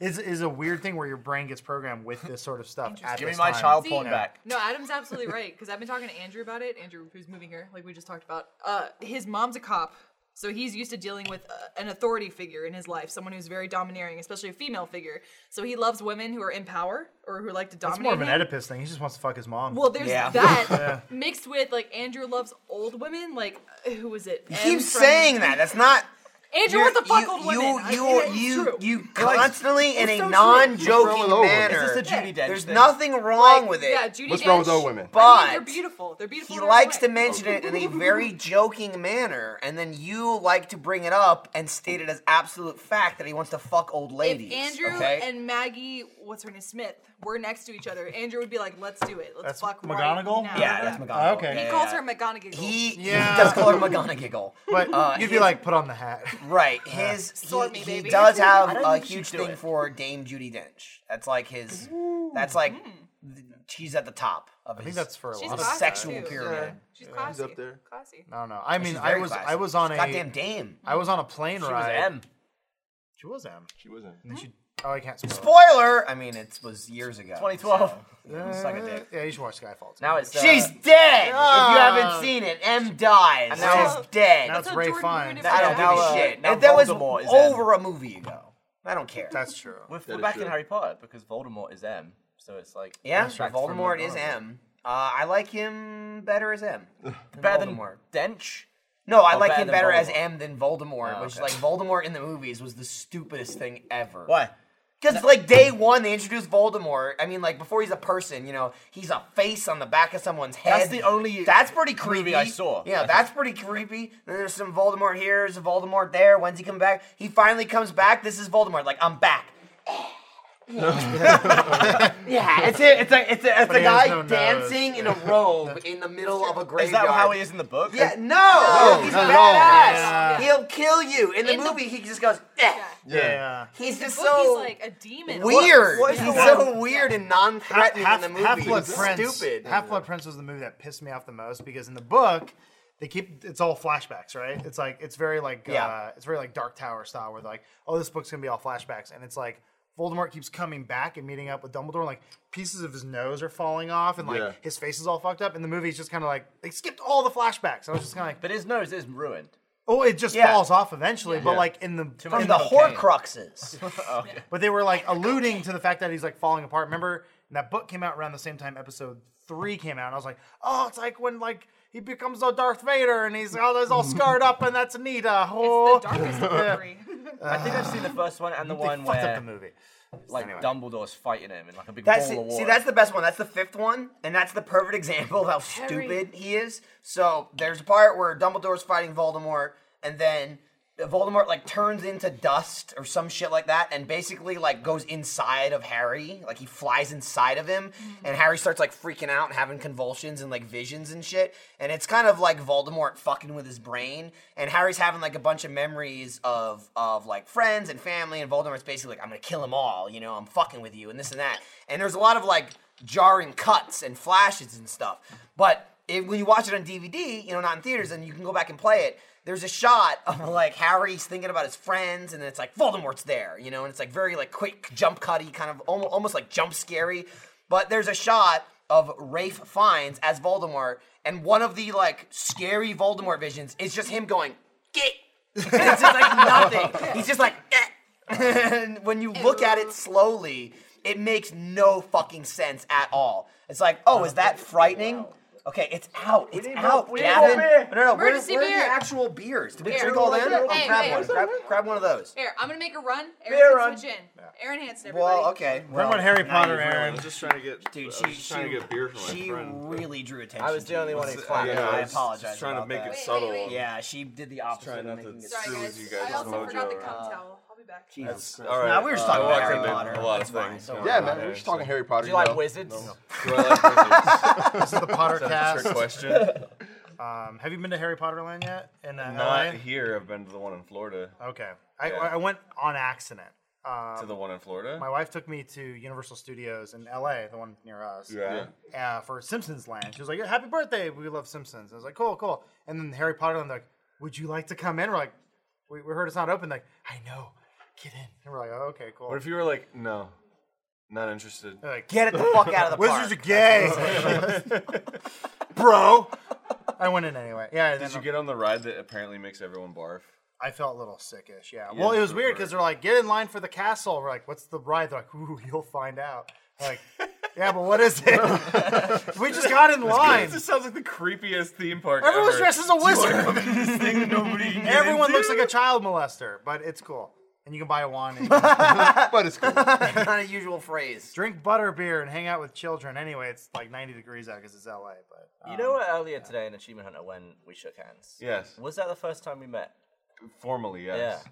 S2: is is a weird thing where your brain gets programmed with this sort of stuff. at
S4: Give me
S2: this
S4: my
S2: time.
S4: child
S3: See,
S4: porn back.
S3: No, Adam's absolutely right because I've been talking to Andrew about it. Andrew, who's moving here, like we just talked about. Uh, his mom's a cop, so he's used to dealing with uh, an authority figure in his life, someone who's very domineering, especially a female figure. So he loves women who are in power or who like to dominate.
S2: It's more of an
S3: him.
S2: Oedipus thing. He just wants to fuck his mom.
S3: Well, there's
S1: Yeah.
S3: that mixed with like Andrew loves old women. Like uh, who was it?
S1: You
S3: M
S1: keep
S3: from-
S1: saying that. That's not.
S3: Andrew
S1: you're-
S3: wants to fuck
S1: you-
S3: old women. I-
S1: You,
S3: it's
S1: you,
S3: true.
S1: you, you constantly in
S4: It's so
S1: a
S4: true.
S8: Just
S1: non-joking
S8: roll it over.
S1: manner.
S4: Is this the Judy Dench
S1: There's
S4: thing?
S1: nothing wrong
S3: Like,
S1: with it.
S3: Yeah, Judy
S8: What's wrong with
S3: Dench-
S8: old women?
S3: I mean,
S1: But
S3: they're beautiful. They're beautiful.
S1: he
S3: in their
S1: likes to
S3: own way.
S1: mention it in a very joking manner, and then you like to bring it up and state it as absolute fact that he wants to fuck old ladies.
S3: If Andrew
S1: okay?
S3: and Maggie, what's her name, Smith, were next to each other, Andrew would be like, "Let's do it.
S2: That's
S3: Let's fuck
S2: McGonagall?
S3: Right now."
S1: yeah, that's McGonagall.
S2: Okay.
S3: He
S1: Yeah,
S3: calls
S1: yeah.
S3: her McGonagall.
S1: He,
S2: Yeah.
S1: he does call her McGonagall.
S2: But
S1: Uh,
S2: you'd be
S1: his-
S2: like, put on the hat.
S1: Right, his he,
S3: Sort me,
S1: he
S3: baby.
S1: does have
S4: I don't
S1: a
S4: think she'd
S1: huge
S4: do
S1: thing
S4: it.
S1: for Dame Judy Dench. That's like his. That's like th- she's at the top of
S2: I
S1: his
S2: think that's for a
S3: Hmm. She's
S2: lot
S1: the
S2: of
S3: classy
S1: sexual
S3: too.
S1: pyramid.
S3: She's classy.
S8: up there.
S3: Classy.
S2: I don't know. I mean,
S1: She's
S2: I
S1: very
S2: was I
S1: classy.
S2: was on a
S1: She's goddamn Dame.
S2: I was on a plane
S4: She was
S2: ride.
S4: M.
S2: She was M.
S8: She wasn't.
S2: And then she. Oh, I can't spoil.
S1: Spoiler. I mean, it was years ago.
S4: 2012.
S2: it.
S1: Suck a dick.
S2: Yeah, you should watch Skyfall. too.
S4: Now it's uh,
S1: She's dead. if you
S2: Ah.
S1: haven't seen it, M dies.
S4: And now-
S1: She's dead.
S2: now
S3: That's
S2: it's
S3: how
S2: Ray
S3: Jordan
S2: Fine.
S3: ruined it
S1: I
S3: for
S1: don't
S3: Jack.
S1: give
S4: Now,
S1: a
S4: uh,
S1: shit.
S4: now
S1: And that was
S4: Voldemort is
S1: over a movie ago. I don't care.
S2: that's true.
S4: We're,
S8: That
S4: we're
S8: is
S4: back in
S8: true.
S4: Harry Potter because Voldemort is M. so it's like
S1: Yeah,
S2: That's right,
S1: Voldemort
S2: from
S1: is
S2: the-
S1: M. Uh, I like him better as M. than
S4: better than
S1: Voldemort.
S4: Dench.
S1: No, I like
S4: Oh, better
S1: him
S4: than
S1: better as
S4: Voldemort.
S1: M than Voldemort,
S4: Oh,
S1: which is
S4: okay.
S1: like Voldemort in the movies was the stupidest thing ever.
S4: Why?
S1: Because like day one, they introduced Voldemort. I mean, like before he's a person, you know, he's a face on the back of someone's head.
S4: That's the only
S1: That's pretty
S4: movie
S1: creepy.
S4: I saw.
S1: Yeah, that's pretty creepy. Then there's some Voldemort here, there's a Voldemort there. When's he coming back? He finally comes back. This is Voldemort. Like I'm back. yeah, it's it. It's like it's a, it's
S2: But
S1: a
S2: he has
S1: guy
S2: no nose.
S1: dancing in a robe in the middle of a graveyard.
S4: Is that how he is in the book?
S1: Yeah, no, he's
S8: not
S1: badass.
S8: at all.
S2: Yeah.
S1: He'll kill you. In the
S7: In the-
S1: movie, he just goes. "Eh."
S8: Yeah.
S2: Yeah.
S1: He's
S3: The
S1: just
S3: book,
S1: so
S3: he's like a demon.
S1: weird.
S4: what is
S1: he's
S4: the
S1: so weird and non-threatening
S2: Half,
S1: in the movie.
S2: Half Blood
S1: It's
S2: Prince.
S1: Stupid.
S2: Half Blood Prince was the movie that pissed me off the most because in the book, they keep it's all flashbacks, right? It's like it's very like
S1: Yeah.
S2: uh, it's very like Dark Tower style, where they're like, oh, this book's gonna be all flashbacks, and it's like. Voldemort keeps coming back and meeting up with Dumbledore. Like pieces of his nose are falling off, and like
S8: Yeah.
S2: his face is all fucked up. And the movie's just kind of like they skipped all the flashbacks. I was just kind of like,
S4: But his nose is ruined.
S2: oh, it just
S1: Yeah.
S2: falls off eventually. But
S8: Yeah.
S2: like in the
S1: From
S2: in
S1: the
S2: the
S1: Horcruxes.
S2: but they were like alluding to the fact that he's like falling apart. Remember and that book came out around the same time episode three came out, and I was like, oh, it's like when like he becomes a Darth Vader and he's all, he's all scarred up, and that's Nita. Oh.
S3: It's the darkest memory.
S4: I think I've seen the first one and the
S2: they
S4: one
S2: fucked up the
S4: where
S2: movie.
S4: like Dumbledore's fighting him in like a big
S1: That's
S4: ball of water.
S1: see, that's the best one. That's the fifth one, and that's the perfect example of how stupid he is. So there's a part where Dumbledore's fighting Voldemort, and then Voldemort like turns into dust or some shit like that, and basically like goes inside of Harry, like he flies inside of him, and Harry starts like freaking out and having convulsions and like visions and shit. And it's kind of like Voldemort fucking with his brain, and Harry's having like a bunch of memories of of like friends and family, and Voldemort's basically like, I'm gonna kill them all, you know, I'm fucking with you, and this and that. And there's a lot of like jarring cuts and flashes and stuff. But it, when you watch it on DVD, you know, not in theaters, and you can go back and play it. There's a shot of like Harry's thinking about his friends, and then it's like Voldemort's there, you know, and it's like very like quick jump cutty, kind of almo- almost like jump scary. But there's a shot of Rafe Fiennes as Voldemort, and one of the like scary Voldemort visions is just him going get. And it's just like nothing. He's just like. "Eh." and when you look at it slowly, it makes no fucking sense at all. It's like, oh, is that frightening? Okay, it's out. It's out, Gavin. No, no, no. Where,
S7: Emergency
S1: where are
S7: beer.
S1: the actual beers? Did we
S3: Beer.
S1: drink all them?
S3: Hey,
S1: Oh, grab
S7: hey.
S1: one. Grab, grab one of those.
S3: Here, I'm gonna make a run.
S4: Beer
S3: Aaron
S4: run.
S3: can switch in. Aaron Hanson, everybody.
S1: Well, okay.
S2: Remember
S1: well,
S2: when Harry
S1: now
S2: Potter,
S1: you've
S2: Aaron?
S1: ruined
S6: I was just trying to get,
S1: Dude,
S6: I was
S1: she,
S6: just
S1: she,
S6: trying to get beer for my
S1: she
S6: friend.
S1: really drew attention.
S4: I was
S1: to
S4: the only
S1: you.
S4: one who
S1: It's
S4: clapped.
S1: fine.
S6: yeah,
S1: I
S6: I was just
S1: apologize.
S6: just trying
S1: about
S6: to make
S1: that.
S6: it
S7: Wait,
S6: subtle.
S7: wait, wait.
S1: Yeah, she did the opposite.
S6: trying
S1: of
S6: not
S1: making
S6: to
S1: it
S6: Sorry,
S3: Sorry,
S6: Soon
S3: guys.
S6: as you guys
S3: I also
S6: mojo
S3: forgot the
S6: around.
S3: cum towel. I'll be back.
S1: Uh, Jesus.
S6: All right.
S1: Nah, we were just
S6: uh,
S1: talking
S6: I
S1: about
S6: walked
S1: Harry
S6: into
S1: Potter.
S6: A lot
S1: That's
S6: of
S1: fine.
S6: things.
S1: So-
S6: going
S8: Yeah,
S6: on
S8: man, we're
S6: there,
S8: just
S6: so-
S8: talking Harry Potter.
S4: Do you like
S8: know?
S4: wizards?
S8: Do I like wizards?
S2: This is the
S6: That's a trick
S2: Pottercast.
S6: question.
S2: Um, have you been to Harry Potter Land yet? In uh,
S6: Not
S2: LA?
S6: here. I've been to the one in Florida.
S1: Oh.
S2: Okay, I,
S6: Yeah.
S2: I went on accident.
S6: To the one in Florida.
S2: My wife took me to Universal Studios in LA, the one near us.
S6: Yeah.
S2: uh, for Simpsons Land. She was like, "Yeah, "Happy birthday! We love Simpsons." I was like, "Cool, cool." And then Harry Potter Land, they're like, "Would you like to come in?" We're like, "We, we heard it's not open." Like, I know, get in. And we're like, oh, "Okay, cool."
S6: What if you were like, no, not interested?
S1: Uh,
S2: They're like,
S1: Get it the fuck out of the
S2: wizards
S1: park.
S2: are gay, bro. I went in anyway. Yeah.
S6: Did
S2: then
S6: you get on the ride that apparently makes everyone barf?
S2: I felt a little sickish. Yeah.
S6: Yeah,
S2: well, it was
S6: for
S2: weird
S6: sure.
S2: because they're like, "Get in line for the castle." We're like, "What's the ride?" They're like, "Ooh, you'll find out." Like, yeah, but what is it? we just got in line.
S6: This sounds like the creepiest theme park.
S2: Everyone's
S6: ever.
S2: dressed as a wizard.
S6: this thing that nobody. can
S2: Everyone
S6: into?
S2: looks like a child molester, but it's cool. And you can buy a wand and
S8: But it's cool.
S1: Not a usual phrase.
S2: drink butter beer and hang out with children. Anyway, it's like 90 degrees out because it's LA. But uh,
S4: You know what? Earlier today in Achievement Hunter, when we shook hands,
S6: Yes.
S4: was that the first time we met?
S6: Formally, yes. uh,
S4: Yeah.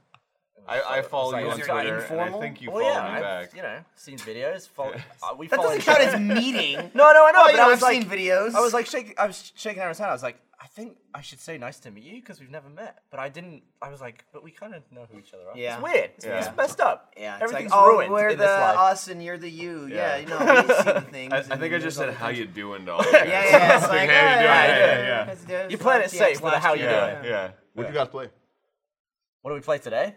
S6: I, I follow
S4: like-
S6: you on
S4: Is it like
S6: Twitter, and I
S1: informal?
S6: think you
S4: Well,
S6: follow
S4: yeah,
S6: me
S4: I've,
S6: back.
S4: you know, seen videos. Follow, uh, we
S1: That
S4: follow
S1: doesn't
S4: each
S1: count
S4: other.
S1: as meeting.
S4: No, no, I know.
S1: Oh,
S4: but
S1: you know,
S4: I
S1: I've
S4: was like,
S1: seen videos.
S4: I was like shaking. I was shaking Aaron's hand. I was like, I think I should say nice to meet you because we've never met. But I didn't. I was like, but we kind of know who each other are.
S1: Yeah.
S4: It's weird. It's,
S6: Yeah.
S4: it's messed up.
S1: Yeah, it's
S4: Everything's
S1: like, oh,
S4: ruined
S1: we're
S4: in
S1: the
S4: this life.
S1: us and you're the you. Yeah,
S6: Yeah.
S1: you know, we see the things.
S6: I, I
S1: and
S6: think I
S1: there's
S6: just
S1: all
S6: said
S1: the
S6: how
S1: things.
S6: you doing to all of
S1: Yeah, yeah, yeah. It's like,
S6: how
S1: oh,
S6: you doing?
S1: yeah,
S6: Yeah,
S1: yeah,
S6: yeah,
S1: yeah.
S6: yeah.
S1: Let's do it.
S4: You played
S1: Fuck
S4: it safe
S1: DX
S4: with a how
S1: last
S4: you
S1: year.
S4: doing.
S6: Yeah, yeah.
S8: What
S6: yeah.
S8: you guys play?
S4: What do we play today?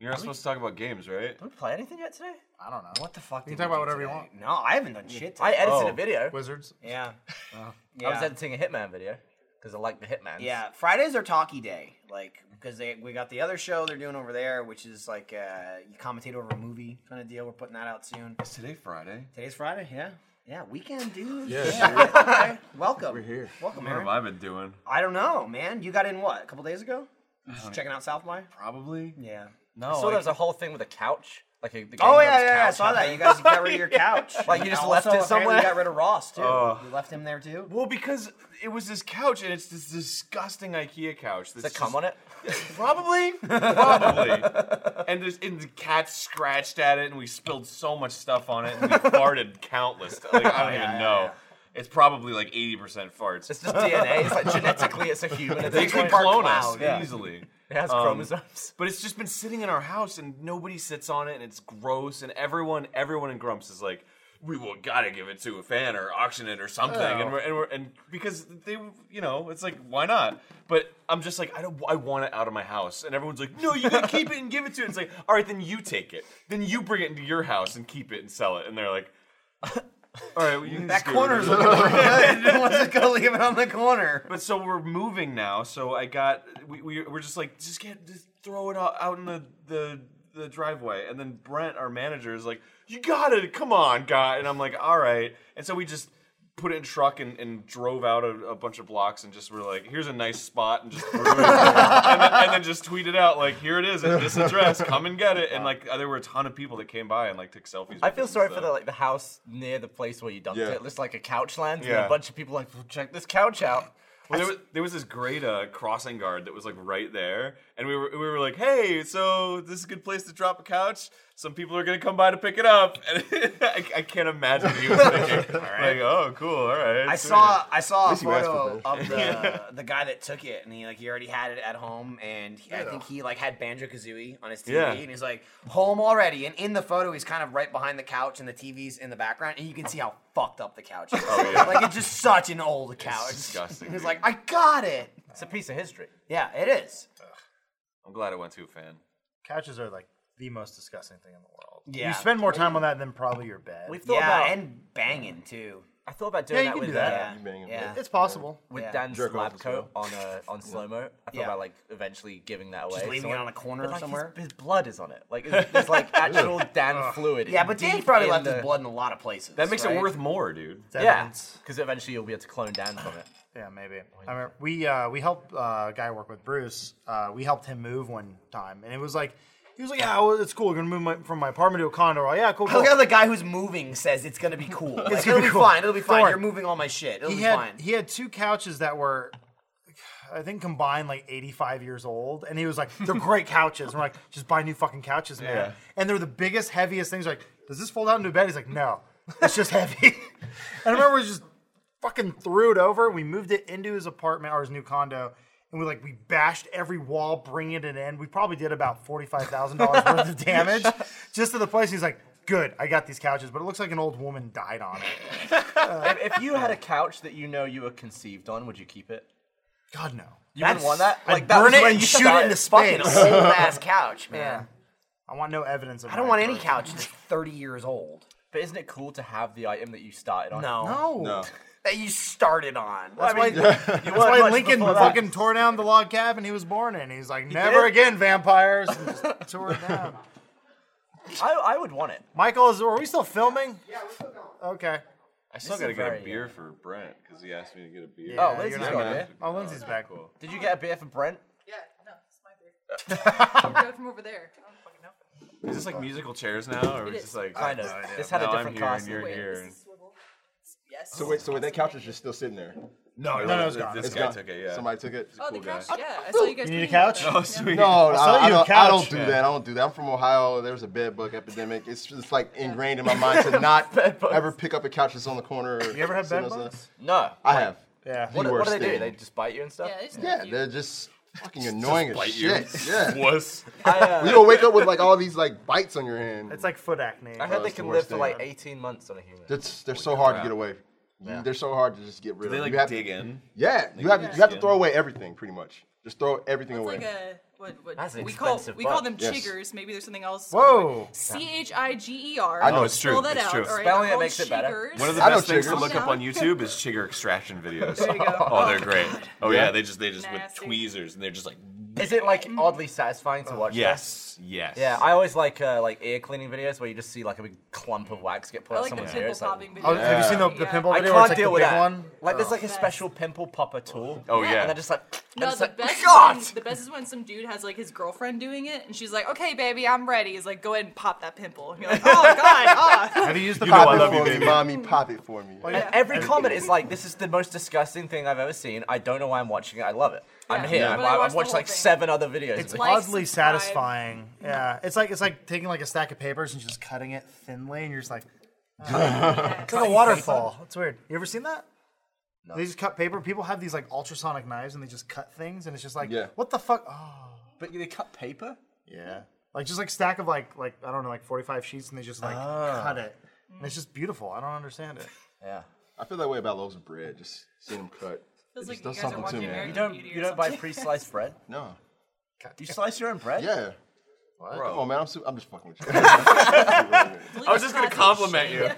S6: You're not supposed to talk about games, right?
S4: Did we play anything yet today?
S2: I don't know.
S1: What the fuck?
S2: You can
S1: did
S2: talk about
S1: we do
S2: whatever you
S1: today?
S2: want.
S1: No, I haven't done shit.
S4: I
S1: today.
S4: edited
S6: Oh.
S4: a video.
S2: Wizards?
S1: yeah.
S4: I was
S1: Yeah.
S4: editing a Hitman video. because I like the Hitman.
S1: Yeah, Fridays are talkie day, like because they we got the other show they're doing over there, which is like uh, you commentate over a movie kind of deal. We're putting that out soon.
S6: Is today Friday?
S1: Today's Friday, yeah, yeah, weekend, dude.
S8: Yeah,
S1: Yeah. okay. Welcome. We're
S8: here.
S1: Welcome,
S6: What have
S1: Aaron.
S6: I been doing?
S1: I don't know, man. You got in what a couple days ago? Just checking out South by.
S6: Probably.
S1: Yeah.
S4: No, so there's a whole thing with a couch. Like a, the
S1: Oh
S4: Game
S1: yeah,
S4: Grumps
S1: yeah, yeah. I
S4: couch
S1: saw
S4: out
S1: that.
S4: there.
S1: You guys got rid of your couch.
S4: Like, you just left
S1: Also,
S4: it
S1: apparently
S4: somewhere? Oh.
S1: You got rid of Ross too.
S6: Ugh.
S1: you left him there too.
S6: Well, because it was this couch, and it's this disgusting IKEA couch.
S4: Does it come on it?
S6: Probably, probably. and there's and the cat scratched at it, and we spilled so much stuff on it, and we farted countless. Like
S4: Oh,
S6: I don't even know. It's probably like eighty percent farts.
S4: It's just DNA. It's like genetically, it's a human. It's
S6: they
S4: actually
S6: could
S4: part
S6: clone
S4: cloud,
S6: us
S4: yeah.
S6: easily.
S4: It has
S6: Um,
S4: chromosomes.
S6: But it's just been sitting in our house and nobody sits on it and it's gross and everyone everyone in Grumps is like, we will gotta give it to a fan or auction it or something
S1: Oh.
S6: and we're and we're and because they you know it's like why not but I'm just like I don't I want it out of my house and everyone's like no you can keep it and give it to it it's like all right then you take it then you bring it into your house and keep it and sell it and they're like all right well, you can
S1: That
S6: just get rid
S1: corner's
S6: of it."
S1: looking pretty good. You want to go leave it on the corner.
S6: But so we're moving now, so I got we, we we're just like just get just throw it out, out in the, the the driveway, and then Brent, our manager, is like, "You got it, come on, guy," and I'm like, "All right," and so we just put it in a truck and, and drove out a, a bunch of blocks and just were like, "Here's a nice spot," and just threw it, and, then, and then just tweeted out like, "Here it is at this address, come and get it," and like there were a ton of people that came by and like took selfies.
S4: I
S6: with
S4: feel
S6: us and
S4: sorry for
S6: stuff.
S4: the like the house near the place where you dumped
S8: Yeah.
S4: it. It looks like a couch land. And
S6: Yeah.
S4: a bunch of people like check this couch out.
S6: Well, there, was, there was this great uh, crossing guard that was like right there, and we were we were like, "Hey, so this is a good place to drop a couch. Some people are gonna come by to pick it up." And I, I can't imagine what he was thinking. Like, oh, cool, all right.
S1: I saw I saw a
S8: least you asked
S1: photo
S8: for
S1: of the the guy that took it, and he like he already had it at home, and he, I think he like had Banjo Kazooie on his TV,
S6: Yeah.
S1: and he's like home already, and in the photo he's kind of right behind the couch, and the TV's in the background, and you can see how fucked up the couch is.
S6: yeah.
S1: Like it's just such an old couch.
S6: disgusting,
S1: He's
S6: dude.
S1: like, I got it.
S4: It's a piece of history.
S1: Yeah, it is.
S6: I'm glad I went to a fan.
S2: Couches are like the most disgusting thing in the world.
S1: Yeah.
S2: You spend more time on that than probably your bed.
S4: We've thought
S1: Yeah,
S4: about.
S1: and banging too.
S4: I thought about doing
S2: you
S4: that
S2: can
S4: with
S2: do that.
S4: uh,
S8: You bang it.
S1: Yeah.
S2: it's possible.
S4: with
S1: Yeah.
S4: Dan's
S8: Jerk off
S4: lab
S8: as
S4: coat on uh, on slow mo. I thought
S1: Yeah.
S4: about like eventually giving that away.
S1: Just leaving it
S4: someone-
S1: on a corner
S4: But, like,
S1: somewhere?
S4: His, his blood is on it. Like it's, it's like actual Dan fluid.
S1: Yeah, but Dan
S4: Deep
S1: probably
S4: in
S1: left
S4: the-
S1: his blood in a lot of places.
S6: That makes
S1: right?
S6: it worth more, dude.
S2: It's
S4: Yeah,
S2: evidence.
S4: because eventually you'll be able to clone Dan from it.
S2: Yeah, maybe. I remember we uh, we helped uh, a guy I work with Bruce. Uh, we helped him move one time, and it was like he was like, "Yeah, well, it's cool. We're gonna move my, from my apartment to a condo." We're Like, yeah, cool.
S1: I
S2: cool.
S1: look
S4: Oh.
S1: how the guy who's moving says it's gonna be cool. Like,
S2: gonna
S1: it'll
S2: be
S1: be
S2: cool.
S1: fine. It'll be
S2: Don't
S1: fine.
S2: worry.
S1: You're moving all my shit. It'll
S2: he
S1: be
S2: had
S1: fine.
S2: he had two couches that were. I think combined like 85 years old, and he was like, "They're great couches." And we're like, "Just buy new fucking couches, man."
S6: Yeah.
S2: And they're the biggest, heaviest things. Like, does this fold out into a bed? He's like, "No, it's just heavy." and I remember we just fucking threw it over. We moved it into his apartment or his new condo, and we like we bashed every wall, bringing it in. We probably did about forty five thousand dollars worth of damage just to the place. He's like, "Good, I got these couches," but it looks like an old woman died on it.
S4: if, if you had a couch that you know you were conceived on, would you keep it?
S2: God no.
S4: You wouldn't want that.
S2: I'd
S4: that
S2: burn
S4: was
S2: it
S4: when
S2: and
S4: you
S2: shoot
S4: started.
S2: it into
S1: fucking
S2: space.
S1: old ass couch, man.
S2: Yeah. I want no evidence of
S1: I don't
S2: my
S1: want any
S2: birth.
S1: couch that's 30 years old.
S4: But isn't it cool to have the item that you started on?
S1: No.
S2: No.
S8: No.
S1: That you started on.
S4: Well, I mean, you
S2: That's
S4: weren't
S2: why
S4: much
S2: Lincoln
S4: before that.
S2: fucking tore down the log cabin he was born in. He's like, never again, vampires. and just tore it down.
S4: I, I would want it.
S2: Michael, is, are we still filming? Yeah, we're still going. Okay.
S6: I still
S4: is
S6: gotta get
S4: very, uh,
S6: a beer for Brent because he asked me to get a beer.
S2: Yeah,
S4: oh, Lindsay's
S2: you're not
S4: got a
S2: gonna-
S4: beer.
S2: Oh, Lindsay's back. Cool.
S4: Did you get a beer for Brent?
S3: Yeah, no, it's my beer. I got it from over there. I don't fucking know.
S6: Is this like musical chairs now, or is
S3: is.
S6: just like
S4: Kind of. This had a
S6: Now I'm
S4: different
S6: here and
S4: cost.
S6: you're
S3: Wait,
S6: here.
S3: this
S6: and-
S3: is swivel. Yes.
S8: So wait, so wait, that couch is just still sitting there.
S6: No,
S2: no, it's gone.
S6: This
S8: It's
S6: guy
S8: gone.
S6: took it. Yeah.
S8: Somebody took it.
S3: oh,
S6: cool
S3: the couch.
S6: guy.
S3: Yeah, I saw you guys.
S2: You need a
S3: tweeting about
S2: couch?
S3: that.
S6: Oh, sweet.
S8: No,
S2: sell
S8: I, I
S2: you a
S8: don't, I
S2: couch.
S8: don't do
S6: Yeah.
S8: that. I don't do that. I'm from Ohio. There was a bed bug epidemic. It's just like ingrained in my mind to not ever pick up a couch that's on the corner.
S2: You ever had bed bugs?
S4: No.
S8: I have.
S2: Yeah.
S8: The
S4: What, what do
S8: worst
S4: they do?
S8: thing.
S4: They just bite you and stuff.
S3: Yeah, it's
S8: Yeah,
S3: cute.
S8: they're just fucking annoying as
S6: bite you.
S8: shit. Yeah.
S6: Wuss.
S3: uh,
S8: you don't wake up with like all these like bites on your hand.
S2: It's like foot acne.
S4: I heard they
S8: it's the
S4: can live
S8: worst
S4: for
S8: thing.
S4: like 18 months on a human.
S8: That's- they're so hard to
S6: crap.
S8: get away. They're so hard to just get rid
S6: They
S8: of.
S6: like
S8: you have
S6: dig in.
S8: Yeah, you have you have to
S6: yeah.
S8: throw away everything pretty much. Just throw everything
S3: It's
S8: away.
S3: like a what, what
S4: That's an
S3: we call
S4: expensive
S3: we call
S4: bug.
S3: them
S8: Yes.
S3: chiggers. Maybe there's something else.
S2: Whoa.
S3: C H I G E R.
S8: I know,
S6: it's true,
S3: Spell that
S6: it's
S3: out.
S6: true.
S3: All right,
S4: Spelling
S3: they're
S4: it
S3: called
S4: makes it better.
S3: chiggers.
S6: One of the
S8: I know
S6: best things to
S8: chiggers.
S6: look up on YouTube is chigger extraction videos. Oh, they're great. Oh yeah, they just they just with
S3: Nasty.
S6: tweezers and they're just like
S4: Is it like oddly satisfying to watch?
S6: yes, yes.
S4: this? Yeah, I always like uh, like ear cleaning videos where you just see like a big clump of wax get put
S3: I
S4: on
S3: like the
S4: someone's
S3: pimple
S4: ear. It's like-
S3: popping video.
S2: Oh, Have you seen the, the
S3: Yeah.
S2: pimple
S4: I
S2: video?
S4: can't
S2: where it's, like,
S4: deal
S2: the
S4: with
S2: big
S4: that.
S2: One?
S4: Like there's like a
S3: Best.
S4: special pimple popper tool.
S6: Oh yeah.
S4: And I just like and
S3: No,
S4: it's
S3: the
S4: like,
S3: best.
S4: God.
S3: Is when, the best is when some dude has like his girlfriend doing it, and she's like, "Okay, baby, I'm ready." He's like, "Go ahead and pop that pimple." And you're like, "Oh God, ah."
S2: Have you used the
S6: You know I
S2: pop-
S6: love
S8: Pop
S6: you,
S8: it for
S6: baby.
S8: me, mommy. Pop it for me.
S4: And every comment is like, "This is the most disgusting thing I've ever seen. I don't know why I'm watching it. I love it. I'm
S3: Yeah.
S4: here.
S3: Yeah.
S4: I'm,
S3: But I
S4: I've
S3: watched the
S4: watched
S3: whole
S4: like
S3: thing.
S4: seven other videos."
S2: It's
S4: of it.
S3: like
S2: oddly
S3: subscribe.
S2: satisfying. Yeah, it's like it's like taking like a stack of papers and just cutting it thinly, and you're just like, "Ah." it's like a waterfall. It's weird. You ever seen that? They just cut paper. People have these like ultrasonic knives, and they just cut things, and it's just like,
S8: Yeah.
S2: what the fuck? Oh,
S4: but they cut paper.
S2: yeah. Like just like stack of like like I don't know like 45 sheets, and they just like cut it, and it's just beautiful. I don't understand it.
S4: Yeah.
S8: I feel that way about loaves of bread. Just seeing them cut. It
S3: Feels
S8: just
S3: like
S8: does
S3: you guys are
S8: something to
S3: watching
S8: me.
S3: American
S4: You don't
S3: Beauty or
S4: you don't buy
S3: something.
S4: pre-sliced bread.
S8: No.
S4: You slice your own bread.
S8: Yeah. Come
S6: Bro.
S8: on, man. I'm, su- I'm just fucking with you.
S6: I was just gonna compliment you.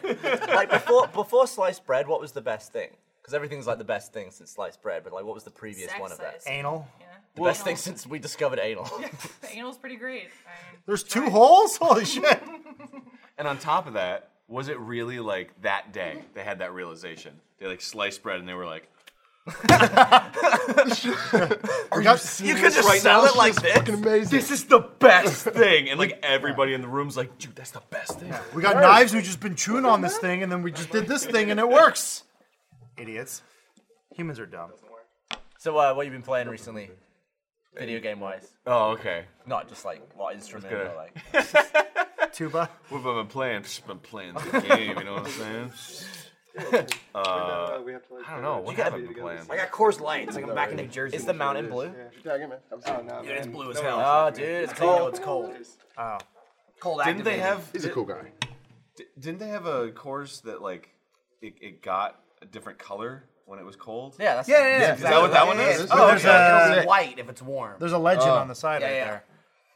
S4: like before before sliced bread, what was the best thing? Because everything's like the best thing since sliced bread, but like what was the previous
S3: Sex
S4: one of that?
S3: size.
S2: Anal.
S3: Yeah.
S4: The best thing since we discovered anal.
S3: The anal's pretty great. I mean,
S2: There's two holes. Holy shit.
S6: And on top of that, was it really like that day they had that realization? They like sliced bread and they were like,
S2: Are you
S6: "You could just sell it like this.
S8: fucking amazing.
S6: This is the best thing." And like everybody in the room's like, "Dude, that's the best thing."
S2: We got knives. We've just been chewing on this thing, and then we just did this thing, and it works. Idiots. Humans are dumb.
S4: so uh, what you been playing recently, video game wise?
S6: Oh, okay.
S4: Not just like what instrument
S6: That's
S4: or
S6: good.
S4: like.
S2: Tuba.
S6: What have I been playing? Just been playing the game. You know what I'm saying? Uh,
S9: we have to like.
S6: I don't know. What have I been playing?
S1: I got Coors Light. It's like I'm back in New Jersey.
S4: Is the mountain blue?
S8: Yeah, get me. I'm
S9: no,
S1: Dude, it's
S9: man.
S1: blue as hell.
S4: Oh, dude, it's cold.
S1: it's cold.
S2: Oh.
S1: Cold
S6: Didn't they
S1: activated.
S6: have?
S8: He's a cool guy.
S6: di- Didn't they have a course that like it, it got a different color when it was cold?
S4: Yeah, that's
S1: Yeah, yeah, yeah.
S8: Is
S1: exactly.
S8: that what that one
S1: Yeah,
S8: is?
S1: yeah,
S8: Oh,
S1: yeah.
S2: there's
S1: It'll
S2: a-
S1: be white if it's warm.
S2: There's a legend on the side
S1: Oh. Yeah,
S2: right
S1: yeah.
S2: there.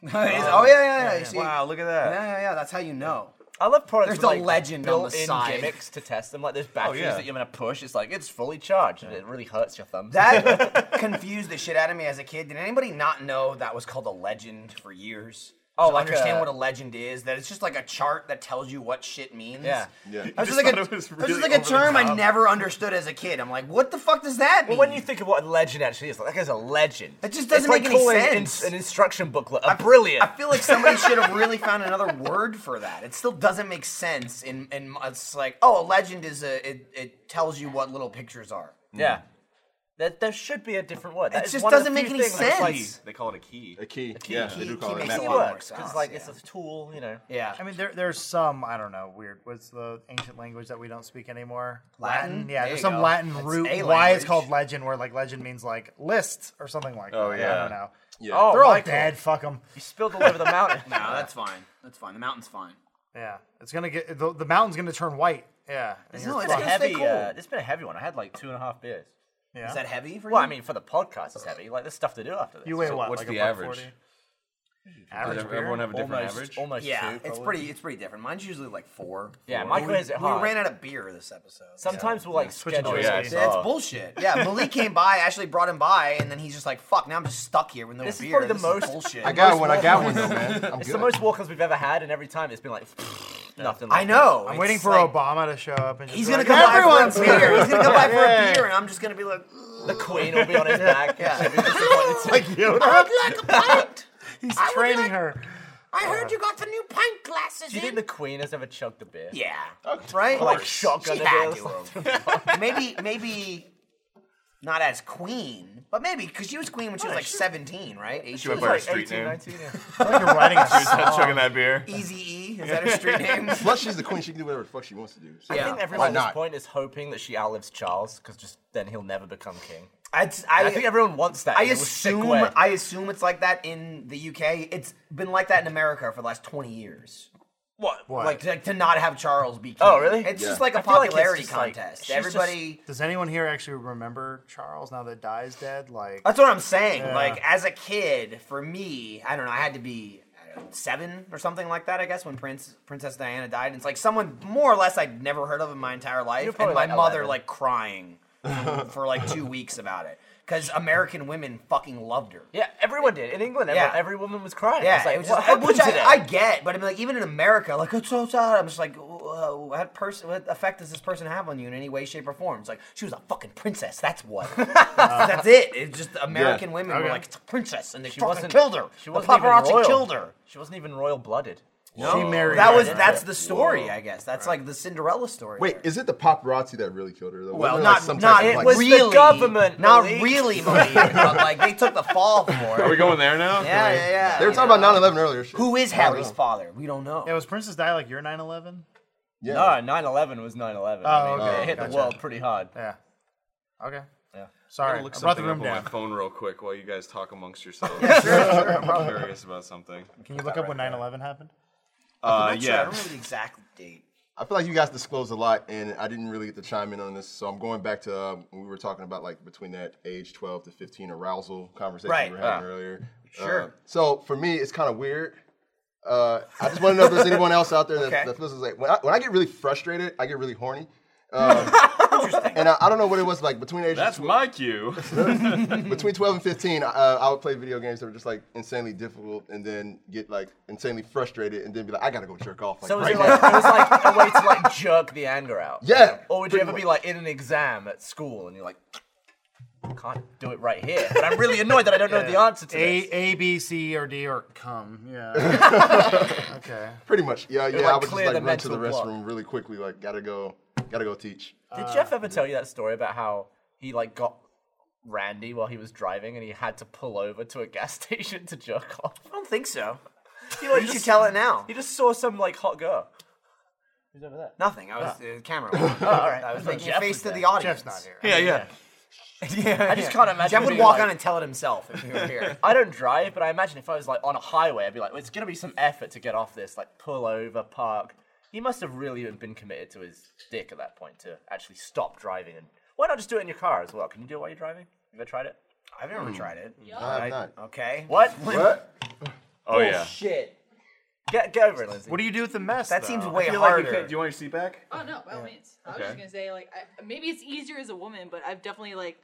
S1: It's- oh yeah, yeah, yeah. You see?
S6: Wow, look at that.
S1: Yeah, yeah, yeah. That's how you know.
S4: I love products.
S1: There's
S4: with,
S1: a
S4: like,
S1: legend on the
S4: built-in
S1: side.
S4: gimmicks to test them. Like there's batteries
S6: yeah.
S4: that you're gonna push. It's like it's fully charged and it really hurts your thumb.
S1: That confused the shit out of me as a kid. Did anybody not know that was called a legend for years?
S4: Oh,
S1: Oh,
S4: like
S1: understand
S4: a-
S1: what a legend is? That it's just like a chart that tells you what shit means.
S4: Yeah.
S8: Yeah.
S1: That's
S6: just
S1: just like a,
S6: thought it was
S1: that was just
S6: really
S1: like a
S6: over the
S1: term I
S6: top.
S1: never understood as a kid. I'm like, what the fuck does that mean?
S4: Well, when you think of what a legend actually is, like, that guy's a legend.
S1: That just
S4: It's
S1: doesn't
S4: like
S1: make any
S4: calling an
S1: sense.
S4: ins- An, instruction booklet, a brilliant.
S1: I feel like somebody should have really found another word for that. It still doesn't make sense. In in it's like, oh, a legend is a it, it tells you what little pictures are.
S4: Yeah. There, there should be a different word. That
S1: It
S4: is
S1: just
S4: one of
S1: doesn't
S4: the
S1: make
S4: few
S1: any
S4: things that's
S6: Key.
S1: sense.
S6: They call it a key.
S8: A key. Yeah, they do call it
S1: key
S8: a
S1: makes it
S4: Like,
S8: map.
S1: lot
S4: it
S1: more
S4: works
S1: sense,
S4: because like
S1: yeah.
S4: it's a tool, you know.
S1: Yeah.
S2: I mean, there, there's some I don't know weird. What's the ancient language that we don't speak anymore?
S1: Latin?
S2: Yeah,
S1: There
S2: there's
S1: you
S2: some
S1: go.
S2: Latin
S1: That's
S2: root.
S1: a
S2: Why
S1: language.
S2: it's called legend? Where like legend means like list or something like
S6: Oh,
S2: that. I
S6: yeah.
S2: don't know.
S8: Yeah.
S4: Oh,
S2: They're all
S4: Michael,
S2: dead. Fuck them.
S4: You spilled all over the mountain.
S1: no, that's fine. That's fine. The mountain's fine.
S2: Yeah, it's gonna get the, the mountain's gonna turn white. Yeah. And
S4: This
S2: you're
S1: it's
S4: has been
S2: fucked.
S4: a
S1: gonna stay
S4: heavy. Uh,
S1: cold.
S4: it's been a heavy one. I had like two and a half beers.
S2: yeah.
S1: Is that heavy for you?
S4: Well, I mean, for the podcast, it's heavy. Like, there's stuff to do after this.
S2: you weigh
S4: So
S2: what?
S6: what's
S2: like
S6: the
S2: a buck
S6: average?
S2: 40? Average
S6: Does
S2: beer?
S6: everyone have a different
S4: almost,
S6: average?
S4: almost two,
S1: yeah, it's
S4: probably.
S1: pretty. It's pretty different. Mine's usually like four.
S4: Yeah,
S1: four.
S4: mine
S1: We-
S4: weighs it
S1: We
S4: hard.
S1: ran out of beer this episode.
S4: Sometimes we'll like
S2: Switch it
S4: schedule.
S2: to
S6: Oh, yeah,
S2: whiskey.
S6: I
S1: That's
S6: saw.
S1: bullshit. Yeah, Malik came by, actually brought him by, and then he's just like, "Fuck, now I'm just stuck here with no
S4: This is
S1: beer."
S4: probably the most-
S1: bullshit.
S8: I got one. I got one though, man. I'm
S4: It's
S8: good.
S4: the most walk-ons we've ever had, and every time it's been like nothing.
S1: I know.
S2: I'm
S1: it's
S2: waiting for
S1: like-
S2: Obama to show up and just
S1: He's
S2: be
S1: gonna
S2: like,
S1: come by
S2: everyone's
S1: for a beer.
S2: here.
S1: He's gonna come by for
S2: Yeah.
S1: a beer, and I'm just gonna be like,
S4: The queen will be on his back.
S1: Yeah.
S4: She'll be disappointed too.
S1: "I'd like a pint.
S2: He's
S1: I would
S2: training
S1: like-
S2: her.
S1: I heard you got the new pint glasses
S4: Do you think
S1: in."
S4: the queen has ever chugged a beer?
S1: yeah, right.
S4: Like shotgun
S1: She
S4: a
S1: had
S4: beer. or
S1: to
S4: something?
S1: maybe maybe not as queen, but maybe because she was queen when she was
S4: Oh,
S1: like 17, right? 18.
S6: She went by her street
S4: 18,
S6: name.
S4: 19, yeah.
S2: I feel like you're writing a song.
S6: Stop chugging that beer.
S1: Easy E is that her street name?
S8: Plus, she's the queen. She can do whatever the fuck she wants to do. So.
S1: Yeah.
S4: I think everyone at this
S8: not?
S4: point is hoping that she outlives Charles, because just then he'll never become king.
S1: I,
S4: I, think everyone wants that.
S1: I
S4: in a sick
S1: assume
S4: way.
S1: I assume it's like that in the UK. It's been like that in America for the last 20 years.
S4: What?
S2: What?
S1: Like, to, to not have Charles be king.
S4: Oh, really?
S1: It's
S8: Yeah.
S1: just like a
S4: I feel like it's
S1: popularity
S4: just like-
S1: contest.
S4: she's just-
S1: Everybody.
S2: Does anyone here actually remember Charles now that Di's dead? Like,
S1: That's what I'm saying.
S2: Yeah.
S1: Like as a kid, for me, I don't know. I had to be I don't know, seven or something like that. I guess when Prince Princess Diana died, and it's like someone more or less I'd never heard of in my entire
S4: You're
S1: life, and
S4: probably
S1: my
S4: like
S1: mother
S4: 11.
S1: like crying for, for, like two weeks about it because American women fucking loved her.
S4: Yeah, everyone did in England. Every,
S1: Yeah.
S4: every woman was crying.
S1: Yeah,
S4: it's like,
S1: it was
S4: what
S1: just,
S4: happened
S1: which
S4: to
S1: I,
S4: them?
S1: I get, but I mean, like even in America, like it's so sad. I'm just like, whoa, what person, what effect does this person have on you in any way, shape, or form? It's like she was a fucking princess. That's what. that's, that's it. It's just American women were
S2: Okay.
S1: like it's a princess, and they
S4: She
S1: fucking
S4: wasn't-
S1: killed her.
S4: she
S1: the
S4: wasn't even royal.
S1: paparazzi killed her.
S4: She wasn't even royal blooded.
S2: she married.
S1: That was
S2: him.
S1: that's the story, I guess. That's like the Cinderella story.
S8: Wait, is it the paparazzi that really killed her? though?
S1: well,
S8: Wasn't
S1: not
S8: it, like, some
S1: not
S8: type of,
S1: it
S8: like-
S1: was
S4: the
S1: really,
S4: government,
S1: Not
S4: Malik.
S1: really, Malik, but like they took the fall for
S6: Are we
S1: it.
S6: going there now?
S1: Yeah, yeah, yeah.
S8: They were
S1: you
S8: talking
S1: know.
S8: about 9/11 earlier. Shit.
S1: who is Harry's father. We don't know.
S2: Yeah, was Princess Di like your 9/11?
S8: Yeah.
S4: No, 9-11 Oh, was 9-11. I
S2: Oh,
S4: mean,
S2: okay,
S4: It hit
S2: gotcha.
S4: the world pretty hard.
S2: Yeah. Okay.
S4: Yeah.
S2: Sorry,
S6: I'll look
S2: I brought the
S6: something up
S2: room
S6: on
S2: down.
S6: my phone real quick while you guys talk amongst yourselves. I'm curious about something.
S2: Can you look up when 9/11 happened?
S6: Uh,
S1: Not sure. I
S6: yeah.
S1: don't remember the exact date.
S8: I feel like you guys disclosed a lot, and I didn't really get to chime in on this, so I'm going back to um, when we were talking about like between that age 12 to 15 arousal conversation
S1: Right.
S8: we were having
S6: Ah.
S8: earlier.
S1: Sure.
S8: Uh, so for me, it's kind of weird. Uh, I just want to know if there's anyone else out there that,
S1: Okay.
S8: that feels this like when I, when I get really frustrated, I get really horny. Um, and I, I don't know what it was like between ages
S6: That's my cue.
S8: between 12 and 15 uh, i would play video games that were just like insanely difficult and then get like insanely frustrated and then be like i gotta go jerk off like,
S4: So was
S8: right
S4: it, like,
S8: now.
S4: it was like a way to like jerk the anger out.
S8: yeah
S4: Or would you
S8: pretty
S4: ever be
S8: much.
S4: like in an exam at school and you're like, can't do it right here, but I'm really annoyed that I don't know the answer to
S2: A
S4: this.
S2: A B C or D or come. Yeah. okay.
S8: pretty much yeah yeah
S4: would,
S8: i
S4: like,
S8: would just
S4: clear
S8: like
S4: the
S8: run to the
S4: mental block.
S8: restroom really quickly like gotta go gotta go teach
S4: Did Jeff ever tell you that story about how he like got randy while he was driving and he had to pull over to a gas station to jerk off?
S1: I don't think so.
S4: He, like,
S1: You should
S4: just-
S1: tell it now.
S4: He just saw some like hot girl. Who's over there?
S1: Nothing. I was uh, camera. I
S4: Ah. all right. I was
S1: was
S4: like,
S1: making
S4: Jeff
S1: face
S4: was
S1: to
S4: there.
S1: the audience.
S2: Jeff's not here.
S6: yeah, yeah.
S1: yeah, I
S4: just can't imagine
S1: Jeff would
S4: being
S1: walk
S4: like-
S1: on and tell it himself if he were here.
S4: I don't drive, but I imagine if I was like on a highway, I'd be like, well, it's gonna be some effort to get off this, like pull over, park. He must have really been committed to his dick at that point to actually stop driving. And why not just do it in your car as well? Can you do it while you're driving? Have you ever tried it?
S1: I've never tried it.
S8: i have not
S1: Okay.
S4: What?
S8: what
S6: Oh yeah.
S1: Shit.
S4: Get, get over it, Lindsay.
S2: What do you do with the mess?
S1: That
S2: though?
S1: seems way
S6: I feel like you
S1: harder.
S6: could- do you want your seat back?
S3: Oh no, by all means. I was just
S6: Okay.
S3: gonna say like I, maybe it's easier as a woman, but I've definitely like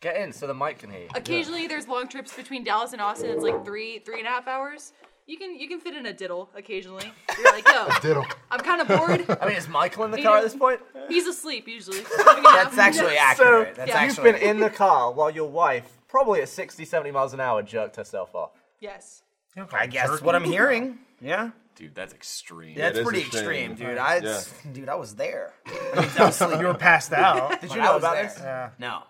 S4: Get in so the mic can hear you.
S3: occasionally there's long trips between Dallas and Austin. It's like three three and a half hours. You can you can fit in a diddle occasionally. You're like yo,
S8: diddle
S3: I'm kind of bored.
S4: I mean, is Michael in the car at this point?
S3: He's asleep usually. That's
S1: That's actually accurate. That's
S3: Yeah.
S4: You've
S1: actually.
S4: been in the car while your wife, probably at 60, 70 miles an hour, jerked herself off.
S3: yes.
S1: I guess what I'm hearing. Yeah.
S6: Dude, that's extreme.
S1: That's
S8: it is
S1: pretty
S8: extreme.
S1: extreme, dude. I, dude, I was there. I was asleep.
S2: You were passed out.
S4: Did
S1: But
S4: you
S1: I
S4: know
S1: was
S4: about
S1: there.
S4: this?
S1: No,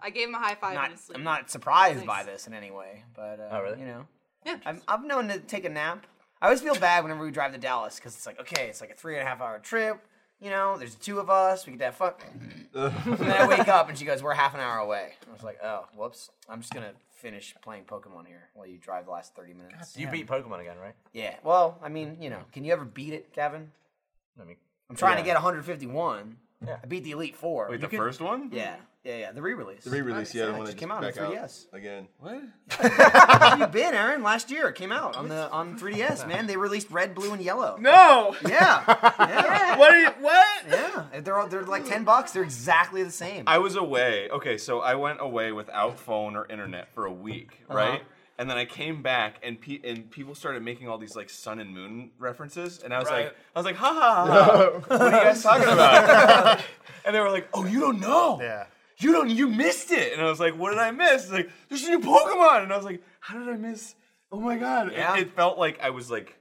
S3: I gave him a high five
S1: not,
S3: and he's asleep.
S1: I'm not surprised by
S3: Nice.
S1: this in any way, but uh,
S4: Oh, really?
S1: you know,
S3: Yeah.
S1: I'm, I'm known to take a nap. I always feel bad whenever we drive to Dallas because it's like, okay, it's like a three and a half hour trip. You know, there's two of us. We get that fuck. and then I wake up and she goes, "We're half an hour away." I was like, "Oh, whoops! I'm just gonna finish playing Pokemon here while you drive the last thirty minutes."
S4: You beat Pokemon again, right?
S1: Yeah. Well, I mean, you know, can you ever beat it, Gavin?
S4: I mean,
S1: I'm trying to get 151. I beat the Elite Four.
S6: Wait, the first one?
S1: yeah, yeah, yeah. The re-release. The
S8: re-release yeah the one
S1: it
S8: that
S1: just came out on
S8: back
S1: 3DS.
S8: again
S6: What?
S1: you been, Aaron? Last year, it came out on the on 3DS. Man, they released red, blue, and yellow.
S6: No.
S1: Yeah, yeah,
S6: What? Are you, what?
S1: yeah. They're all, they're like ten bucks. They're exactly the same.
S6: I was away. Okay, so I went away without phone or internet for a week,
S4: Uh-huh.
S6: right? And then I came back, and pe- and people started making all these like sun and moon references, and I was like,
S4: Right.
S6: I was like, ha ha, ha, ha. what are you guys talking about? and they were like, oh, you don't know,
S2: Yeah.
S6: you don't, you missed it. And I was like, what did I miss? It's like, there's a new Pokemon, and I was like, how did I miss? Oh my god! It-
S1: Yeah.
S6: It, felt like I was like.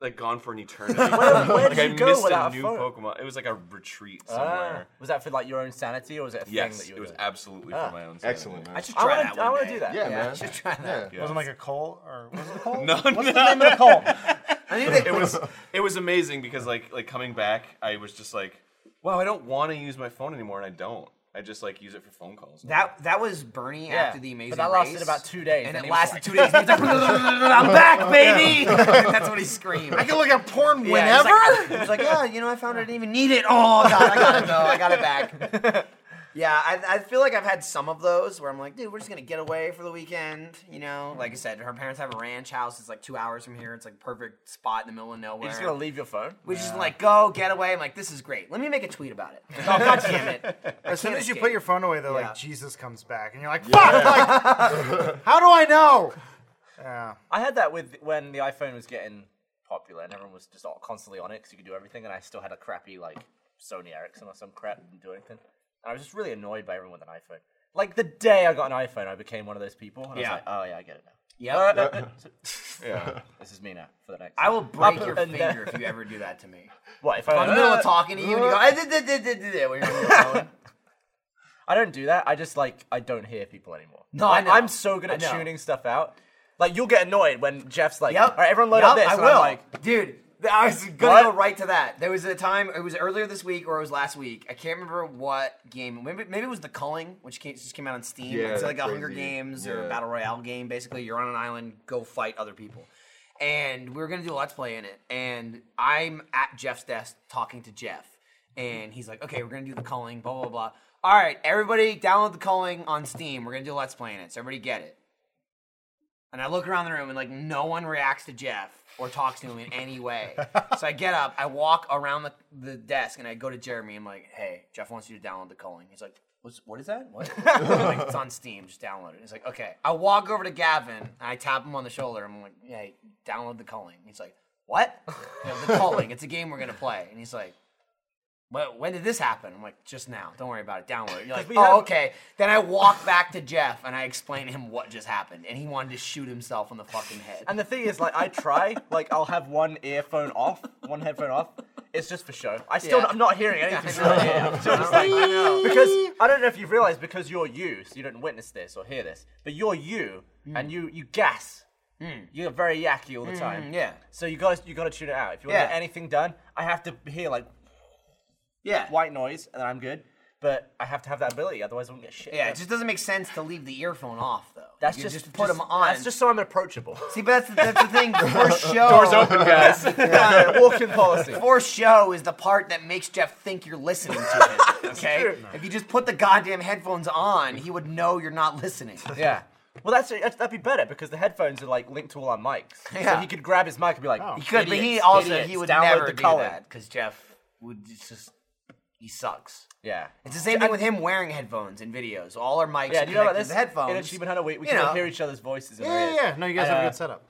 S6: Like gone for an eternity.
S4: where
S6: like
S4: did
S6: I
S4: you go
S6: missed a
S4: without a
S6: new
S4: phone?
S6: Pokemon. It was like a retreat
S4: Ah,
S6: somewhere.
S4: was that for like your own sanity, or was it a thing
S6: yes,
S4: that you
S6: it
S4: were
S6: was
S4: doing? Ah.
S6: absolutely for my own. sanity.
S8: excellent man.
S1: I should
S4: I
S1: try
S4: wanna-
S1: that. one
S4: I wanna
S1: day.
S4: do that.
S8: yeah, man
S1: I should try that.
S8: Yeah.
S2: Wasn't like a coal or was it a coal?
S6: No, no.
S1: I'm gonna call. I knew
S6: it
S1: that.
S6: was it was amazing because like like coming back, I was just like, wow, I don't want to use my phone anymore, and I don't. I just like use it for phone calls.
S1: That that was Bernie after the Amazing
S4: But that lasted
S1: Race,
S4: about two days.
S1: and
S4: then
S1: it
S4: he was
S1: lasted
S4: like-
S1: two days. He was like, I'm back, baby. That's what he screamed.
S2: I can look at porn
S1: Yeah,
S2: whenever.
S1: He's like, he's like, yeah, you know, I found it. I didn't even need it. Oh god, I got it though. I got it back. Yeah, I, I feel like I've had some of those where I'm like, dude, we're just gonna get away for the weekend. You know, like I said, her parents have a ranch house. It's like two hours from here. It's like perfect spot in the middle of nowhere.
S4: You're just gonna leave your phone?
S1: we just like go get away. I'm like, this is great. Let me make a tweet about it. Oh god damn it!
S2: As soon
S1: can't
S2: as you
S1: escape.
S2: put your phone away, they're
S1: Yeah.
S2: like, Jesus comes back. And you're like, fuck! Like, how do I know? Yeah.
S4: I had that with when the iPhone was getting popular and everyone was just all constantly on it because you could do everything, and I still had a crappy like Sony Ericsson or some crap didn't do anything. And I was just really annoyed by everyone with an iPhone. Like the day I got an iPhone, I became one of those people. And
S1: Yeah.
S4: I was like, oh yeah, I get it now.
S1: Yeah,
S6: Yeah.
S4: This is me now for the next.
S1: I will break
S4: Up
S1: your
S4: and down.
S1: finger if you ever do that to me.
S4: What if
S1: I'm in the middle
S4: I?
S1: of talking to you and you go, I did, did, did, did, did, did, when you're on your phone.
S4: I don't do that. I just like I don't hear people anymore.
S1: No, I
S4: I,
S1: know.
S4: I'm so good
S1: I
S4: at
S1: know.
S4: tuning stuff out. Like you'll get annoyed when Jeff's like,
S1: Yep.
S4: "All right, everyone load up
S1: Yep,
S4: this."
S1: I
S4: and
S1: will.
S4: I'm like,
S1: Dude, th- I was gonna
S4: What?
S1: go right to that. There was a time. It was earlier this week or it was last week. I can't remember what game. Maybe maybe it was The Culling, which came, just came out on Steam.
S8: Yeah,
S1: it's like a
S8: crazy.
S1: Hunger Games or
S8: Yeah.
S1: a battle royale game. Basically, you're on an island, go fight other people. And we were gonna do a let's play in it. And I'm at Jeff's desk talking to Jeff, and he's like, "Okay, we're gonna do The Culling, blah blah blah." All right, everybody, download The Culling on Steam. We're gonna do a let's play in it. So everybody get it. And I look around the room and like no one reacts to Jeff or talks to him in any way. so I get up, I walk around the, the desk and I go to Jeremy. I'm like, hey, Jeff wants you to download the calling. He's like, What's, what is that? What? I'm like, it's on Steam. Just download it. He's like, okay. I walk over to Gavin and I tap him on the shoulder. I'm like, hey, download the calling. He's like, what? You know, the calling. It's a game we're gonna play. And he's like, well, when did this happen? I'm like, just now. Don't worry about it. Download. it." You're like,
S4: We
S1: oh,
S4: have-
S1: okay. Then I walk back to Jeff and I explain to him what just happened, and he wanted to shoot himself in the fucking head.
S4: And the thing is, like, I try, like, I'll have one earphone off, one headphone off. It's just for show. I still,
S1: Yeah.
S4: I'm not hearing anything.
S1: I know.
S4: from here. I'm just
S1: I
S4: like,
S1: know. I know.
S4: because I don't know if you've realized, because you're you, so you don't witness this or hear this, but you're you,
S1: Hmm.
S4: and you you gas. You're very yacky all the time.
S1: yeah.
S4: So you gotta you gotta tune it out. If you want to
S1: Yeah.
S4: get anything done, I have to hear like
S1: yeah.
S4: white noise, and I'm good. But I have to have that ability, otherwise I won't get shit.
S1: Yeah,
S4: done.
S1: it just doesn't make sense to leave the earphone off though.
S4: that's
S1: You
S4: just,
S1: put
S4: just-
S1: them on.
S4: That's just so I'm approachable.
S1: See, but that's the, that's the thing. For show,
S6: guys.
S4: Walking policy.
S1: for show is the part that makes Jeff think you're listening to him. Okay, if you just put the goddamn headphones on, he would know you're not listening.
S4: Yeah. Well, that's, that's that'd be better because the headphones are like linked to all our mics, so
S1: Yeah.
S4: he could grab his mic and be like,
S2: Oh.
S1: He could, but he
S4: "Idiots,
S1: also
S4: idiots,
S1: he would
S4: download
S1: never
S4: the
S1: do
S4: color."
S1: that because Jeff would it's just he sucks.
S4: Yeah.
S1: It's the same thing with him wearing headphones in videos. All our mics
S4: Yeah.
S1: are
S4: Do you know about
S1: connected
S4: this?
S1: to the headphones.
S4: In Achievement Hunter, we, we
S1: You
S4: can
S1: know.
S4: hear each other's voices. In our
S2: Yeah, yeah,
S4: ears.
S2: yeah. No, you guys have a
S4: Uh,
S2: good setup.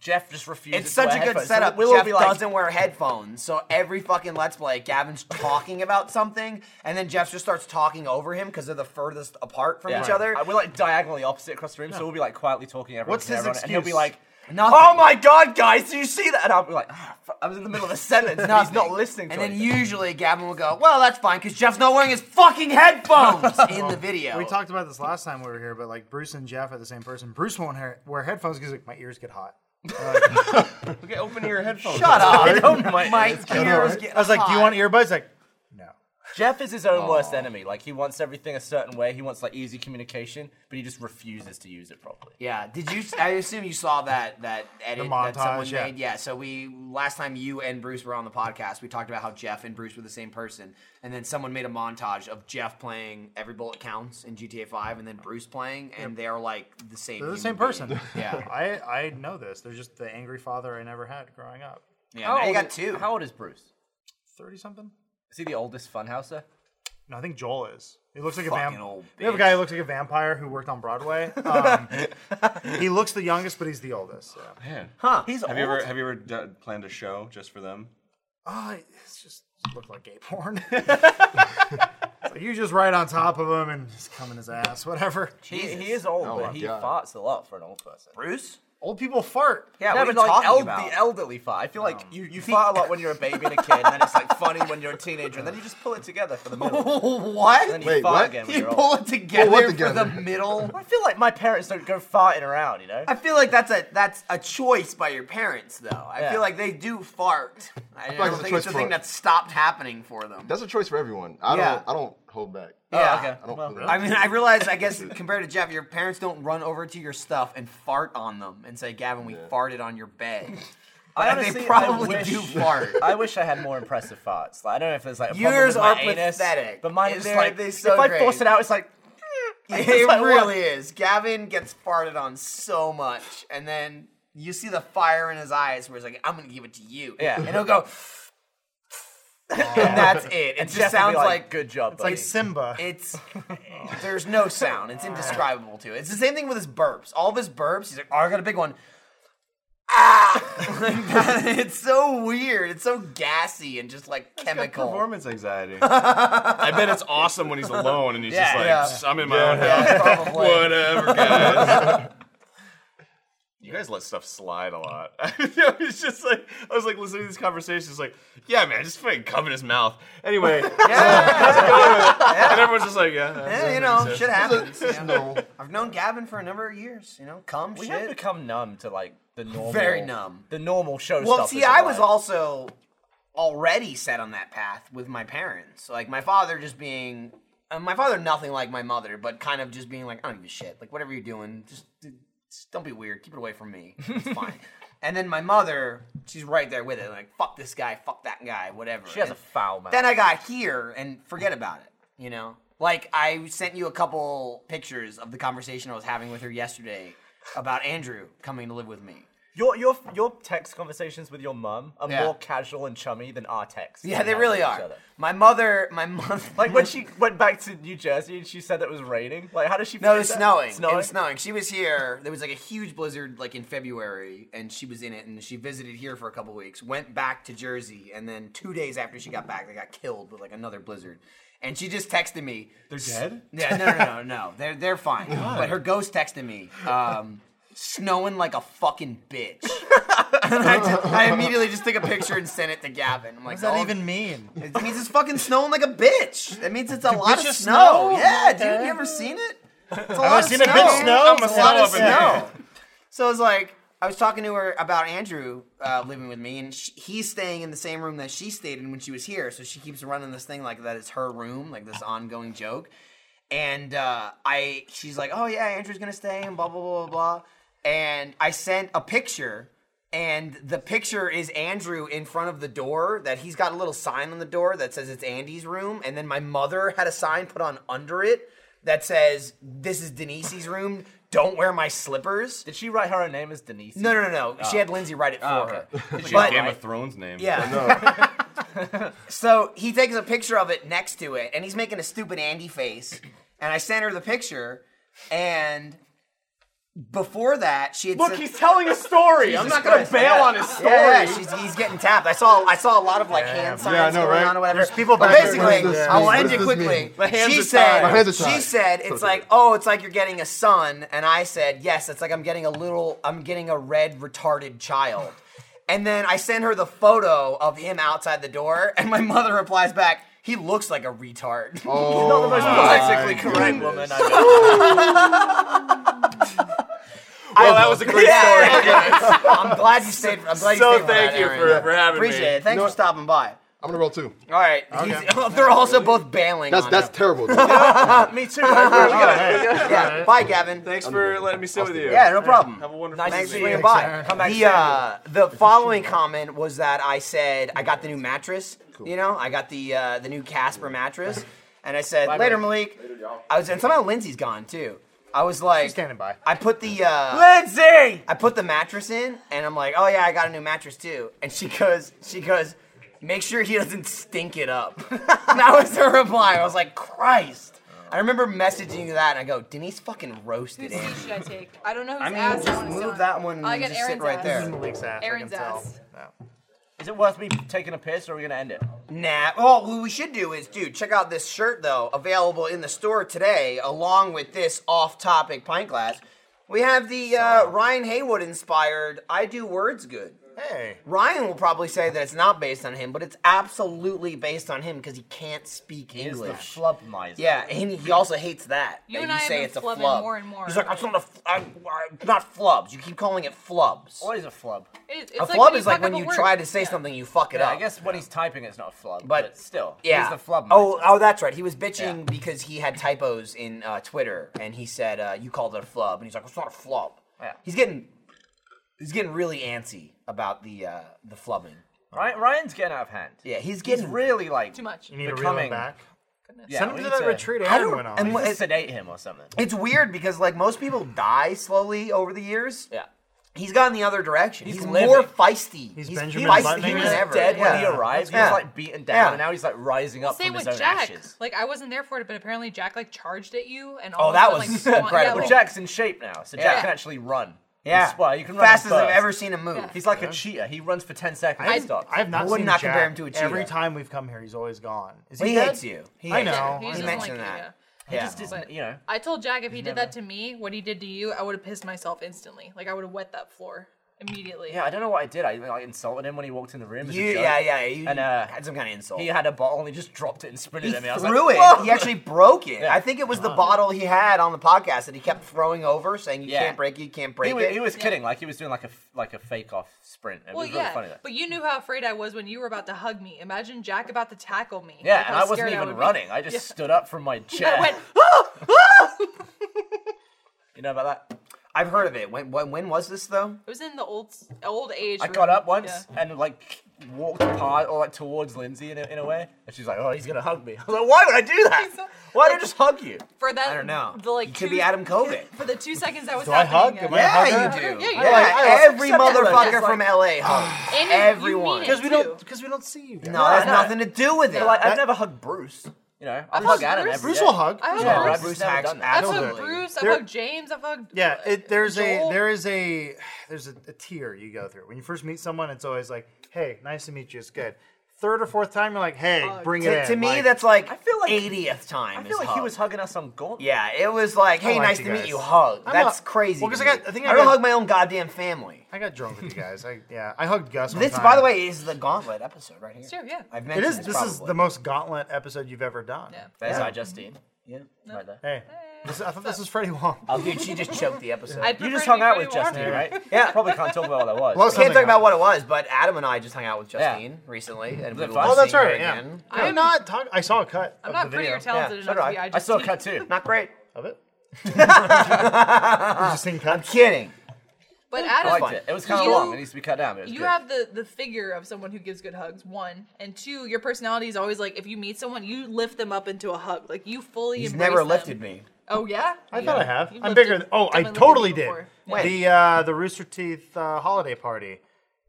S4: Jeff just refuses.
S1: It's
S4: to
S1: such
S4: wear
S1: a good
S4: headphones. So
S1: setup.
S4: we'll all
S1: Jeff
S4: be like,
S1: doesn't wear headphones, so every fucking Let's Play, Gavin's talking about something, and then Jeff just starts talking over him because they're the furthest apart from
S4: Yeah.
S1: each other.
S4: Uh, We're like diagonally opposite across the room, so we'll be like quietly talking. Everyone
S2: What's
S4: to
S2: his
S4: everyone, And he'll be
S2: excuse?
S4: like,
S1: Nothing.
S4: "Oh my god, guys, do you see that?" And I'll be like, ah, fuck, "I was in the middle of a sentence. and he's
S1: Nothing.
S4: not listening." To
S1: And then
S4: anything.
S1: usually Gavin will go, "Well, that's fine because Jeff's not wearing his fucking headphones in the video."
S2: We talked about this last time we were here, but like Bruce and Jeff are the same person. Bruce won't hear, wear headphones because like my ears get hot.
S6: okay, open your headphones.
S1: Shut up!
S4: Oh my-
S1: My ears get
S2: I was like, "Do you want earbuds?" Like, no.
S4: Jeff is his own worst enemy. Like he wants everything a certain way. He wants like easy communication, but he just refuses to use it properly.
S1: Yeah. Did you? I assume you saw that that edit that someone
S2: montage, yeah.
S1: made. Yeah. So we last time you and Bruce were on the podcast, we talked about how Jeff and Bruce were the same person, and then someone made a montage of Jeff playing every bullet counts in GTA Five, and then Bruce playing, and they're like the same.
S2: They're the
S1: human
S2: same
S1: being.
S2: person.
S1: Yeah.
S2: I I know this. They're just the angry father I never had growing up.
S1: Yeah. now you
S4: old
S1: got
S4: is-
S1: two.
S4: How old is Bruce?
S2: Thirty something.
S4: Is he the oldest funhouser?
S2: No, I think Joel is. He looks like a
S1: Fucking
S2: vampire.
S1: old
S2: We have a
S1: bitch.
S2: guy who looks like a vampire who worked on Broadway. Um, he looks the youngest, but he's the oldest. Yeah.
S6: Man.
S4: He's
S6: Have you ever have you ever d- planned a show just for them?
S2: Oh, it's just it looked like gay porn. so you just right on top of him and just come in his ass, whatever.
S4: He, he is old,
S8: Oh
S4: but
S8: my
S4: he
S8: God.
S4: farts a lot for an old person.
S1: Bruce?
S2: Old people fart.
S1: Yeah.
S4: No,
S1: what are
S4: but
S1: you
S4: like
S1: talking
S4: el-
S1: about?
S4: the elderly fart. I feel like you, you fart a lot when you're a baby and a kid, and then it's like funny when you're a teenager, and then you just pull it together for the middle. And then
S1: what?
S4: you
S8: Wait,
S4: fart
S8: what?
S4: again when
S1: You
S4: you're old.
S1: pull it together,
S8: what
S1: for
S8: together?
S1: the middle.
S4: I feel like my parents don't go farting around, you know?
S1: I feel like that's a that's a choice by your parents, though. I
S4: Yeah.
S1: feel like they do fart. I don't
S8: it's
S1: think
S8: a
S1: it's
S8: choice
S1: a
S8: for-
S1: thing that stopped happening for them.
S8: That's a choice for everyone. I
S1: Yeah.
S8: don't. I don't hold back.
S1: Yeah.
S4: Oh, okay.
S8: I don't
S4: Well,
S8: feel
S1: I mean, I realize, I guess, compared to Jeff, your parents don't run over to your stuff and fart on them and say, Gavin, we farted on your bed.
S4: I
S1: But
S4: honestly-
S1: they
S4: I
S1: probably
S4: wish-
S1: do fart.
S4: I wish I had more impressive farts. Like, I don't know if it's like a problem
S1: Yours
S4: with my
S1: are
S4: anus,
S1: pathetic.
S4: but mine
S1: It's
S4: is just
S1: like-
S4: like
S1: they're
S4: if
S1: so
S4: I
S1: great.
S4: force it out, it's like
S1: it
S4: like, what?
S1: really is. Gavin gets farted on so much, and then you see the fire in his eyes where he's like, I'm going to give it to you.
S4: Yeah.
S1: And he'll go, and that's it. It just
S4: Jeff would be
S1: sounds
S4: like,
S1: like
S4: good job, buddy.
S2: Like Simba.
S1: It's there's no sound. It's indescribable to it. It's the same thing with his burps. All of his burps, he's like, "Oh, I got a big one." Ah, Like that. it's so weird. It's so gassy and just like chemical.
S6: Performance anxiety. I bet it's awesome when he's alone and he's
S1: Yeah,
S6: just like, I'm in my own house.
S1: Yeah, probably.
S6: Whatever, guys. you guys let stuff slide a lot. it's just like I was like listening to these conversations. It's like, yeah, man, just fucking cum in his mouth. Anyway, yeah, and everyone's just like, yeah, that's
S1: Yeah,
S6: it.
S1: you know, shit happens. you know.
S8: normal.
S1: I've known Gavin for a number of years. You know, cum
S4: We have
S1: shit.
S4: become numb to like the normal,
S1: Very numb.
S4: the normal show
S1: Well,
S4: stuff
S1: see,
S4: is
S1: I
S4: like-
S1: was also already set on that path with my parents. Like my father just being, uh, my father nothing like my mother, but kind of just being like, I don't give a shit. Like whatever you're doing, just, just don't be weird. Keep it away from me. It's fine. And then my mother, she's right there with it. Like fuck this guy, fuck that guy, whatever.
S4: She has a
S1: And
S4: foul mouth.
S1: Then I got here and forget about it. You know, like I sent you a couple pictures of the conversation I was having with her yesterday about Andrew coming to live with me.
S4: your your your text conversations with your mum are
S1: Yeah.
S4: more casual and chummy than our texts.
S1: Yeah,
S4: we
S1: they
S4: have
S1: really
S4: with each
S1: are.
S4: other.
S1: My mother, my mother,
S4: Like when she went back to New Jersey and she said that it was raining. Like how does she?
S1: no, it
S4: phrase
S1: was
S4: that?
S1: snowing. It was snowing. She was here. There was like a huge blizzard, like in February, and she was in it. And she visited here for a couple weeks. Went back to Jersey, and then two days after she got back, they got killed with like another blizzard. And she just texted me.
S6: They're dead?
S1: Yeah, no, no, no, no. They're they're fine. But her ghost texted me. Um, snowing like a fucking bitch. and I, just, I immediately just took a picture and sent it to Gavin. I'm like,
S2: What does that
S1: "Oh,
S2: even mean?
S1: It means it's fucking snowing like a bitch. That means it's a lot of
S2: bitches
S1: snow.
S2: snow?
S1: Yeah, dude, you ever seen it? It's a lot
S2: I
S1: of
S2: seen
S1: snow.
S2: a bitch snow?
S1: It's a
S2: I'm a
S1: lot of
S2: snow up
S1: snow. So it's like I was talking to her about Andrew uh, living with me, and she, he's staying in the same room that she stayed in when she was here. So she keeps running this thing like that is her room, like this ongoing joke. And uh, I, she's like, "Oh yeah, Andrew's gonna stay," and blah blah blah blah blah. And I sent a picture and the picture is Andrew in front of the door that he's got a little sign on the door that says it's Andy's room. And then my mother had a sign put on under it that says, This is Denise's room. Don't wear my slippers.
S4: Did she write her own name as Denise?
S1: No, no, no, no.
S6: Oh.
S1: She had Lindsay write it for her.
S6: She
S1: But-
S6: had Game of Thrones name.
S1: Yeah. so he takes a picture of it next to it, and he's making a stupid Andy face. And I sent her the picture, and before that, she had
S4: Look,
S1: said-
S4: he's telling a story. I'm
S1: Jesus
S4: not gonna
S1: Christ,
S4: bail
S1: yeah.
S4: on his story.
S1: Yeah, yeah, she's, he's getting tapped. I saw I saw a lot of like hand signs
S8: Yeah, I know,
S1: going
S8: right?
S1: on or whatever.
S2: There's people
S1: but
S2: back there.
S1: basically,
S8: What does this
S1: I will
S8: mean?
S1: end
S8: What
S1: it
S8: does this
S1: quickly.
S8: mean?
S4: hands
S1: she
S4: are
S1: said
S4: tied. My
S8: hands are
S1: she
S8: tied.
S1: said it's like oh it's like you're getting a son, and I said yes it's like I'm getting a little I'm getting a red retarded child, and then I send her the photo of him outside the door, and my mother replies back. He looks like a retard.
S8: Oh,
S4: Not the most
S8: my
S4: politically correct
S8: goodness.
S4: woman I've ever.
S6: Well, Oh, that was a great story.
S1: I'm glad you stayed. I'm glad you
S5: So
S1: stayed. for
S5: thank
S1: that,
S5: you
S1: Aaron.
S5: for- for having me.
S1: Appreciate it. Thanks
S8: You know
S1: for
S8: what?
S1: stopping by.
S8: I'm gonna roll two.
S1: All right. They're also both bailing.
S8: That's
S1: on
S8: that's
S1: him.
S8: terrible. dude.
S4: Me too. I
S2: Oh,
S4: really gotta
S1: Yeah. Bye, Gavin.
S6: Thanks for letting me sit with you.
S1: Yeah, no problem.
S6: Have a wonderful
S1: Thanks for
S6: evening.
S1: swinging by.
S2: Aaron.
S4: come back
S1: The,
S4: soon.
S1: uh, the following comment was that I said I got the new mattress. You know, I got the uh, the new Casper mattress, and I said later, Malik. I was and somehow Lindsay's gone too. I was like,
S2: standing by.
S1: I put the uh,
S4: Lindsay!
S1: I put the mattress in, and I'm like, oh yeah, I got a new mattress too. And she goes, she goes, make sure he doesn't stink it up. that was her reply. I was like, Christ. I remember messaging you that, and I go, Denise fucking roasted
S3: Whose
S1: it.
S3: seat should I take? I don't know whose
S5: mean,
S3: ass I want to sit
S1: Move
S3: on.
S1: that one and
S3: Oh, I got
S1: just sit
S3: Aaron's
S1: right
S3: ass.
S1: there.
S2: Malik's ass.
S3: Aaron's
S2: I can
S3: ass.
S2: Tell. No.
S4: Is it worth me taking a piss or are we gonna end it?
S1: Nah. Well, what we should do is, dude, check out this shirt though, available in the store today, along with this off-topic pint glass. We have the uh, Ryan Haywood inspired I Do Words Good.
S2: Hey.
S1: Ryan will probably say that it's not based on him, but it's absolutely based on him because he can't speak
S4: Is the
S1: English.
S4: flubmizer.
S1: yeah, and he also hates that.
S3: You
S1: that
S3: and I have
S1: say
S3: been
S1: it's a
S3: flubbing
S1: flub.
S3: more and more.
S1: He's like, it's not a, f- I, I, it's not flubs. You keep calling it flubs.
S4: What is a flub?
S3: It- it's
S1: a
S3: like
S1: flub
S3: when
S1: is like
S3: fuck up
S1: when
S3: a
S1: you
S3: word.
S1: try to say
S3: Yeah.
S1: something, you fuck it
S4: Yeah,
S1: up.
S4: I guess when he's typing, it's not a flub,
S1: But-
S4: but, still,
S1: Yeah.
S4: he's the flub.
S1: Oh,
S4: miser.
S1: oh, that's right. He was bitching because he had typos in uh, Twitter, and he said uh, you called it a flub, and he's like, it's not a flub.
S4: Yeah.
S1: He's getting he's getting really antsy about the uh, the flubbing.
S4: Ry- Ryan's getting out of hand.
S1: Yeah, he's
S4: He's
S1: getting
S4: really like
S3: too much.
S2: You need to reel
S4: Becoming-
S2: him back.
S4: Yeah,
S2: Send
S4: we
S2: him to
S4: need
S2: that retreat
S1: I
S2: Aaron
S1: don't-
S2: went
S1: and
S2: on.
S1: what-
S4: Just sedate him or something.
S1: It's weird because like most people die slowly over the years.
S4: Yeah.
S1: He's gone the other direction. He's,
S4: He's
S1: more
S4: living.
S1: feisty.
S2: He's
S1: he's
S2: Benjamin
S1: feisty
S2: Button.
S1: than
S2: He
S4: He
S2: was
S4: was
S1: ever.
S4: dead
S1: yeah.
S4: when he arrived. He
S1: Yeah.
S4: was like beaten down,
S1: Yeah.
S4: and now he's like rising up
S3: Same
S4: from
S3: with
S4: his own
S3: Jack.
S4: ashes.
S3: Like I wasn't there for it, but apparently Jack like charged at you and all.
S1: Oh,
S3: of a
S1: that
S3: sudden,
S1: was
S3: like, swung-
S1: incredible.
S3: Yeah,
S4: But
S3: like,
S4: Jack's in shape now, so Jack
S1: Yeah.
S4: can actually run.
S1: Yeah.
S4: He's smart. You can run
S1: Fastest
S4: and
S1: I've
S4: burst.
S1: ever seen him move.
S4: He's like a cheetah. He runs for ten seconds
S2: I,
S4: and stops.
S2: I have not
S1: I would
S2: seen
S1: not
S2: Jack.
S1: compare him to a cheetah.
S2: Every time we've come here, he's always gone. Is he,
S1: he
S2: dead?
S1: hates you. He
S2: I
S1: hates
S2: know.
S1: You.
S3: he
S1: He,
S3: doesn't
S1: mentioned
S3: like you, yeah.
S1: that.
S4: He
S1: Yeah.
S4: just isn't, you know.
S3: I told Jack if he did that to me, what he did to you, I would have pissed myself instantly. Like I would have wet that floor immediately.
S4: Yeah, I don't know what I did. I like, insulted him when he walked in the room. as a
S1: You,
S4: joke.
S1: yeah, yeah. You
S4: And, uh,
S1: had some kind of insult.
S4: He had a bottle and he just dropped it and sprinted
S1: He
S4: at me. I was
S1: threw
S4: like,
S1: it.
S4: "Whoa!"
S1: He actually broke it.
S4: Yeah. Uh-huh.
S1: I think it was the bottle he had on the podcast that he kept throwing over, saying you
S4: Yeah.
S1: can't break it, you can't break
S4: He was,
S1: it.
S4: he was kidding. Like he was doing like a f- like a fake off sprint. It
S3: Well,
S4: was really
S3: yeah,
S4: funny though.
S3: but you knew how afraid I was when you were about to hug me. Imagine Jack about to tackle me.
S4: Yeah,
S3: Like, how
S4: and I wasn't
S3: scared
S4: even
S3: would be.
S4: running. I just stood up from my chair.
S3: I went.
S4: you know about that?
S1: I've heard of it. When, when when was this though?
S3: It was in the old old age.
S4: I
S3: room.
S4: got up once
S3: Yeah.
S4: and like walked apart or like towards Lindsay in a, in a way, and she's like, "Oh, he's gonna hug me." I was like, "Why would I do that? Why don't I just hug you?"
S3: for that.
S1: I don't know.
S3: The like
S1: you could
S3: two-
S1: be Adam Kovic.
S3: For the two seconds that was
S2: Do I hug?
S3: happening.
S2: Am I a
S1: Yeah,
S2: hugger?
S1: you do.
S3: Yeah, you
S1: Yeah,
S3: do.
S1: every motherfucker from LA hugs
S7: And you- you
S1: everyone.
S7: mean it.
S2: Because we
S7: Too.
S2: don't. Because we don't see you. Guys.
S1: No, that's
S4: no.
S1: nothing to do with it.
S4: But, like, I've
S2: That-
S4: never hugged Bruce. You know, I've
S3: I've
S4: hugged
S3: hugged
S4: Adam.
S3: Bruce.
S4: every
S2: Bruce
S4: day.
S2: will hug.
S3: I hugged
S1: Yeah,
S3: Bruce.
S1: Bruce
S4: I've never
S1: hacks
S4: done that.
S3: I've
S1: absolutely.
S3: hugged Bruce. I've
S2: There-
S3: hugged James. I've hugged.
S2: Yeah, it, there's
S3: Joel.
S2: a there is a there's a, a tier you go through when you first meet someone. It's always like, hey, nice to meet you. It's good. Third or fourth time, you're like, hey, bring it
S1: to,
S2: in.
S1: to me,
S2: like,
S1: that's like,
S4: I feel like-
S1: 80th time.
S4: I
S1: is
S4: feel like he
S1: hug.
S4: was hugging us on Gaunt.
S1: Yeah, it was like, hey,
S2: liked
S1: nice
S2: you
S1: to meet
S2: guys.
S1: you. Hug.
S2: I'm
S1: That's
S2: not-
S1: crazy.
S2: Well, 'cause
S1: to
S2: I got-
S1: me.
S2: I think
S1: I
S2: I
S1: don't
S2: got-
S1: hug my own goddamn family.
S2: I got drunk with you guys. I yeah, I hugged Gus. one
S1: This,
S2: time.
S1: by the way, is the Gauntlet episode right here.
S3: It's true. Yeah.
S1: I've
S2: it
S1: mentioned
S2: is.
S1: this
S2: This is
S1: probably.
S2: the most gauntlet episode you've ever done.
S3: Yeah.
S4: There's
S1: Yeah.
S4: I Justine.
S1: Yeah.
S4: Right there.
S2: Hey, this, I thought this was Freddie Wong.
S1: Oh, dude, she just choked the episode.
S3: I'd prefer
S4: You just
S3: to be
S4: hung out
S3: pretty
S4: with
S3: warm.
S4: Justine, right?
S1: Yeah.
S4: Probably can't talk about what I was.
S2: Blow
S4: but-
S1: Can't talk
S2: something
S1: about
S2: up.
S1: what it was, but Adam and I just hung out with
S4: Yeah.
S1: Justine recently, and we
S4: it
S1: love
S4: fun?
S2: Oh, that's
S1: seeing her
S2: right. Yeah.
S1: Again.
S2: I'm not talking. I saw a cut.
S3: I'm
S2: of
S3: not
S2: the
S3: pretty
S2: video.
S3: or talented
S1: Yeah, so
S3: enough
S1: do
S3: to be.
S1: I.
S3: I
S4: I
S3: just
S4: saw cut too.
S1: Not great.
S2: of it. You've just seen cuts.
S1: Kidding.
S3: But
S4: I
S3: Adam,
S4: liked it. It was kind of
S3: You-
S4: long. It needs to be cut down. but It was
S3: you
S4: good.
S3: have the the figure of someone who gives good hugs one and two your personality is always like if you meet someone you lift them up into a hug like you fully
S1: He's
S3: embrace
S1: never
S3: them.
S1: lifted me.
S3: oh yeah
S2: I thought I have.
S3: You've
S2: I'm
S3: lived
S2: bigger.
S3: it-
S2: Than, oh, I
S3: definitely lived it
S2: totally did.
S3: before.
S1: When?
S2: The uh, the Rooster Teeth uh, holiday party.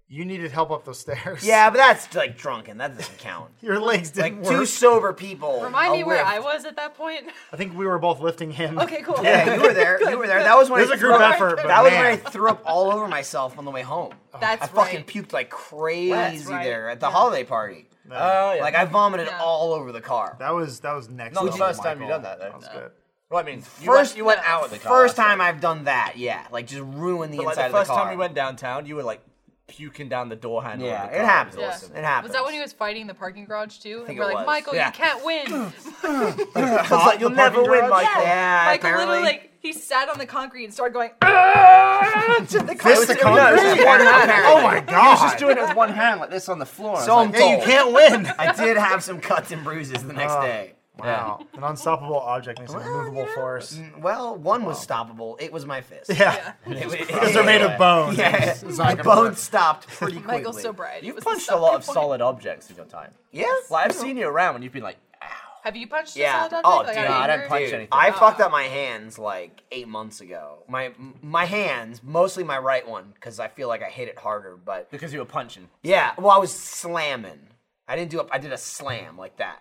S2: You needed help up those stairs.
S1: Yeah, but that's like drunken. That doesn't count.
S2: Your legs
S1: Like
S2: didn't work.
S1: two sober people.
S3: remind
S1: a
S3: me where
S1: lift.
S3: i was at that point
S2: I think we were both lifting him.
S3: okay cool
S1: Yeah, you were there. You were there. That was when
S2: It was
S1: I
S2: a group
S1: threw up-
S2: effort, but
S1: That was
S2: man.
S1: when I threw up all over myself on the way home.
S3: that's
S1: I fucking
S3: right.
S1: puked like crazy
S3: That's right.
S1: there at the
S3: Yeah.
S1: holiday party.
S4: Oh, yeah.
S1: Like I vomited
S3: Yeah.
S1: all over the car.
S2: That was that was next.
S4: Not the
S2: level,
S4: first time
S2: Michael.
S4: you've done that,
S2: That
S4: though.
S2: was good.
S4: Well, I mean, you
S1: First-
S4: went, you went out with the car.
S1: First
S4: that's
S1: time I've done that. Yeah, like just ruin the
S4: But like
S1: inside
S4: the first
S1: of the car.
S4: time we went downtown, you were like puking down the door handle.
S1: Yeah,
S4: of the
S1: it
S4: car.
S1: happens.
S3: Yeah.
S1: It happens.
S3: was that when he was fighting the parking garage too? and
S1: think
S3: we're
S1: it
S3: like,
S1: was.
S3: Michael,
S1: Yeah.
S3: you can't win.
S1: I was like, you'll never
S2: parking
S1: win,
S2: garage?
S1: Michael.
S3: Yeah.
S1: Yeah,
S3: Michael
S1: apparently.
S3: literally like he sat on the concrete and started going.
S1: It was-
S2: the
S1: no, it was
S2: concrete.
S1: just one hand,
S2: Oh my
S1: apparently.
S2: god!
S4: Just doing it with one hand like this on the floor.
S1: So I'm
S2: Hey, you
S1: told.
S2: can't win.
S1: I did have some cuts and bruises the next
S2: Oh.
S1: day.
S2: Wow, an unstoppable object makes an immovable force.
S1: Well, one was stoppable. It was my fist.
S2: Yeah,
S1: It was-
S2: because they're made of bone.
S1: Yeah,
S2: It's not
S1: my
S2: gonna
S1: bone
S2: work.
S1: stopped pretty quickly.
S3: Michael's so bright.
S4: you've
S3: It was
S4: punched
S3: the
S4: a lot of
S3: stopping point.
S4: solid objects in your time.
S1: Yes.
S4: Like I've seen you around when you've been like,
S3: Have you punched
S1: Yeah.
S3: a solid object?
S1: Oh,
S3: Like,
S1: dude,
S3: are you
S1: I
S4: don't
S3: hurt?
S4: punch
S1: Dude,
S4: anything.
S1: I fucked up my hands like eight months ago. My my hands, mostly my right one, because I feel like I hit it harder. But
S4: because you were punching.
S1: yeah, well, I was slamming. I didn't do a, I did a slam like that.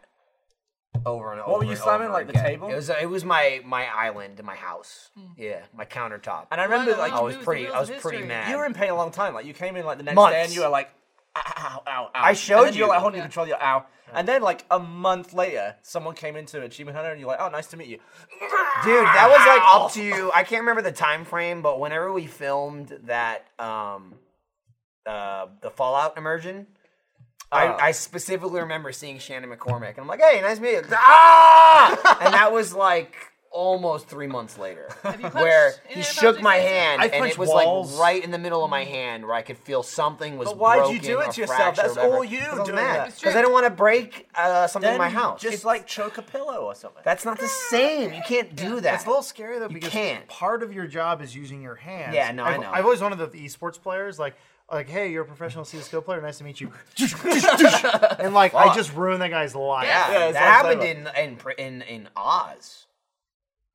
S1: Over and over.
S4: were you
S1: and
S4: slamming,
S1: over
S4: like, the
S1: again.
S4: table?
S1: It was it was my my island in my house. Yeah, my countertop.
S4: And I remember
S3: Well,
S4: like
S1: I
S3: well,
S1: was
S3: Wheels,
S1: pretty
S3: wheels
S1: I
S3: of
S1: was pretty
S3: history.
S1: mad.
S4: you were in pain a long time. Like you came in like the next
S1: Months.
S4: day and you were like, ow, ow, ow.
S1: I showed
S4: and then You're
S1: you.
S4: like holding the controller, you're ow. And then like a month later, someone came into Achievement Hunter, and you're like, oh, nice to meet you.
S1: Dude, that was like up to I can't remember the time frame, but whenever we filmed that um uh the Fallout immersion,
S4: Oh.
S1: I, I specifically remember seeing Shannon McCormick and I'm like, hey, nice to meet you. Ah! and that was like almost three months later.
S3: you punched
S1: Where
S3: in
S1: he
S3: NFL
S1: shook my
S3: Jason?
S1: hand
S2: I
S1: and
S2: punched
S1: it was
S2: walls.
S1: like right in the middle of
S3: Mm.
S1: my hand where I could feel something was
S4: But why'd you
S1: broken
S4: do it
S1: or
S4: to yourself?
S1: fractured or
S4: That's
S1: whatever.
S4: all you
S1: 'Cause I was
S4: doing
S1: mad.
S4: that.
S1: Because I didn't want to break uh, something in my
S4: Then
S1: house.
S4: Just like choke a pillow or something.
S1: That's not the same. You can't do that.
S2: It's a little scary though because
S1: can't.
S2: part of your job is using your hands.
S1: Yeah, no, I
S2: I've,
S1: know.
S2: I've always wanted the esports players like like hey, you're a professional CS:GO player. Nice to meet you. and like I just ruined that guy's life.
S1: Yeah,
S4: Yeah, it's
S1: that
S4: like-
S1: happened in, in pr- in in Oz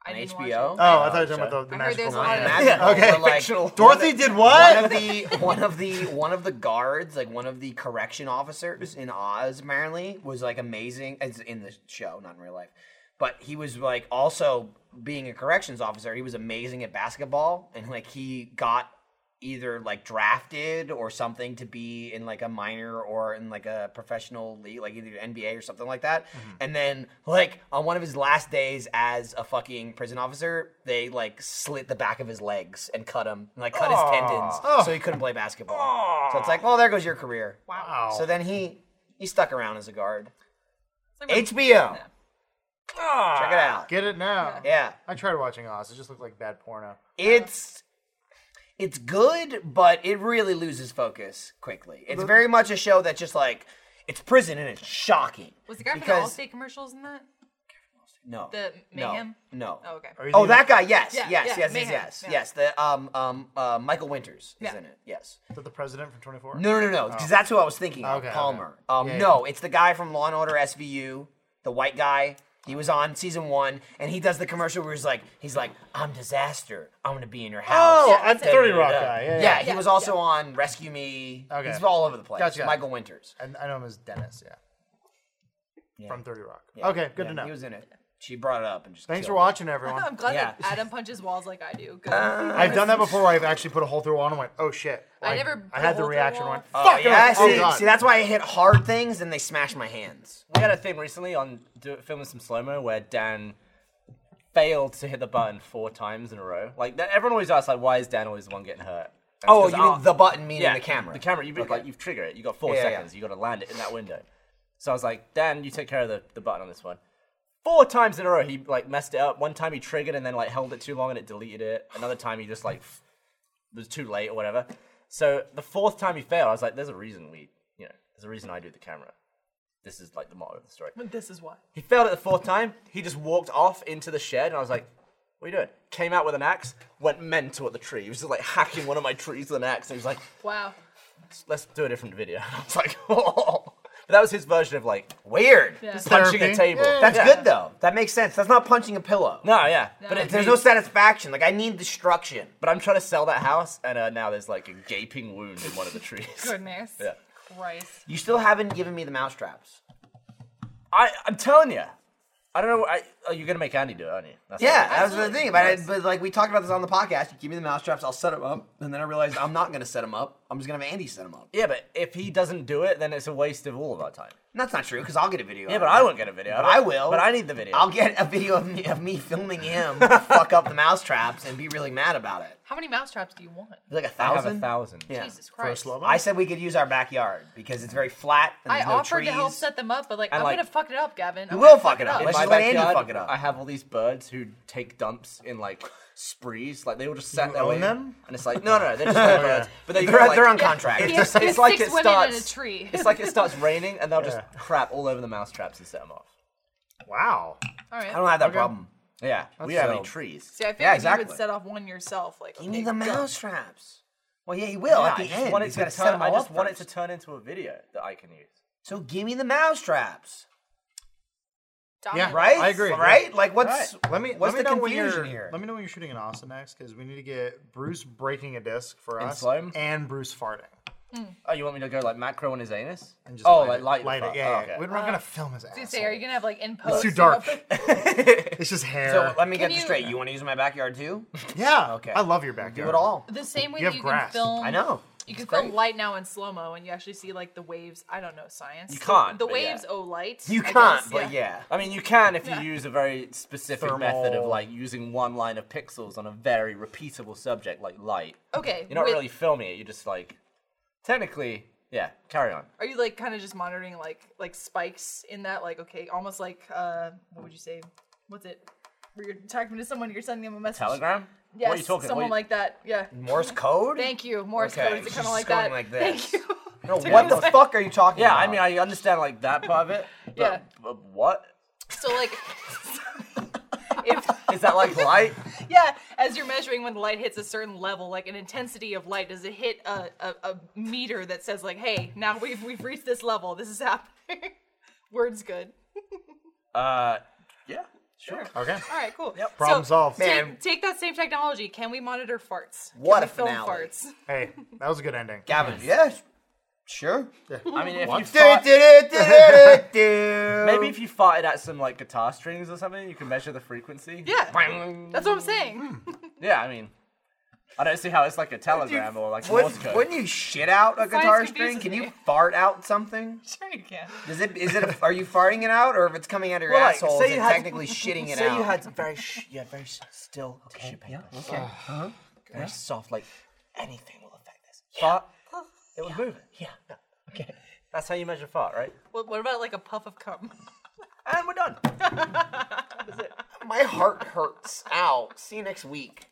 S3: I
S1: on
S3: didn't watch
S1: HBO.
S3: it.
S2: Oh, I thought you were talking about the,
S3: I
S2: the
S3: heard
S2: magical
S3: there's a
S2: line.
S3: lot
S1: And
S3: of
S1: Magical,
S2: Okay.
S1: where, like,
S2: Dorothy did
S1: One
S2: what?
S1: of the one of the one of the guards, like one of the correction officers in Oz, apparently was like amazing. It's in the show, not in real life. But he was like also being a corrections officer. He was amazing at basketball, and like he got either like drafted or something to be in like a minor or in like a professional league, like either NBA or something like that. And then like on one of his last days as a fucking prison officer, they like slit the back of his legs and cut him, and, like cut his tendons, so he couldn't play basketball. So it's like, well, there goes your career.
S2: Wow.
S1: So then he he stuck around as a guard.
S3: It's like-
S1: HBO, check it out.
S2: Get it now.
S1: Yeah,
S2: I tried watching Oz. It just looked like bad porno.
S1: it's it's good, but it really loses focus quickly. It's very much a show that just like it's prison and it's shocking.
S3: Was the guy from the
S1: because-
S3: Allstate commercials in that?
S1: No.
S3: The
S1: no,
S3: Mayhem?
S1: No.
S3: Oh, okay.
S2: Are you
S1: Oh,
S2: thinking
S1: that guy. Yes.
S3: Yeah,
S1: yes.
S3: yeah,
S1: yes.
S3: Mayhem,
S1: Yes. Yes.
S3: yeah.
S1: Yes. The um um uh, Michael Winters is
S3: Yeah.
S1: in it. Yes.
S2: Is that the president from 24?
S1: No, no, no, because that's who I was thinking of.
S2: Oh. Okay, okay.
S1: Palmer. Um,
S2: Yeah, yeah.
S1: no, it's the guy from Law and Order SVU, the white guy. He was on season one, and he does the commercial where he's like, he's like, I'm disaster. I'm gonna be in your house.
S2: Oh, I'm 30 Rock
S1: Da-da-da-da.
S2: guy. Yeah,
S1: Yeah,
S2: yeah.
S1: he was also on Rescue Me.
S2: Okay.
S1: He's all over the place.
S2: Gotcha.
S1: Michael Winters.
S2: And I know him as Dennis, yeah. From 30 Rock.
S1: Yeah,
S2: Okay, good
S1: yeah,
S2: to know.
S1: He was in it. She brought it up and just.
S2: Thanks for
S1: killed
S2: watching, everyone.
S3: I'm glad that
S1: Yeah. Uh,
S3: Adam punches walls like I do. Good.
S2: I've done that before where I've actually put a hole through a wall and went, oh shit.
S3: I
S2: Like,
S3: never
S2: I
S3: put a
S2: had the
S3: hole through a
S2: reaction
S3: wall.
S2: went,
S1: it.
S2: fuck it
S1: yeah,
S2: up. Oh,
S1: see,
S2: God.
S1: see, that's why I hit hard things and they smash my hands.
S4: We had a thing recently on do, filming some slow mo where Dan failed to hit the button four times in a row. Like that, everyone always asks, like, why is Dan always the one getting hurt? And it's
S1: Oh,
S4: 'cause
S1: you mean
S4: our-
S1: the button meaning
S4: yeah,
S1: the camera?
S4: The camera, you've been, like you've triggered it. You got four
S1: Yeah, yeah,
S4: seconds. You got to land it in that window. So I was like, Dan, you take care of the, the button on this one. Four times in a row, he like messed it up. One time he triggered and then like held it too long and it deleted it. Another time he just like f- was too late or whatever. So the fourth time he failed, I was like, there's a reason we, you know, there's a reason I do the camera. This is like the motto of the story.
S3: this is why.
S4: He failed it the fourth time. He just walked off into the shed, and I was like, "What are you doing?" Came out with an axe, went mental at the tree. He was just like hacking one of my trees with an axe. And he was like,
S3: Wow.
S4: "Let's do a different video." I was like, "Oh." But that was his version of like
S1: Weird.
S3: Yeah.
S4: punching
S2: Therapy.
S4: a table.
S2: Yeah.
S1: That's
S4: Yeah.
S1: good though. That makes sense. That's not punching a pillow.
S4: No, yeah, but
S3: No.
S4: it,
S1: There's no satisfaction. Like I need destruction.
S4: But I'm trying to sell that house, and uh, now there's like a gaping wound in one of the trees.
S3: Goodness.
S4: Yeah.
S3: Christ.
S1: You still haven't given me the mousetraps.
S4: I, I'm telling you, I don't know. I, oh, you're gonna make Andy do it, aren't you? That's
S1: Yeah,
S4: like-
S1: that was the thing. But, I, but like we talked about this on the podcast. You give me the mousetraps, I'll set them up, and then I realized I'm not gonna set them up. I'm just gonna have Andy set them up.
S4: yeah, but if he doesn't do it, then it's a waste of all of our time.
S1: And that's not true because I'll get a video.
S4: Yeah,
S1: out
S4: but
S1: of
S4: I
S1: it.
S4: won't get a video.
S1: But I will.
S4: But I need the video.
S1: I'll get a video of me, of me filming him fuck up the mousetraps and be really mad about it.
S3: How many mousetraps do you want?
S1: Like a
S4: I have
S1: thousand.
S4: a thousand.
S1: Yeah.
S3: Jesus Christ.
S1: I said we could use our backyard because it's very flat and
S3: I
S1: there's no
S3: offered
S1: trees.
S3: to help set them up, but like,
S4: And,
S3: I'm
S4: like-
S3: gonna fuck it up, Gavin. You
S1: will fuck it up.
S4: In
S1: Let's
S4: my
S1: just let Andy
S4: backyard,
S1: fuck it up.
S4: I have all these birds who take dumps in like sprees. Like they all just sat
S2: You
S4: there
S2: own
S4: waiting.
S2: them?
S4: and it's like no, no, they're just little birds. But they
S1: They're,
S4: go, like,
S1: they're on contract.
S7: He
S4: It's,
S7: has- he
S4: it's
S7: has
S4: like
S7: six
S4: it
S7: women
S4: starts.
S7: in a tree.
S4: It's like it starts raining, and they'll just crap all over the mousetraps and set them off.
S2: Wow.
S3: All right.
S1: I don't have that problem.
S4: Yeah, we don't have
S1: so-
S4: any trees.
S3: See, I figured you
S1: exactly.
S3: would set off one yourself. Like,
S1: Give
S3: okay,
S1: me the
S3: go.
S1: mousetraps. Well, yeah, he will
S4: Yeah,
S1: at the
S4: I just
S1: end.
S4: want it
S1: He's
S4: to
S1: gotta set
S4: turn-
S1: them
S4: I
S1: all
S4: just
S1: up
S4: want it to
S1: first.
S4: turn into a video that I can use.
S1: So give me the mousetraps,
S3: Dominant.
S1: right?
S2: I agree, yeah.
S1: Right? Like, what's
S2: Alright, Let me
S1: what's
S2: let me
S1: the
S2: know when
S1: confusion
S2: you're
S1: here?
S2: let me know when you're shooting an Austin next because we need to get Bruce breaking a disc for
S4: In
S2: us
S4: slime?
S2: and Bruce farting.
S4: Oh, you want me to go like macro on his anus?
S2: And just
S4: oh,
S2: light
S4: like
S2: it. light
S4: light, the
S2: it.
S4: fuck-
S2: Yeah,
S4: oh,
S2: yeah.
S4: okay.
S2: We're not
S1: Uh,
S2: gonna film his
S3: Dude,
S2: ass.
S3: say, are you gonna have like in post?
S2: It's too
S3: or
S2: dark.
S3: something?
S2: It's just hair.
S1: So let me get
S3: Can
S1: this
S3: you-
S1: straight. You want to use my backyard too? Okay.
S2: yeah. Okay. I love your
S1: Do
S2: backyard.
S1: it all.
S3: The same way
S2: You
S3: that
S2: have
S3: you
S2: grass.
S3: can film.
S1: I know.
S3: You can film light now in slow mo, and you actually see like the waves. I don't know science.
S4: You can't,
S3: The,
S4: but
S3: waves
S4: yeah.
S3: owe light.
S1: You
S3: I guess,
S1: can't, but yeah.
S4: I mean, you can if you
S3: Yeah.
S4: use a very specific method of like using one line of pixels on a very repeatable subject like light.
S3: Okay.
S4: You're not
S3: with-
S4: really filming it. You're just like, technically, yeah. Carry on.
S3: Are you like kind of just monitoring like like spikes in that? Like okay, almost like uh, what would you say? What's it? Where you're talking to someone, you're sending them a message.
S4: Telegram.
S3: Yes,
S4: What are you talking?
S3: someone
S4: what are you-
S3: like that. Yeah.
S1: Morse code?
S3: Thank you, Morse
S1: Okay,
S3: code. It's
S1: she's
S3: kind of like
S1: going
S3: that.
S1: like
S3: Thank
S1: this.
S3: you.
S1: No, what the fuck are you talking
S4: yeah,
S1: about?
S4: I mean, I understand like that part of it. But,
S3: Yeah.
S4: But what?
S3: So like, if
S4: Is that like light?
S3: yeah, as you're measuring when the light hits a certain level, like an intensity of light, does it hit a, a, a meter that says like, hey, now we've we've reached this level. This is happening. Words good.
S4: Uh, yeah. Sure.
S2: Okay.
S3: All right, cool.
S2: Problem
S3: So,
S2: solved.
S3: Take,
S1: Man.
S3: take that same technology. Can we monitor farts? Can
S1: What
S3: we
S1: a
S3: film
S1: finale.
S3: farts?
S2: Hey, that was a good ending.
S1: Gavin, yeah, sure.
S4: I mean, if you fart, maybe
S1: Maybe
S4: if you farted at some like guitar strings or something, you can measure the frequency.
S3: Yeah, that's what I'm saying.
S4: Yeah, I mean, I don't see how it's like a telegram or like a Morse
S1: Wouldn't,
S4: code.
S1: wouldn't you shit out a
S3: Science
S1: guitar string?
S3: confuses
S1: Can you
S3: me.
S1: fart out something?
S3: sure you can.
S1: Is it is it a, are you farting it out or if it's coming out of your
S4: Well, like,
S1: asshole
S4: say
S1: is
S4: you
S1: it
S4: had-
S1: technically shitting it
S4: Say
S1: out?
S4: you had very, sh- yeah, very s- still tissue paper. okay. Very soft, like anything will affect this. Fart, it would move it. Yeah. Okay. That's how you measure fart, right?
S3: What, what about like a puff of cum?
S4: And we're done.
S1: My heart hurts. Ow. See you next week.